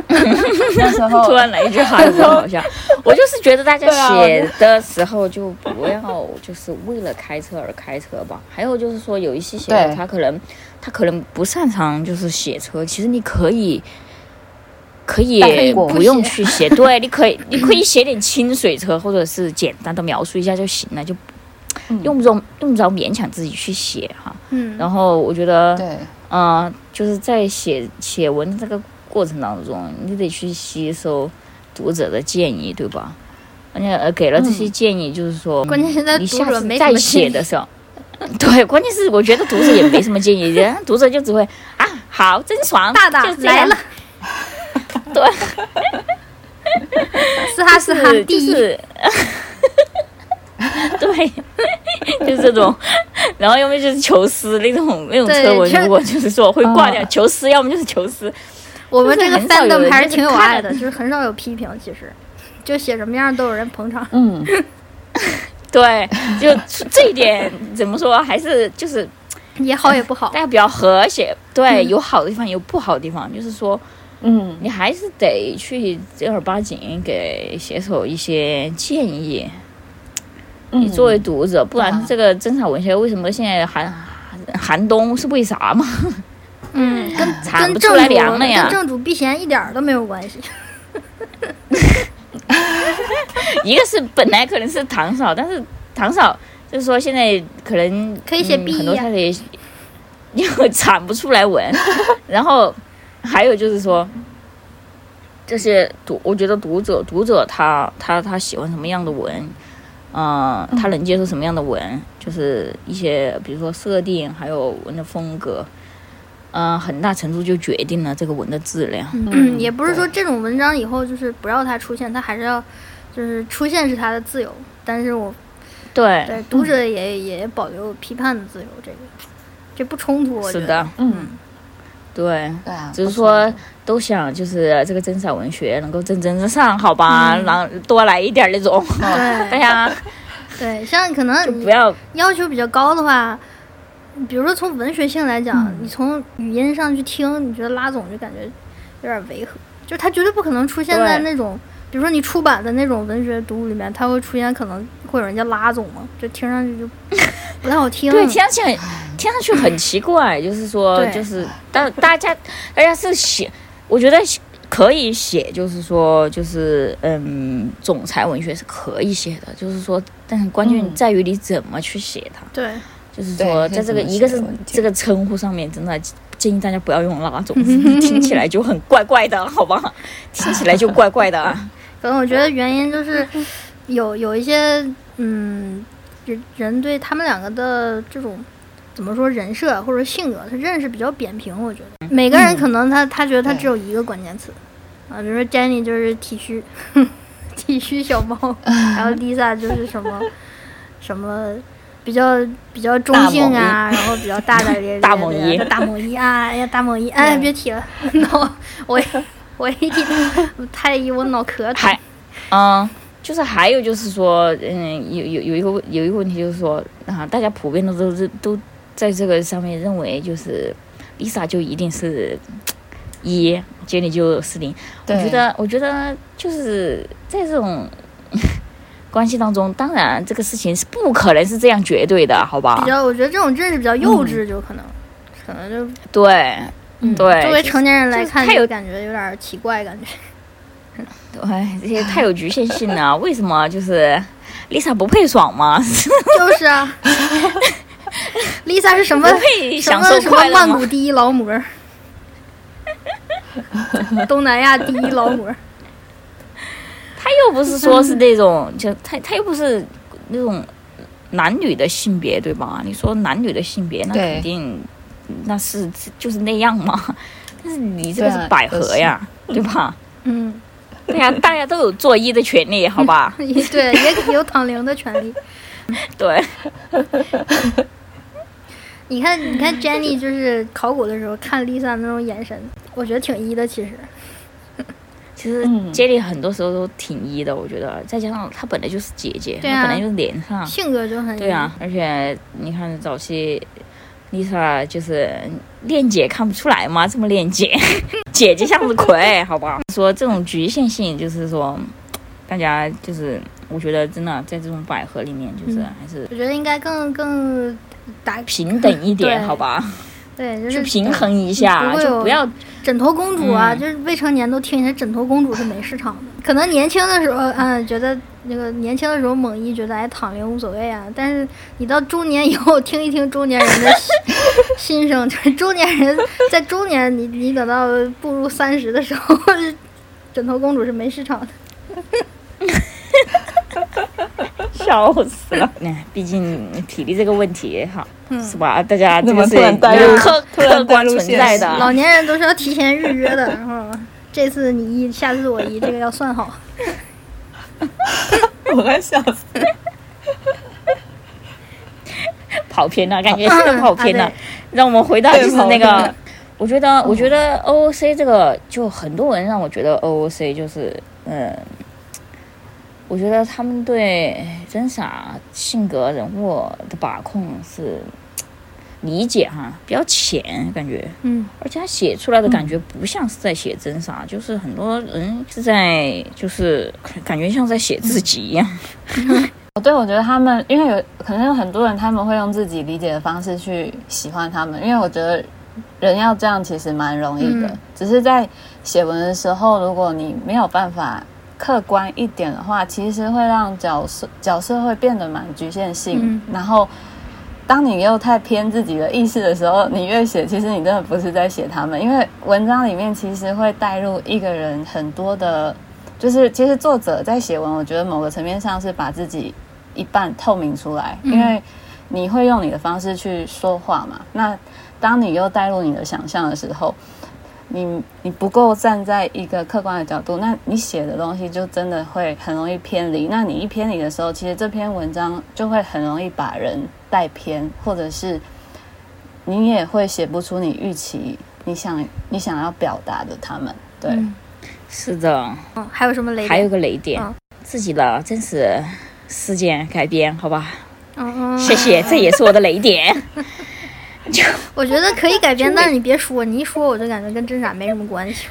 C: 那时候
B: 突然来一句哈利波特好
C: [laughs]
B: 像，我就是觉得大家
C: 对啊
B: 写的时候就不要就是为了开车而开车吧。还有就是说有一些写
C: 对
B: 的他可能他可能不擅长就是写车，其实你可以。可以
C: 但可以不
B: 不用去写，
C: [laughs]
B: 对，你可以，你可以写点清水车，或者是简单的描述一下就行了，就
C: 嗯
B: 用不着用不着勉强自己去写哈。
A: 嗯，
B: 然后我觉得，
C: 对，
B: 嗯，就是在写写文的这个过程当中，你得去吸收读者的建议，对吧？而且呃，给了这些建议，就是说，
A: 关键现在
B: 你
A: 读
B: 下
A: 者
B: 次
A: 没什
B: 再
A: 么
B: 写
A: 建议
B: [laughs] 的时候，对，关键是我觉得读者也没什么建议，人家读者就只会啊，好，真爽，
A: 大大
B: 就是这
A: 来
B: 样
A: 了，
B: [laughs]
A: [laughs]
B: 对，
A: 嘶哈嘶哈，
B: 呃就
A: 第一，
B: 是， [laughs] 对， [laughs] 就是这种， [laughs] 然后要么就是求私那种那种
A: 对
B: 车我
A: 就啊
B: 如果就是说会挂掉
C: 嗯
B: 求私，要么就是求私，
A: 我们这个
B: 很少有
A: fandom
B: 人
A: 还
B: 就是
A: 挺有
B: 看
A: 爱
B: 着
A: 的， [laughs] 就是很少有批评，其实就写什么样都有人捧场。
C: 嗯，
B: [laughs] 对，就这一点怎么说，还是就是
A: 也好也不好 [laughs]
B: 大，家比较和谐，对，有好的地方，有不好的地方，就是说
C: 嗯，
B: 你还是得去正儿八经给写手一些建议。你
C: 嗯
B: 作为读者，不然
C: 啊
B: 这个争吵文学为什么现在寒寒冬是为啥嘛？
A: 嗯，跟
B: 产
A: 跟
B: 不
A: 正
B: 出
A: 主
B: 来粮了呀
A: 跟！正主避嫌一点儿都没有关系。
B: 一个是本来可能是唐嫂，但是唐嫂就是说现在可能
A: 可以写
B: 嗯
A: B
B: 很多
A: 呀
B: 太太也又产不出
A: [laughs]
B: 来文，然后还有就是说，这些读我觉得读者读者他他他喜欢什么样的文，嗯、他能接受什么样的文，就是一些比如说设定还有文的风格。嗯、很大程度就决定了这个文的质量。
A: 嗯，也不是说这种文章以后就是不要它出现，它还是要，就是出现是它的自由，但是我
B: 对，
A: 对读者也也保留批判的自由，这个这不冲突，我觉
B: 是
A: 得
B: 的。，
C: 嗯，
B: 对。
C: 对啊，
B: 只是
C: 不错
B: 说都想就是这个真傻文学能够蒸蒸日上，好吧，然后多来一点那种，大
A: 对
B: 家
A: 对，像可能
B: 就
A: 你
B: 不要
A: 要求比较高的话，比如说从文学性来讲，你从语音上去听，你觉得拉总就感觉有点违和，就是他绝对不可能出现在
B: 对
A: 那种，比如说你出版的那种文学读物里面，他会出现可能会有人叫拉总嘛，就听上去就不太好听。啊
B: 对，听上去很听上去很奇怪，就是说
A: 对
B: 就是大大家大家是写，我觉得写可以写，就是说就是嗯，总裁文学是可以写的，就是说，但是关键
C: 嗯
B: 在于你怎么去写它，
A: 对
B: 就是
C: 对
B: 说
C: 可以
B: 在这个
C: 这么
B: 一个
C: 写
B: 是
C: 我理解
B: 这个称呼上面，真的建议大家不要用拉总，
C: [laughs]
B: 听起来就很怪怪的，好吧？听起来就怪怪的
C: [laughs]
B: 啊。
A: 可能我觉得原因就是
B: 嗯
A: 有有一些嗯人人对他们两个的这种怎么说人设或者性格，他认识比较扁平。我觉得
B: 嗯
A: 每个人可能他、他觉得他只有一个关键词啊，比如说 Jenny 就是体 [laughs] 虚，体虚小
B: [laughs]
A: 猫，然后 Lisa 就是什么什么。比较比较中性啊，然后比较大大咧咧的
B: [laughs] 大猛一
A: 大猛一啊，哎呀大猛一，哎
B: [laughs]
C: 对
A: 别提了，脑 [laughs] 我我一听 [laughs] 太医我脑壳疼。
B: 还，嗯，就是还有就是说，嗯，有有有一个问有一个问题就是说啊，大家普遍都都是都在这个上面认为就是 Lisa 就一定是一，Jenny 就是零。我
C: 对
B: 觉
C: [laughs]
B: 得我觉得就是在这种关系当中，当然这个事情是不可能是这样绝对的，好吧
A: 比？较，我觉得这种认识比较幼
B: 嗯
A: 稚，就可能，可能就
B: 对，
C: 嗯
B: 对，
A: 作为
B: 就是
A: 成年人来
B: 就是
A: 看，
B: 太有
A: 就感觉有点奇怪，感觉。
B: 对哎这些太有局限性
A: [laughs]
B: 了。为什么就是 Lisa 不配爽吗？
A: 就是啊
B: [laughs]
A: [laughs] ，Lisa 是什么
B: 不配
A: 什
B: 享
A: 么
B: 受
A: 什
B: 快
A: 么
B: 乐
A: 曼
B: 吗
A: 谷？第一劳模，
B: [laughs]
A: 东南亚第一劳模，
B: 他又不是说是那种，就他他又不是那种男女的性别对吧？你说男女的性别，那
C: 对
B: 肯定那是就是那样嘛。 [laughs] 但是你这个
C: 对啊
B: 是百合
A: 啊
B: 呀，对吧？
A: 嗯，？
B: 对呀、大家都有作揖的权利，好吧
A: 也对，也有躺零的权利。
B: [laughs] 对，
A: 你看，你
B: [laughs]
A: 看 Jenny 就是考古的时候看 Lisa 那种眼神，我觉得挺一的，其实。
B: 啊其实
C: 嗯
B: 接力很多时候都挺一的，我觉得，再加上她本来就是姐姐，
A: 对
B: 她
A: 啊
B: 本来就是连上，
A: 性格就很
B: 对啊呀、而且你看早期 Lisa 就是恋姐看不出来嘛，这么恋姐， [laughs] 姐姐像是葵，好吧？说这种局限性，就是说大家就是，我觉得真的在这种百合里面，就是
A: 嗯
B: 还是
A: 我觉得应该更更打
B: 平等一点，
A: 对
B: 好吧？
A: 对，就是
B: 去平衡一下，
A: 不会
B: 就
A: 有
B: 不要
A: 枕头公主啊，
B: 嗯
A: 就是未成年都听起来枕头公主是没市
B: [laughs]
A: 场的。可能年轻的时候，嗯，觉得那个年轻的时候猛一觉得哎躺平无所谓啊，但是你到中年以后听一听中年人的心心
B: [laughs]
A: 声，就是中年人在中年你你等到步入三十的时候，枕头公主是没市场的。
B: 笑死了。 [laughs] 那毕竟体力这个问题哈，
A: 嗯
B: 是吧？大家这
C: 怎
B: 个
C: 么
B: 是
C: 突然带
A: 入
B: 有客
D: 突然
B: 客
D: 带
B: 观
D: 入
B: 存
D: 现
B: 在
D: 实
B: 的。
A: 老年人都是要提前预约
B: [laughs]
A: 的，嗯，这次你一，下次我一，这个要算好。
D: 我快笑死。
B: 跑偏了，感觉是
A: 嗯
B: 跑偏了
A: 啊对。
B: 让我们回到
D: 对
B: 就是那
D: 跑偏
B: 个
D: 了，
B: 我觉得，我觉得 OOC 这个，就很多人让我觉得 OOC 就是，嗯，我觉得他们对真傻性格人物的把控是理解哈比较浅，感觉。
A: 嗯，
B: 而且他写出来的感觉不像是在写真啥，就是很多人是在就是感觉像在写自己一样。
C: 对，我觉得他们，因为有可能有很多人他们会用自己理解的方式去喜欢他们，因为我觉得人要这样其实蛮容易的，
A: 嗯
C: 只是在写文的时候，如果你没有办法客观一点的话，其实会让角色角色会变得蛮局限性，
A: 嗯
C: 然后。当你又太偏自己的意识的时候，你越写，其实你真的不是在写他们，因为文章里面其实会带入一个人很多的，就是其实作者在写文，我觉得某个层面上是把自己一半透明出来，因为你会用你的方式去说话嘛。那当你又带入你的想象的时候，你你不够站在一个客观的角度，那你写的东西就真的会很容易偏离。那你一偏离的时候，其实这篇文章就会很容易把人带偏，或者是你也会写不出你预期你想你想要表达的他们。对，
A: 嗯
B: 是的，
A: 嗯还有什么雷？
B: 还有，个雷点，
A: 嗯
B: 自己的真实事件改编，好吧？
A: 嗯，
B: 谢谢，这也是我的雷点。
A: 我觉得可以改编，但是你别说，你一说我就感觉跟真傻没什么关系。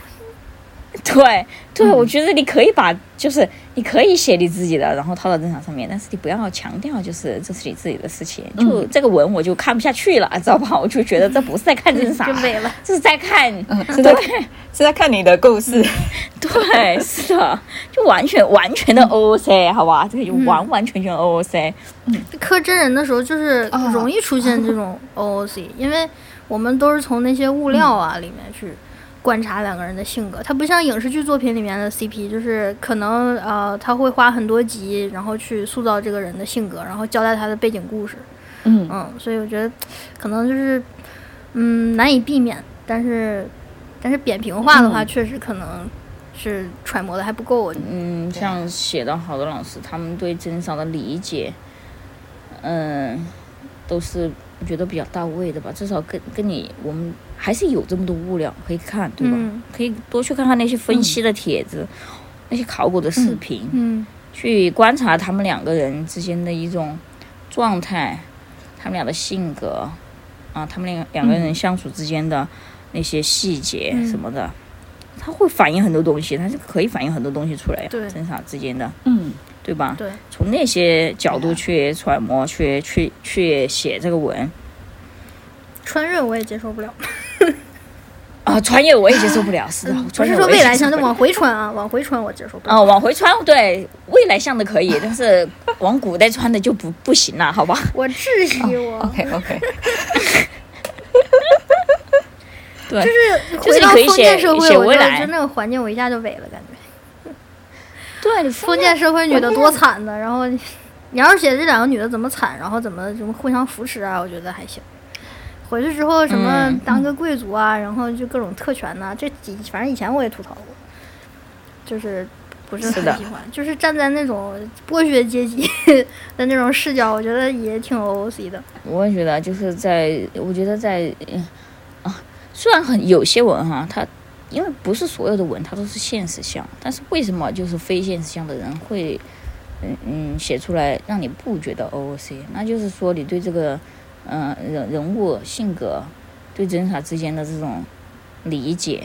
B: 对对，我觉得你可以把，就是你可以写你自己的，然后套到正常上面，但是你不要强调，就是这是你自己的事情。就这个文我就看不下去了，知道吧？我就觉得这不是在看真傻，
A: 真伪了
B: 这是在看
C: 是
B: 对
C: 在
D: 是在看你的故事，
B: 对，是的，就完全完全的 OOC，好吧？这个就完完全全 OOC。
A: [laughs] 磕真人的时候，就是
D: 啊
A: 容易出现这种 OOC，、因为我们都是从那些物料啊里面去观察两个人的性格。它不像影视剧作品里面的 CP，就是可能呃他会花很多集，然后去塑造这个人的性格，然后交代他的背景故事。
C: 嗯
A: 嗯，所以我觉得可能就是嗯难以避免，但是但是扁平化的话，确实可能是揣摩的还不够。啊我觉得
B: 嗯，像写到好多老师，他们对真少的理解，嗯，都是我觉得比较到位的吧。至少跟跟你我们还是有这么多物料可以看，对吧？
A: 嗯
B: 可以多去看看那些分析的帖子，那些考古的视频，
A: 嗯
B: 去观察他们两个人之间的一种状态，他们俩的性格啊，他们两两个人相处之间的那些细节
A: 嗯
B: 什么的，他会反映很多东西，他是可以反映很多东西出来呀、
A: 对
B: 真傻之间的，
C: 嗯，
B: 对吧？
A: 对，
B: 从那些角
C: 对
B: 度
C: 啊
B: 去揣摩，去去去写这个文
A: 穿越我也接受不了。
B: 啊，穿越我也接受不了，是的，
A: 嗯不
B: 穿
A: 是
B: 越
A: 说
B: 我也
A: 未
B: 接
A: 来
B: 受
A: 向，就
B: 不了
A: 往回穿
B: [laughs]
A: 啊，往回穿我接受不了。
B: 啊，往回穿对未来向的可以，但是往古代穿的就不不行了，好吧？
A: 我窒息
D: 嗯
A: 我，
B: 哦
C: OK
D: [laughs]
C: OK，
B: 对，
A: 就是
B: 就
A: 回
B: 是
A: 到
B: 可哦以
A: 封
B: 写
A: 建社会，
B: 写
A: 我
B: 未
A: 就
B: 来
A: 就那个环境，我一下就萎了，感觉。
B: 对，你
A: 封
B: 封
A: 建社会女的
B: 关键
A: 多惨的，然后你你要是写这两个女的怎么惨，然后怎么什么互相扶持啊，我觉得还行。回去之后什么
B: 嗯
A: 当个贵族啊，然后就各种特权呐、这几反正以前我也吐槽过，就是不是
B: 是
A: 很
B: 的
A: 喜欢，就是站在那种剥削阶级 [laughs] 的那种视角，我觉得也挺 OOC 的。
B: 我也觉得就是在，我觉得在，嗯啊，虽然很有些文哈，它因为不是所有的文它都是现实项，但是为什么就是非现实项的人会，嗯嗯，写出来让你不觉得 OOC？那就是说你对这个，嗯、人人物性格对真傻之间的这种理解。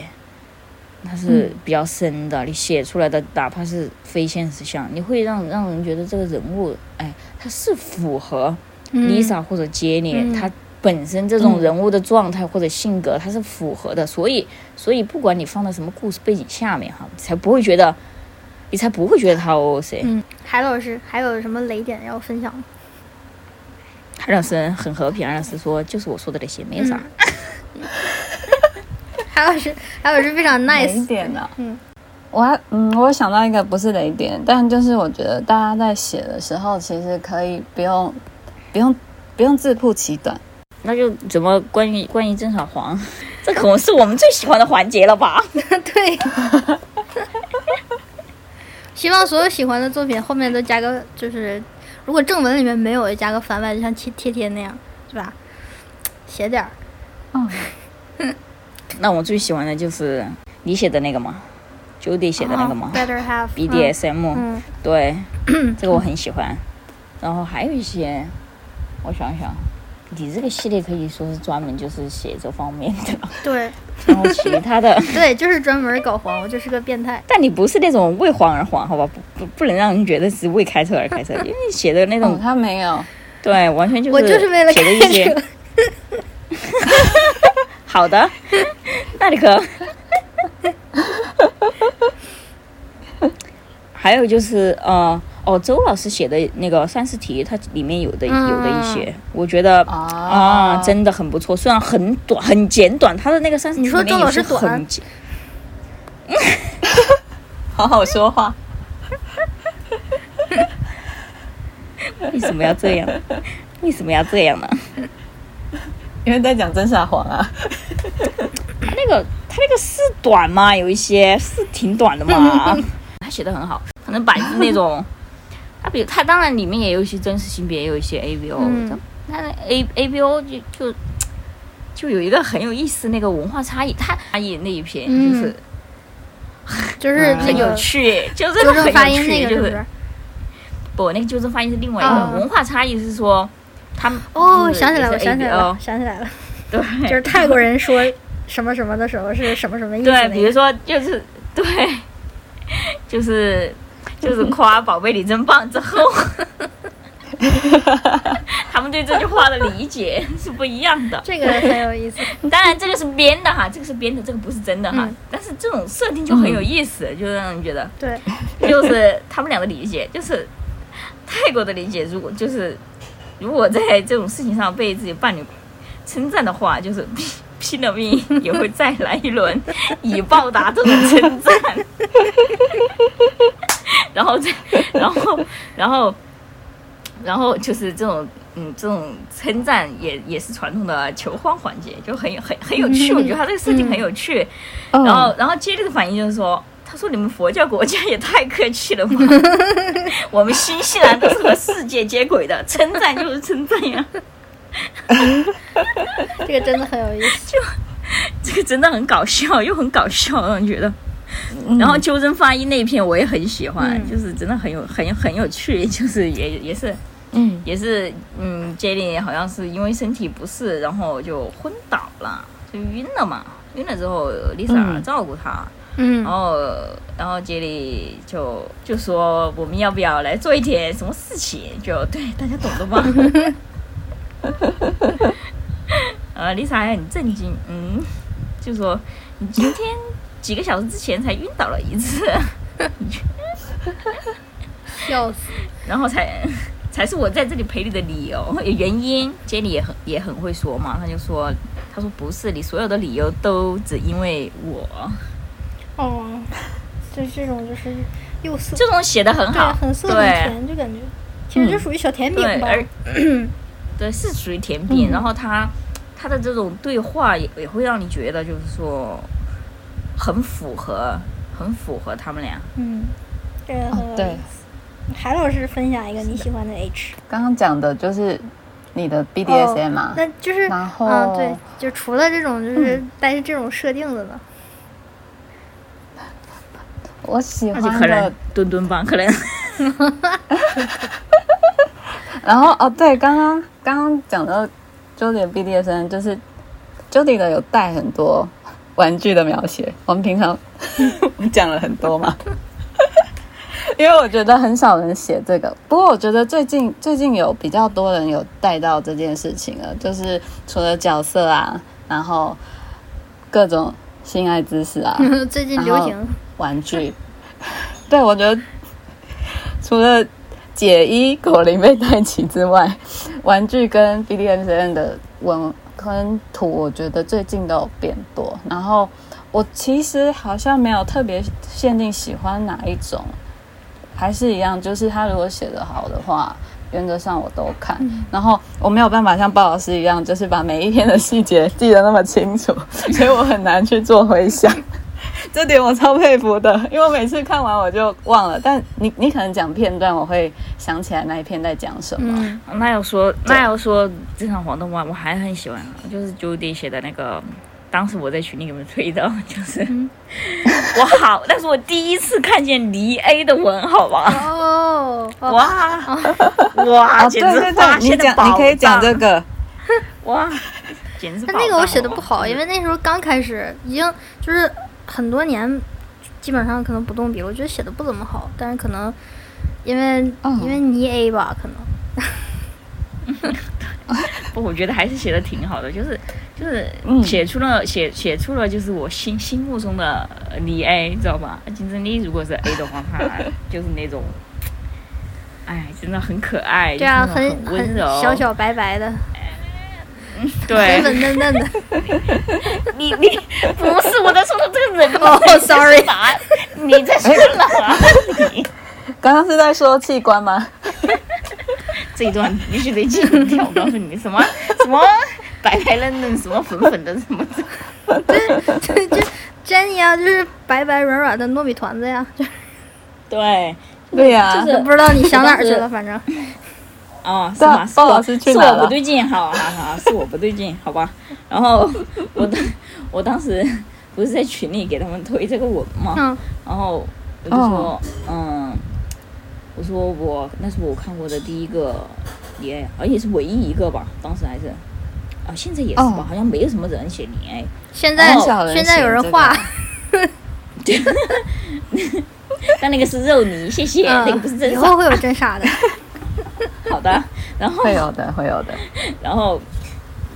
B: 它是比较深的，你写出来的哪怕是非现实项，你会让让人觉得这个人物，哎，他是符合
A: 嗯
B: Lisa 或者 Jenny，、
A: 嗯
B: 她本身这种人物的状态或者性格，她是符合的，所以所以不管你放到什么故事背景下面哈，才不会觉得，你才不会觉得她哦 OOC。
A: 嗯，海老师还有什么雷点要分享吗？
B: 海老师很和平，海老师说就是我说的那些，没
A: 嗯
B: 啥。
A: [laughs] 海老师，海老师非常
C: 哪一
A: nice。 [laughs]
C: 点呢、啊我还嗯，我想到一个不是雷点，但就是我觉得大家在写的时候，其实可以不用不用不用自曝其短。
B: 那就怎么关于关于郑少皇，这可能是我们最喜欢的环节了吧？ [laughs]
A: 对，希望所有喜欢的作品后面都加个，就是如果正文里面没有，也加个番外，就像贴贴贴那样，是吧？写点儿，
D: 嗯
B: 那我最喜欢的就是你写的那个嘛，Judy 写的那个嘛、
A: b e t t e r Half
B: BDSM，、
A: 嗯，嗯
B: 对，这个我很喜欢。然后还有一些，我想想，你这个系列可以说是专门就是写这方面的，
A: 对
B: 然后其他的，
A: 对，就是专门搞黄，我就是个变态。
B: 但你不是那种为黄而黄，好吧？不不不能让人觉得是为开车而开车，因为你写的那
D: 嗯
B: 种，
C: 哦，他没有，
B: 对，完全就是
A: 我就是为了
B: 写的一
A: 看
B: 些
A: 车，
B: 好的，那你可。还有就是，呃，哦，周老师写的那个三十题，它里面有的
A: 嗯
B: 有的一些，我觉得
A: 哦
C: 啊
B: 啊，真的很不错。虽然很短，很简短，他的那个三十题
A: 你说
B: 里面
A: 周老
B: 也是
A: 师短
B: 很简
D: 好好说话。
B: 为什么要这样？为什么要这样呢？
D: 因为在讲真傻谎啊，
B: 那个他那个是短嘛，有一些是挺短的嘛， [laughs] 他写的很好，可能把那 [laughs] 种，他比他当然里面也有一些真实性别，也有一些 A V O，、
A: 嗯
B: 他的 A A V O 就就就有一个很有意思那个文化差异，他差异那一篇
A: 嗯
B: 就是
A: 就是那
B: 很有
A: 个
B: 趣，就真
A: 纠
B: 的
A: 正
B: 很 [laughs] 嗯哎有
A: 发音
B: 趣
A: 那个，
B: 就
A: 不
B: 是嗯啊
A: 是？
B: 不那个纠正发音是另外一个、
A: 哦
B: 文化差异，是说他们 [laughs]
A: 哦，
B: 就是
A: 想起来了，
B: 也是
A: 想起来了
B: ABO，
A: 想起来了，
B: 对，
A: [laughs] 就是泰国人说什么什么的时候是什么什么意思那
B: 对，
A: 个？
B: 比如说就是 [laughs] 对，就是就是夸宝贝你真棒之
A: [laughs]
B: 后，他们对这句话的理解是不一样的。
A: 这个很有意思。
B: [laughs] 当然这个是编的哈，这个是编的，这个不是真的哈。
A: 嗯
B: 但是这种设定就很有意思，就让人觉得
A: 对，
B: 就是他们俩的理解，就是泰国的理解，如果就是如果在这种事情上被自己伴侣称赞的话，就是 [laughs] 拼拼了命也会再来一轮，以报答这种称赞。 [laughs] 然后再，然后，然后，然后就是这种，嗯，这种称赞也也是传统的求欢环节，就很有很很有趣。我觉得他这个设定很有趣。
C: 嗯
B: 然后，然后接力的反应就是说，他说你们佛教国家也太客气
C: [laughs]
B: 了吧，我们新西兰都是和世界接轨的，称赞就是称赞呀，
A: 这个真的很有意
B: [laughs]
A: 思。
B: 这个真的很搞笑，又很搞笑，让人觉得。
C: 嗯
B: 然后纠正发音那一篇我也很喜欢，
A: 嗯
B: 就是真的很有很有很有趣，就是也也是
C: 嗯，
B: 也是嗯 j e 好像是因为身体不适，然后就昏倒了，就晕了嘛。晕了之后，Lisa
C: 嗯
B: 照顾他，
A: 嗯
B: 然，后然后 j e 就就说我们要不要来做一点什么事情？就对大家懂的吧。呃，Lisa 还很震惊，嗯，就说你今天几个小时之前才晕倒了一次。 [laughs]
A: 笑死。
B: 然后才才是我在这里陪你的理由原因。杰里也很也很会说嘛，他就说，他说不是，你所有的理由都只因为我，
A: 哦，就这种就是又涩，
B: 这种写的很
A: 对，
B: 好，
A: 很涩很
B: 对
A: 甜，就感觉其实这属于小甜饼
B: 对，
A: 吧。
B: 而
C: [clears throat]
B: 对是属于甜品。
C: 嗯
B: 然后他他的这种对话也也会让你觉得就是说很符合，很符合他们俩。
A: 嗯，这个很有
C: 哦
A: 意
C: 对，
A: 思。海老师分享一个你喜欢的 H 哦
C: 刚刚讲的就是你
D: 哦
C: 的 BDSM 嘛、
A: 那就是
C: 啊然后嗯
A: 嗯，对，就除了这种就是带着这种设定的
C: [laughs]
A: 呢，
C: 我喜
B: 那就
C: 欢
B: 可能
C: 的
B: 墩墩帮，可能
C: 然后哦，对，刚刚刚刚讲到 Jody 的 BDSM，就是 Jody 的有带很多玩具的描写，我们平常我们讲了很多嘛， [laughs] 因为我觉得很少人写这个，不过我觉得最近最近有比较多人有带到这件事情了，就是除了角色啊，然后各种性爱知识啊，
A: 最近
C: 然
A: 流
C: 后
A: 行。
C: 玩具。 [laughs] 对，我觉得除了解衣口令被带起之外， [laughs] 玩具跟 BDSM 的文跟图，我觉得最近都有变多。然后我其实好像没有特别限定喜欢哪一种，还是一样，就是他如果写的好的话，原则上我都看。然后我没有办法像鲍老师一样，就是把每一天的细节记得那么清楚， [laughs] 所以我很难去做回想。 [laughs] 这点我超佩服的，因为我每次看完我就忘了。但你你可能讲片段，我会想起来那一篇在讲什么。
A: 嗯，
B: 那要
C: [laughs]
B: 说那要说这场活动嘛，我还很喜欢，就是九弟写的那个，当时我在群里给你们推的，就是、
C: 嗯
B: [laughs] 我好，那是我第一次看见离 A 的文，好吧？ [laughs]
A: 哦，哦
B: 哇哇，
C: 哦对
B: 简直
C: 对
B: 发
C: 对，你
B: 现
C: 讲
B: 的宝
C: 你可以讲这
B: 藏
C: 个，
B: 哇，简直
A: 但
B: 宝
A: 那个
B: 藏
A: 我写的不好，
B: 吧
A: 因为那时候刚开始，已经就是很多年，基本上可能不动笔了。我觉得写的不怎么好，但是可能因为、因为泥 A 吧，可能
B: 不，我觉得还是写的挺好的，就是就是
C: 嗯
B: 写出了、写写出了就是我心心目中的呃李 A，知道吧？金正丽如果是 A 的话，
A: [laughs]
B: 她就是那种，哎，真的很可爱，
A: 对啊，
B: 就是那
A: 很
B: 种很温
A: 很
B: 柔，哎
A: 小小白白
B: [laughs]
A: 的，
B: 对
A: 粉，粉嫩嫩的。
B: 你
A: [laughs]
B: 你不是我在说的这个人
A: 哦
B: 你在说
A: ，sorry
B: 哪你在说哪里？
C: 刚刚是在说器官吗？
B: [laughs] 这一段必须得剪掉，我告诉你什么什么白白嫩嫩，什么粉粉的，什么
A: 这这 Jenny 啊，就是白白软软的糯米团子呀，就
B: 对。
C: 对
B: [laughs]
C: 呀、
B: 就是
A: 不知道你想哪儿去了，反正
B: 哦，是
C: 对啊
B: 吗？是
C: 鲍
B: 我
C: 老师去
B: 是
C: 哪
B: 我不
C: 了
B: 对劲，好好好，是我不对劲，好吧。然后
C: [laughs]
B: 我当我当时不是在群里给他们推这个文嘛，
A: 嗯，
B: 然后我就说，嗯，我说我那是我看过的第一个恋爱，而且是唯一一个吧，当时还是。啊，现在也是吧
C: 哦
B: 好像没有什么人写哎恋爱，
A: 现在、
C: 很少人
A: 现在有人
C: 写这个
A: 画，
B: 但那个是肉泥，谢谢，那个不是
A: 嗯，
B: 真
A: 以
B: 傻
A: 后，会有真傻
B: [laughs]
A: 的，
B: 好的。然后
C: [laughs] 会有的，会有的。
B: [laughs] 然后，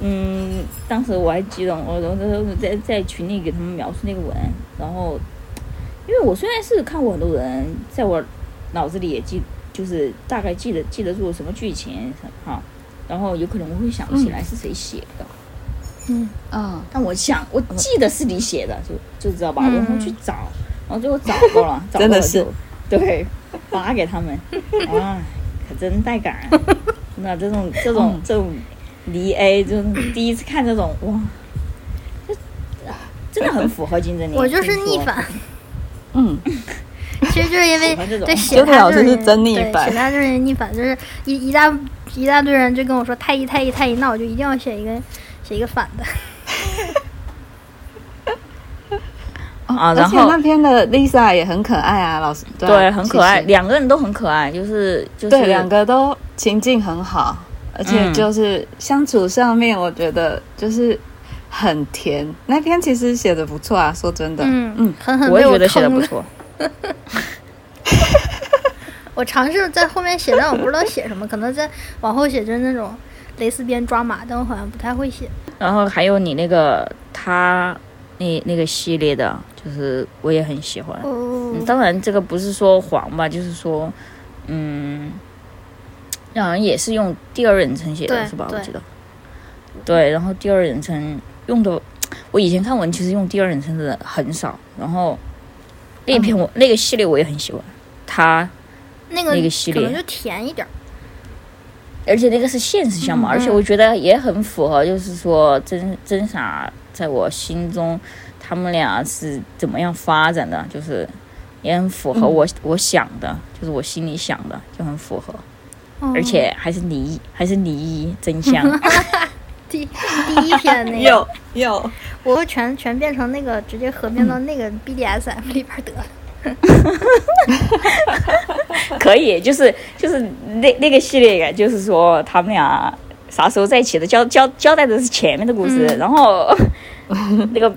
B: 嗯，当时我还激动，我我我在在群里给他们描述那个文，然后，因为我虽然是看过很多人，在我脑子里也记，就是大概记得记得住什么剧情哈，然后有可能我会想不起来是谁写的，
C: 嗯，
B: 但我想我记得是你写的，就就知道吧，
A: 嗯
B: 然后去找，然后最后找到 [laughs] 了，找到
D: 真的
B: 了
D: 是
B: 就对，发给他 [laughs] 们，啊，可真带感 [laughs] 啊，那这种这种这种离 A 就是第一次看这种哇，啊这真的很符合金正莲，
A: 我就是
B: 跟你
A: 逆
B: 说
A: 反，
C: 嗯，
A: [laughs] 其实就是因为
B: 喜欢这种
A: 对
C: 周
A: 写
C: 凯
A: 他
C: 老
A: 就
C: 师
A: 是
C: 是真逆反
A: 对写他就是逆反，就是一一大一大堆人就跟我说太一太一太一，那我就一定要写一个写一个反的，
B: 啊，
C: 哦而
B: 然
C: 且
B: 后
C: 那篇的 Lisa 也很可爱啊，老师对啊
B: 对很可爱，
C: 其实
B: 两个人都很可爱，就是就是
C: 对两个都情境很好，而且就是相处上面，我觉得就是很甜。那篇其实写的不错啊，说真的，
A: [laughs] 嗯
C: 嗯，
A: 狠狠
B: 我
A: 被
B: 也
A: 我
B: 觉得写的
A: 坑
B: 不
A: 了。
B: 错，
A: 我尝试在后面写，但我不知道写什么，可能在往后写就是那种蕾丝边抓马，但我好像不太会写。
B: 然后还有你那个他那那个系列的，就是我也很喜欢。
A: 哦
B: 嗯，当然这个不是说黄吧，就是说，嗯，好像也是用第二人称写的
A: 对
B: 是吧？我
A: 对
B: 记得。对，然后第二人称用的，我以前看文其实用第二人称的很少，然后那篇我、那个系列我也很喜欢，他
A: 那个
B: 那个系列
A: 可能就甜一点儿。
B: 而且那个是现实项嘛，而且我觉得也很符合，就是说真真傻在我心中，他们俩是怎么样发展的，就是也很符合我、我想的，就是我心里想的就很符合，
A: 哦
B: 而且还是你还是你真香，
A: 第第一篇
B: [laughs]
A: 那个，
D: 有有，
A: 我会全全变成那个直接合并到那个 BDSM 里边儿得了。
B: 可以，就是就是那那个系列，啊就是说他们俩啥时候在一起的，交交交代的是前面的故事，
A: 嗯
B: [laughs] 然
A: [laughs]
B: 后那个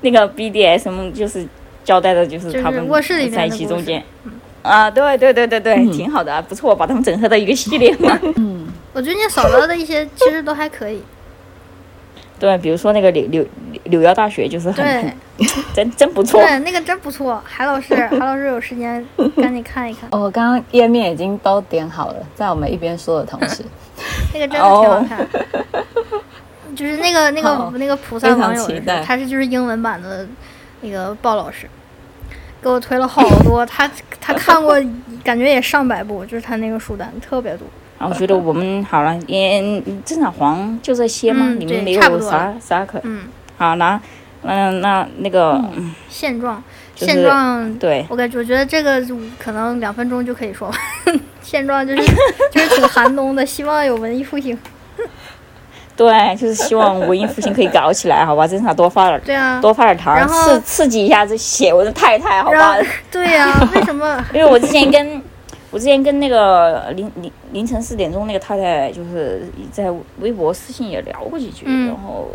B: 那个 BDSM 就是交代的就是
A: 就是
B: 他们
A: 卧室里面的
B: 在一起
A: 故事嗯
B: 中间。啊，对对对对对，挺好的啊，不错，把他们整合到一个系列
A: [laughs]
B: 嘛。
A: 我最近扫到的一些其实都还可以，
B: 对，比如说那个柳柳柳妖大学，就是很
A: 对
B: 真真不错。
A: 对，那个真不错。海老师，海老师有时间赶紧看一看，
C: 哦我刚刚页面已经都点好了，在我们一边说的同
B: [laughs]
C: 时，
A: 那个真的挺好看。就是那个那个
C: 哦好
A: 那个菩萨网友
C: 非常期
A: 是，
C: 待
A: 他是就是英文版的那个鲍老师，给我推了好多，他他看过，感觉也上百部，就是他那个书单特别多。
B: 然后我觉得我们好了，也正常黄就这些嘛，
A: 嗯
B: 你们
A: 对
B: 没
A: 差不
B: 有
A: 多
B: 啥啥可
A: 嗯，
B: 好，那嗯那那个嗯
A: 现状，
B: 就是
A: 现状，
B: 对，
A: 我感觉我觉得这个就可能两分钟就可以说完。现状就是就是挺寒冬的，希望有文艺复兴。
B: 对，就是希望文艺复兴可以搞起来，好吧？真想多发点
A: 对啊，
B: 多发点糖
A: 然，后
B: 刺刺激一下这写我的太太，好
A: 然
B: 吧
A: 后？对呀、为什么？
B: 因为我之前跟我之前跟那个凌凌凌晨四点钟那个太太，就是在微博私信也聊过几句，
A: 嗯
B: 然后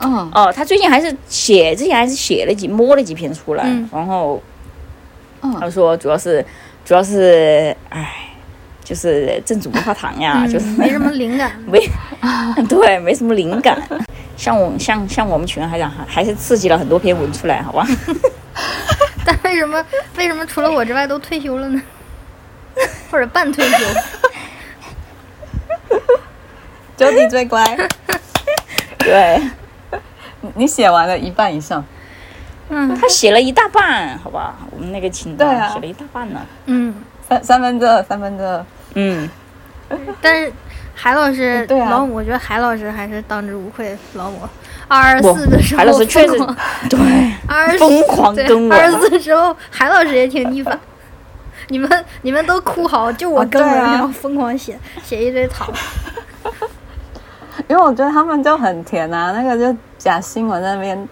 C: 嗯，
B: 哦，她最近还是写之前还是写了几摸了几篇出来，
A: 嗯
B: 然后
C: 嗯
B: 她说主要是主要是唉，就是正主不怕糖呀，
A: 嗯
B: 啊就是
A: 没什么灵感。 [laughs]
B: 没 [laughs] 对没什么灵感。像我像像我们群啊还想还还是刺激了很多篇文出来，好吧？ [laughs]
A: 但为什么为什么除了我之外都退休了呢？ [laughs] 或者半退休？
D: 九弟最乖，
B: 对，
C: 你你写完了一半以上，
A: 嗯
B: 他写了一大半，好吧？我们那个清单
D: 对啊
B: 写了一大半呢。
A: 嗯，
C: 三三分之二，三分之二。
B: 嗯，
A: 但是海老师，
C: 对啊
A: 老母，我觉得海老师还是当之无愧老母。二十
B: 我
A: 四的时候
B: 海老师确实
A: 疯狂，
B: 对，
A: 二十
B: 疯狂跟我
A: 二十四时候，海老师也挺逆反。 [laughs] 你们你们都哭嚎，就我
C: 啊
A: 跟了，
C: 对啊
A: 然后疯狂写写一堆糖。
C: 因为我觉得他们就很甜啊，那个就假新闻那边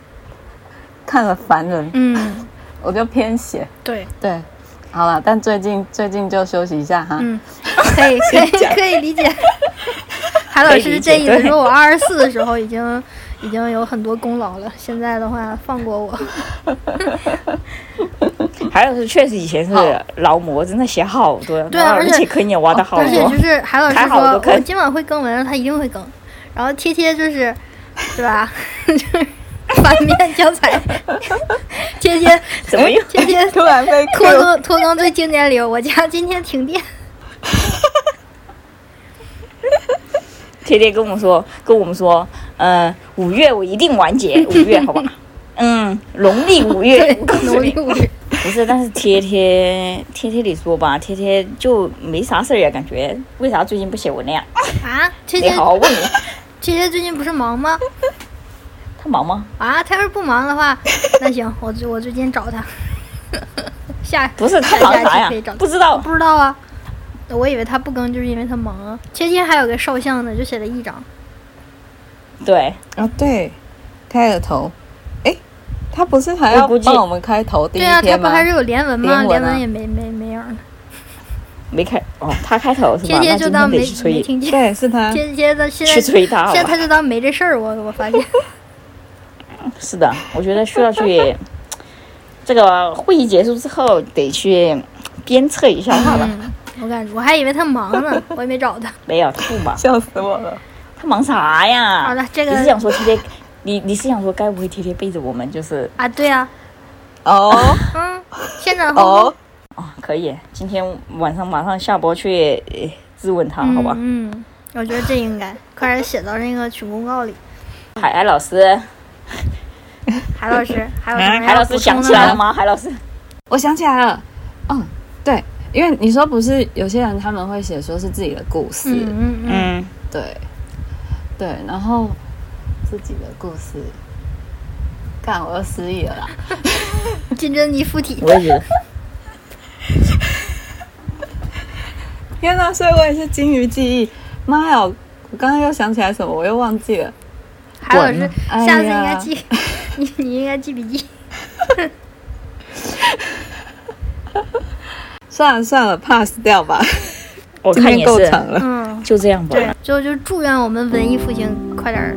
C: 看了烦人，
A: 嗯，
C: 我就偏写。
A: 对，
C: 对，好了，但最近最近就休息一下哈。
A: 嗯，可
B: [laughs]
A: 以可以可以理解。海老
B: 可以
A: 师
B: 理
A: 这
B: 解
A: 意思
B: 对
A: 说，我二十四的时候已经已经有很多功劳了，现在的话放过我。
B: 海老师确实以前是劳模，真的写好多，
A: 对啊而且
B: 且坑也挖的好
A: 而且
B: 多
A: 就。是海老师
B: 还好我都
A: 说，
B: 看
A: 我今晚会更文，他一定会更。然后贴贴就是，对吧？ [laughs] 就是反面教
B: [laughs]
A: 材，贴贴
B: 怎么又
A: 贴贴
C: 突然被
A: [laughs] 拖更拖更最经典理由，我家今天停电。
B: 天天跟我说，跟我们说，嗯，五月我一定完结，五月好吧？ [laughs] 嗯，农历五月
A: 对，，努力努力。
B: 不是，但是贴贴贴贴里说吧，贴贴就没啥事儿呀，感觉为啥最近不写文了呀？
A: 啊，贴
B: 你
A: 贴
B: 好好问问
A: 贴贴最近不是忙吗？
B: 他忙吗？
A: 啊，他要是不忙的话，那行，我最我最近找他。 [laughs] 下
B: 不是他
A: 下
B: 忙
A: 下
B: 啥
A: 期
B: 呀
A: 可以 [laughs] 找？他
B: 不知道
A: 不知道啊，我以为他不更就是因为他忙啊。贴贴还有个少相呢，就写了一张。
B: 对，
C: 啊，对，
D: 开了头，哎，他不是还
B: 我
D: 要
B: 估计
D: 帮我们开头第一
A: 对啊，他
D: 篇
A: 不
D: 吗？
A: 还是有连文吗？
D: 连文啊
A: 连文也没没没影儿呢。
B: 没开哦，他开头是
A: 贴
B: 吧？
A: 贴就
B: 那
A: 当没
B: 今天得去
A: 没
B: 催啊
A: 听见。
D: 对，是他。
A: 贴贴的现
B: 去
A: 在
B: 催他好
A: 现在
B: 吧？
A: 他就当没这事儿，我我发现。
B: 是的，我觉得需
A: [laughs]
B: 要去这个会议结束之后得去鞭策一下他吧。
A: 嗯，我感觉我还以为他忙呢，我也没找他。
B: 没有，他不忙，
D: 笑死我了！
B: 他忙啥呀？
A: 好了这个
B: 你是想说贴贴，你你是想说该不会贴贴背着我们就是
A: 啊，对啊， [laughs]
D: 哦
A: 嗯，现场后
D: 哦，
B: 哦，可以，今天晚上马上下播去呃质问他，好吧？
A: 嗯，嗯我觉得这应该快点写到那个群公告里。
B: 海海老师，
A: 海老师，还有什么要
B: 海哎老
A: 补充
B: 师想
A: 的
B: 起来了
A: 吗？
B: 吗？海老师，
C: 我想起来了，嗯，对，因为你说不是有些人他们会写说是自己的故事，
A: 嗯嗯嗯，
B: 嗯，
C: 对，对，然后自己的故事，干我又失忆了啦。
B: 嗯
A: 金珍妮附体
B: 我，也觉得。
D: 天哪！所以我也是金鱼记忆。妈呀，我刚刚又想起来什么，我又忘记了。
A: 海老师
B: 滚，
C: 哎
A: 下次应该
C: 呀
A: 记，你你应该记笔
B: [laughs]
A: 记。
D: 算了算了，pass 掉吧。
B: 我
D: 今
B: 看
D: 天
B: 也
D: 够
B: 是，
D: 长了。
A: 嗯，
B: 就这样吧。
A: 对，最后就祝愿我们文艺复兴快点儿